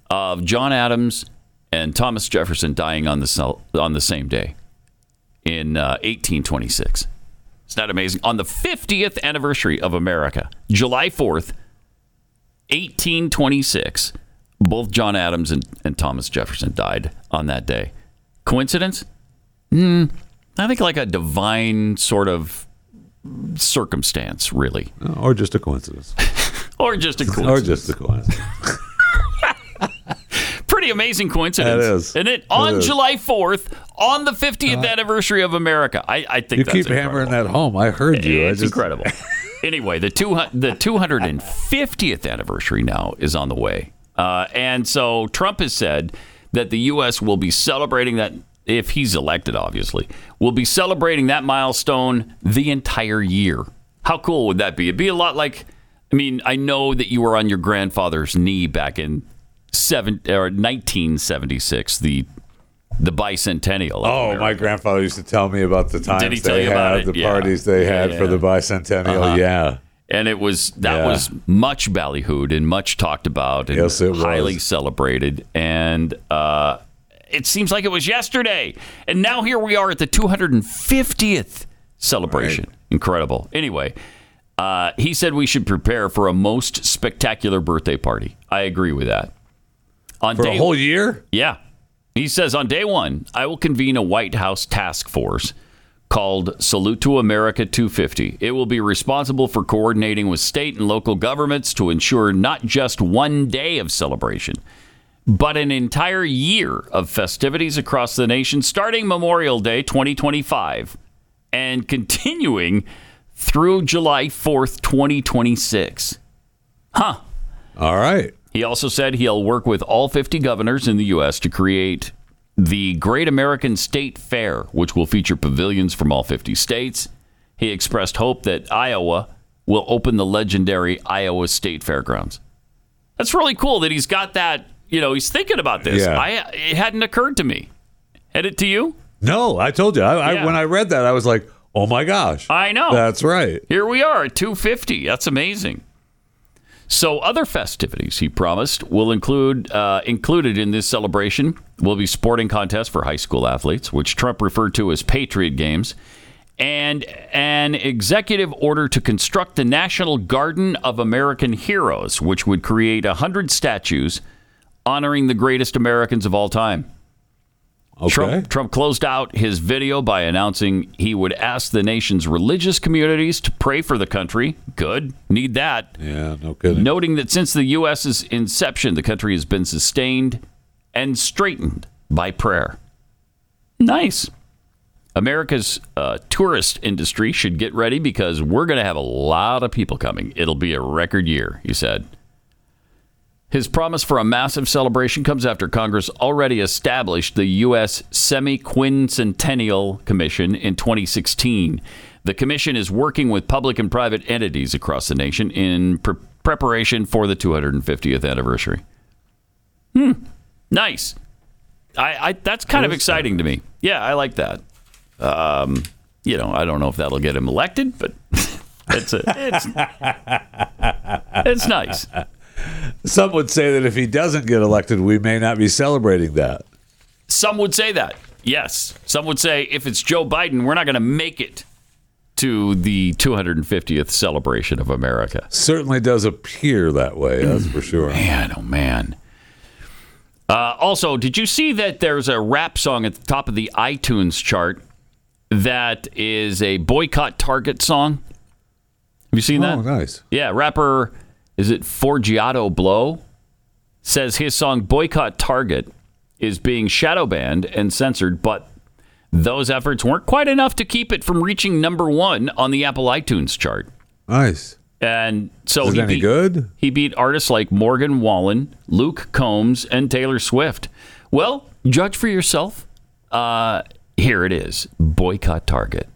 Speaker 2: of John Adams and Thomas Jefferson dying on the cel- on the same day in uh, 1826. Isn't that amazing? On the 50th anniversary of America, July 4th, 1826, both John Adams and, and Thomas Jefferson died on that day. Coincidence? I think like a divine sort of circumstance, really,
Speaker 3: Or just a coincidence.
Speaker 2: or just a
Speaker 3: or
Speaker 2: coincidence.
Speaker 3: just a coincidence.
Speaker 2: Pretty amazing coincidence,
Speaker 3: It is.
Speaker 2: And it on
Speaker 3: is. Uh,
Speaker 2: July fourth, on the fiftieth anniversary of America. I, I think
Speaker 3: You
Speaker 2: that's
Speaker 3: keep
Speaker 2: incredible.
Speaker 3: hammering that home. I heard you. I
Speaker 2: It's
Speaker 3: just-
Speaker 2: incredible. anyway, the two hun- the two hundred and fiftieth anniversary now is on the way, uh, and so Trump has said that the U.S. will be celebrating that if he's elected. Obviously, will be celebrating that milestone the entire year. How cool would that be? It'd be a lot like. I mean, I know that you were on your grandfather's knee back in seven or 1976, the the bicentennial. of
Speaker 3: Oh,
Speaker 2: America.
Speaker 3: my grandfather used to tell me about the times
Speaker 2: he tell
Speaker 3: they
Speaker 2: you about
Speaker 3: had,
Speaker 2: it?
Speaker 3: the
Speaker 2: Yeah.
Speaker 3: parties they
Speaker 2: Yeah,
Speaker 3: had
Speaker 2: yeah. Uh-huh.
Speaker 3: for the bicentennial. Yeah.
Speaker 2: and it was that
Speaker 3: Yeah.
Speaker 2: was much ballyhooed and much talked about and
Speaker 3: Yes, it was.
Speaker 2: highly celebrated and uh, it seems like it was yesterday and now here we are at the 250th celebration incredible anyway uh, he said we should prepare for a most spectacular birthday party i agree with that on
Speaker 3: For
Speaker 2: day
Speaker 3: a whole year?
Speaker 2: yeah. He says on day one, I will convene a White House task force called Salute to America 250. It will be responsible for coordinating with state and local governments to ensure not just one day of celebration, but an entire year of festivities across the nation starting Memorial Day 2025 and continuing through July 4th, 2026.
Speaker 3: All right.
Speaker 2: He also said he'll work with all 50 governors in the U.S. to create the Great American State Fair, which will feature pavilions from all 50 states. He expressed hope that Iowa will open the legendary Iowa State Fairgrounds. That's really cool that he's got that. You know, he's thinking about this.
Speaker 3: Yeah.
Speaker 2: I, it hadn't occurred to me. Had it to you?
Speaker 3: No, I told you. I,
Speaker 2: Yeah.
Speaker 3: I, when I read that, I was like, oh my gosh.
Speaker 2: I know.
Speaker 3: That's right.
Speaker 2: Here we are at 250. That's amazing. So other festivities he promised will include uh, included in this celebration will be sporting contests for high school athletes, which Trump referred to as Patriot Games, and an executive order to construct the National Garden of American Heroes, which would create hundred statues honoring the greatest Americans of all time.
Speaker 3: Okay.
Speaker 2: Trump, Trump closed out his video by announcing he would ask the nation's religious communities to pray for the country. Good. Need that.
Speaker 3: Yeah, no kidding.
Speaker 2: Noting that since the U.S.'s inception, the country has been sustained and straightened by prayer. Nice. America's uh, tourist industry should get ready because we're going to have a lot of people coming. It'll be a record year, he said. His promise for a massive celebration comes after Congress already established the U.S. Semi Quincentennial Commission in 2016. The commission is working with public and private entities across the nation in pre- preparation for the 250th anniversary. Hmm. Nice. I, I that's kind of exciting to me. Yeah, I like that. Um, you know, I don't know if that'll get him elected, but it's a, it's it's nice.
Speaker 3: Some would say that if he doesn't get elected, we may not be celebrating that.
Speaker 2: Some would say that. Yes. Some would say if it's Joe Biden, we're not going to make it to the 250th celebration of America.
Speaker 3: Certainly does appear that way, that's for sure.
Speaker 2: Man, oh man. Uh, also, did you see that there's a rap song at the top of the iTunes chart that is a boycott Target song? Have you seen
Speaker 3: Oh,
Speaker 2: that?
Speaker 3: nice.
Speaker 2: Yeah, rapper is it Forgiato Blow says his song Boycott Target is being shadow banned and censored, but those efforts weren't quite enough to keep it from reaching number one on the Apple iTunes chart.
Speaker 3: Nice.
Speaker 2: And so
Speaker 3: Is it
Speaker 2: he
Speaker 3: any
Speaker 2: Oh, beat,
Speaker 3: good?
Speaker 2: He beat artists like Morgan Wallen, Luke Combs, and Taylor Swift. Well, judge for yourself. Uh, here it is: boycott Target.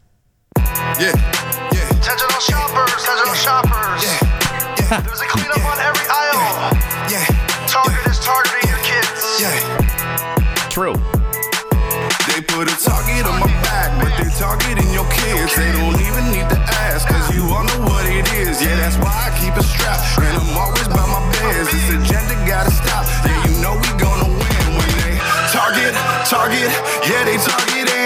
Speaker 11: Yeah, yeah. Attention all shoppers, attention all shoppers. Yeah, yeah. There's a cleanup on every aisle. Yeah, Target is targeting your kids. Yeah.
Speaker 2: True.
Speaker 11: They put a target on my back, but they targeting your kids. They don't even need to ask, cause you all know what it is. Yeah, that's why I keep a strap. And I'm always by my biz. This agenda gotta stop. Yeah, you know we gonna win when they target, target, yeah, they targeting.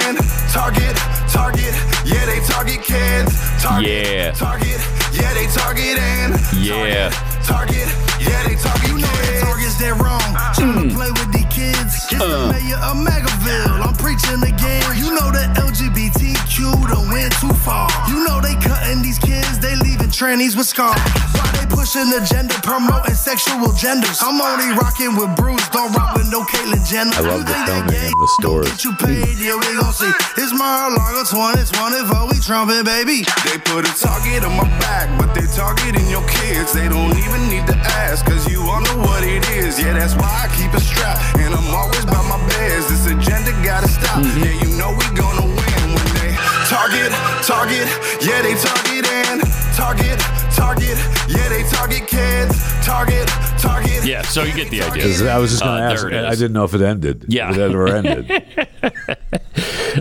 Speaker 11: Target, target, yeah, they target kids. Target,
Speaker 2: Yeah.
Speaker 11: target, yeah, they targeting.
Speaker 2: Yeah.
Speaker 11: Target, yeah, they target you know the targets that wrong.
Speaker 4: Hmm.
Speaker 11: Trying to play with the kids. It's the
Speaker 4: Uh.
Speaker 11: mayor of Megaville. I'm preaching again. You know the LGBTQ done went too far. You know they cutting these kids, they leaving trannies with scars. Why they pushing agenda, promoting sexual genders? I'm only rocking with Bruce, don't rock with no Caitlyn Jenner.
Speaker 4: I love the filming and the
Speaker 11: Get
Speaker 4: stores.
Speaker 11: you paid, yeah, we gon' see. It's Mar-a-Lago 2020, for we trumpet, baby. They put a target on my back, but they targeting your kids. They don't even need to ask, cause you all know what it is. Yeah, that's why I keep a strap, and I'm always by my beds. This agenda gotta stop, yeah, you know we gonna win when they target, target, yeah, they targeting. Target, target, yeah, they target kids. Target, target.
Speaker 2: Yeah, so you get the idea.
Speaker 11: Is
Speaker 3: I was just going to
Speaker 2: Uh,
Speaker 3: ask.
Speaker 2: there it
Speaker 3: I
Speaker 2: is.
Speaker 3: didn't know if it ended.
Speaker 2: Yeah.
Speaker 3: If it ever ended.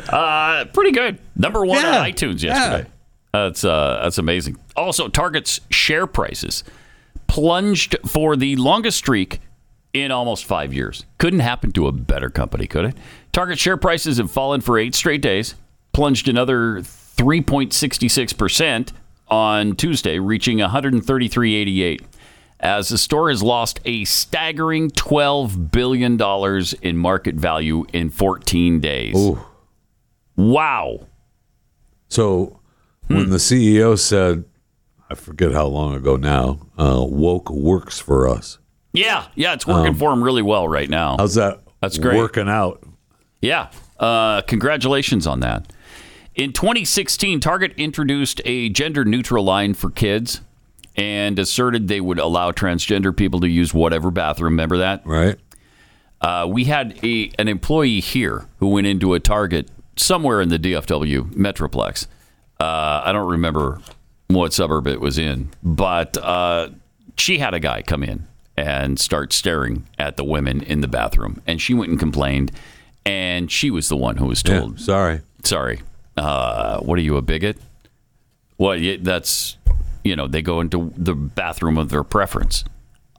Speaker 2: Uh, pretty good. Number one
Speaker 3: Yeah.
Speaker 2: on iTunes yesterday. That's uh, that's amazing. Also, Target's share prices plunged for the longest streak in almost five years. Couldn't happen to a better company, could it? Target share prices have fallen for eight straight days, plunged another 3.66% on Tuesday, reaching 133.88 as the store has lost a staggering $12 billion in market value in 14 days. Wow.
Speaker 3: So when
Speaker 2: Hmm.
Speaker 3: the CEO said, I forget how long ago now, uh, woke works for us.
Speaker 2: Yeah, yeah, it's working for him really well right now.
Speaker 3: How's that?
Speaker 2: That's great.
Speaker 3: Working out.
Speaker 2: Yeah. Uh, congratulations on that. In 2016, Target introduced a gender neutral line for kids and asserted they would allow transgender people to use whatever bathroom. Remember that?
Speaker 3: Right.
Speaker 2: Uh, we had a, an employee here who went into a Target somewhere in the DFW Metroplex. Uh, I don't remember what suburb it was in, but uh, she had a guy come in and start staring at the women in the bathroom. And she went and complained, and she was the one who was
Speaker 3: Yeah.
Speaker 2: told,
Speaker 3: Sorry.
Speaker 2: Sorry, uh, what are you, a bigot? Well, yeah, that's, you know, they go into the bathroom of their preference.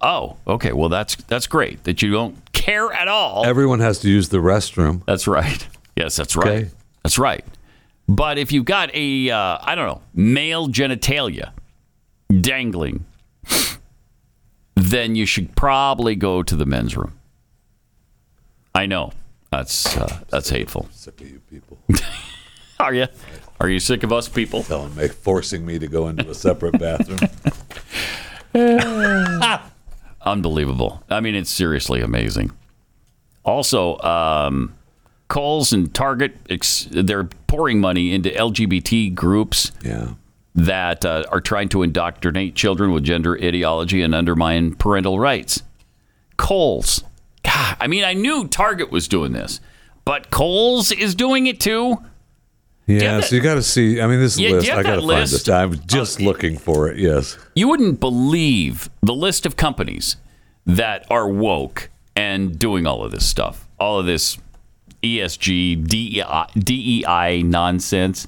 Speaker 2: Oh, okay. Well, that's that's great that you don't care at all.
Speaker 3: Everyone has to use the restroom.
Speaker 2: That's right. Yes, that's right.
Speaker 3: Okay.
Speaker 2: That's right. But if you've got a, uh, I don't know, male genitalia dangling, then you should probably go to the men's room. I know that's uh, that's hateful.
Speaker 3: Sick of you people.
Speaker 2: Are you? Are you sick of us people?
Speaker 3: Telling me, forcing me to go into a separate bathroom.
Speaker 2: Unbelievable. I mean, it's seriously amazing. Also, um, Kohl's and Target, ex- they're pouring money into LGBT groups.
Speaker 3: Yeah.
Speaker 2: that uh, are trying to indoctrinate children with gender ideology and undermine parental rights. Kohl's. God, I mean, I knew Target was doing this, but Kohl's is doing it too.
Speaker 3: Yeah. So you got to see. I mean, this
Speaker 2: Yeah,
Speaker 3: list.
Speaker 2: get
Speaker 3: I got
Speaker 2: that
Speaker 3: to find
Speaker 2: list. Uh,
Speaker 3: this. I was just looking for it. Yes.
Speaker 2: You wouldn't believe the list of companies that are woke and doing all of this stuff, all of this E ESG, DEI, DEI E nonsense.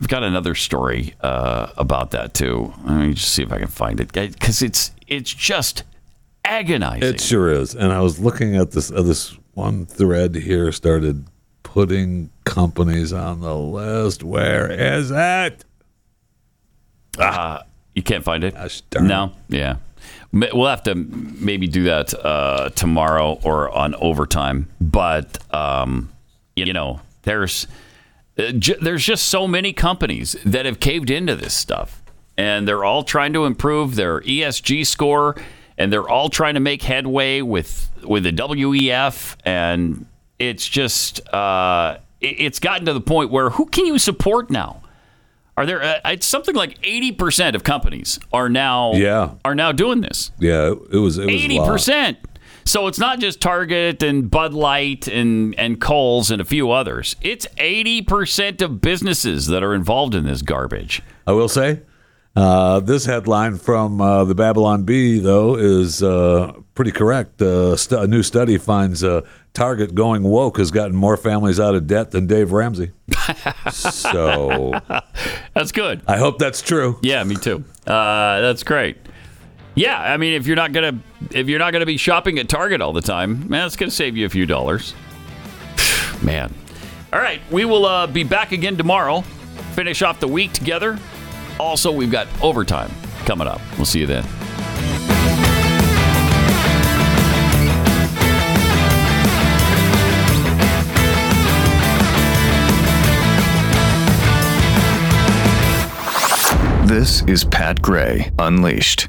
Speaker 2: I've got another story uh, about that too. Let me just see if I can find it because it's it's just agonizing.
Speaker 3: It sure is. And I was looking at this uh, this one thread here started putting companies on the list. Where is it?
Speaker 2: Uh, you can't find it. No. Yeah. M- We'll have to maybe do that uh, tomorrow or on overtime. But um, you know, there's uh, j- there's just so many companies that have caved into this stuff, and they're all trying to improve their ESG score, and they're all trying to make headway with with the WEF, and it's just uh, it- it's gotten to the point where who can you support now? Are there? Uh, it's something like eighty percent of companies are now
Speaker 3: Yeah.
Speaker 2: are now doing this.
Speaker 3: Yeah, it, it was it was a
Speaker 2: Eighty
Speaker 3: lot.
Speaker 2: percent. So it's not just Target and Bud Light and and Coles and a few others. It's eighty percent of businesses that are involved in this garbage.
Speaker 3: I will say, uh, this headline from uh, the Babylon Bee, though, is uh, pretty correct. Uh, st- a new study finds uh, Target going woke has gotten more families out of debt than Dave Ramsey. so
Speaker 2: That's good.
Speaker 3: I hope that's true.
Speaker 2: Yeah, me too. Uh, that's great. Yeah, I mean, if you're not gonna if you're not gonna be shopping at Target all the time, man, it's gonna save you a few dollars. man. All right, we will uh, be back again tomorrow. Finish off the week together. Also, we've got overtime coming up. We'll see you then.
Speaker 9: This is Pat Gray Unleashed.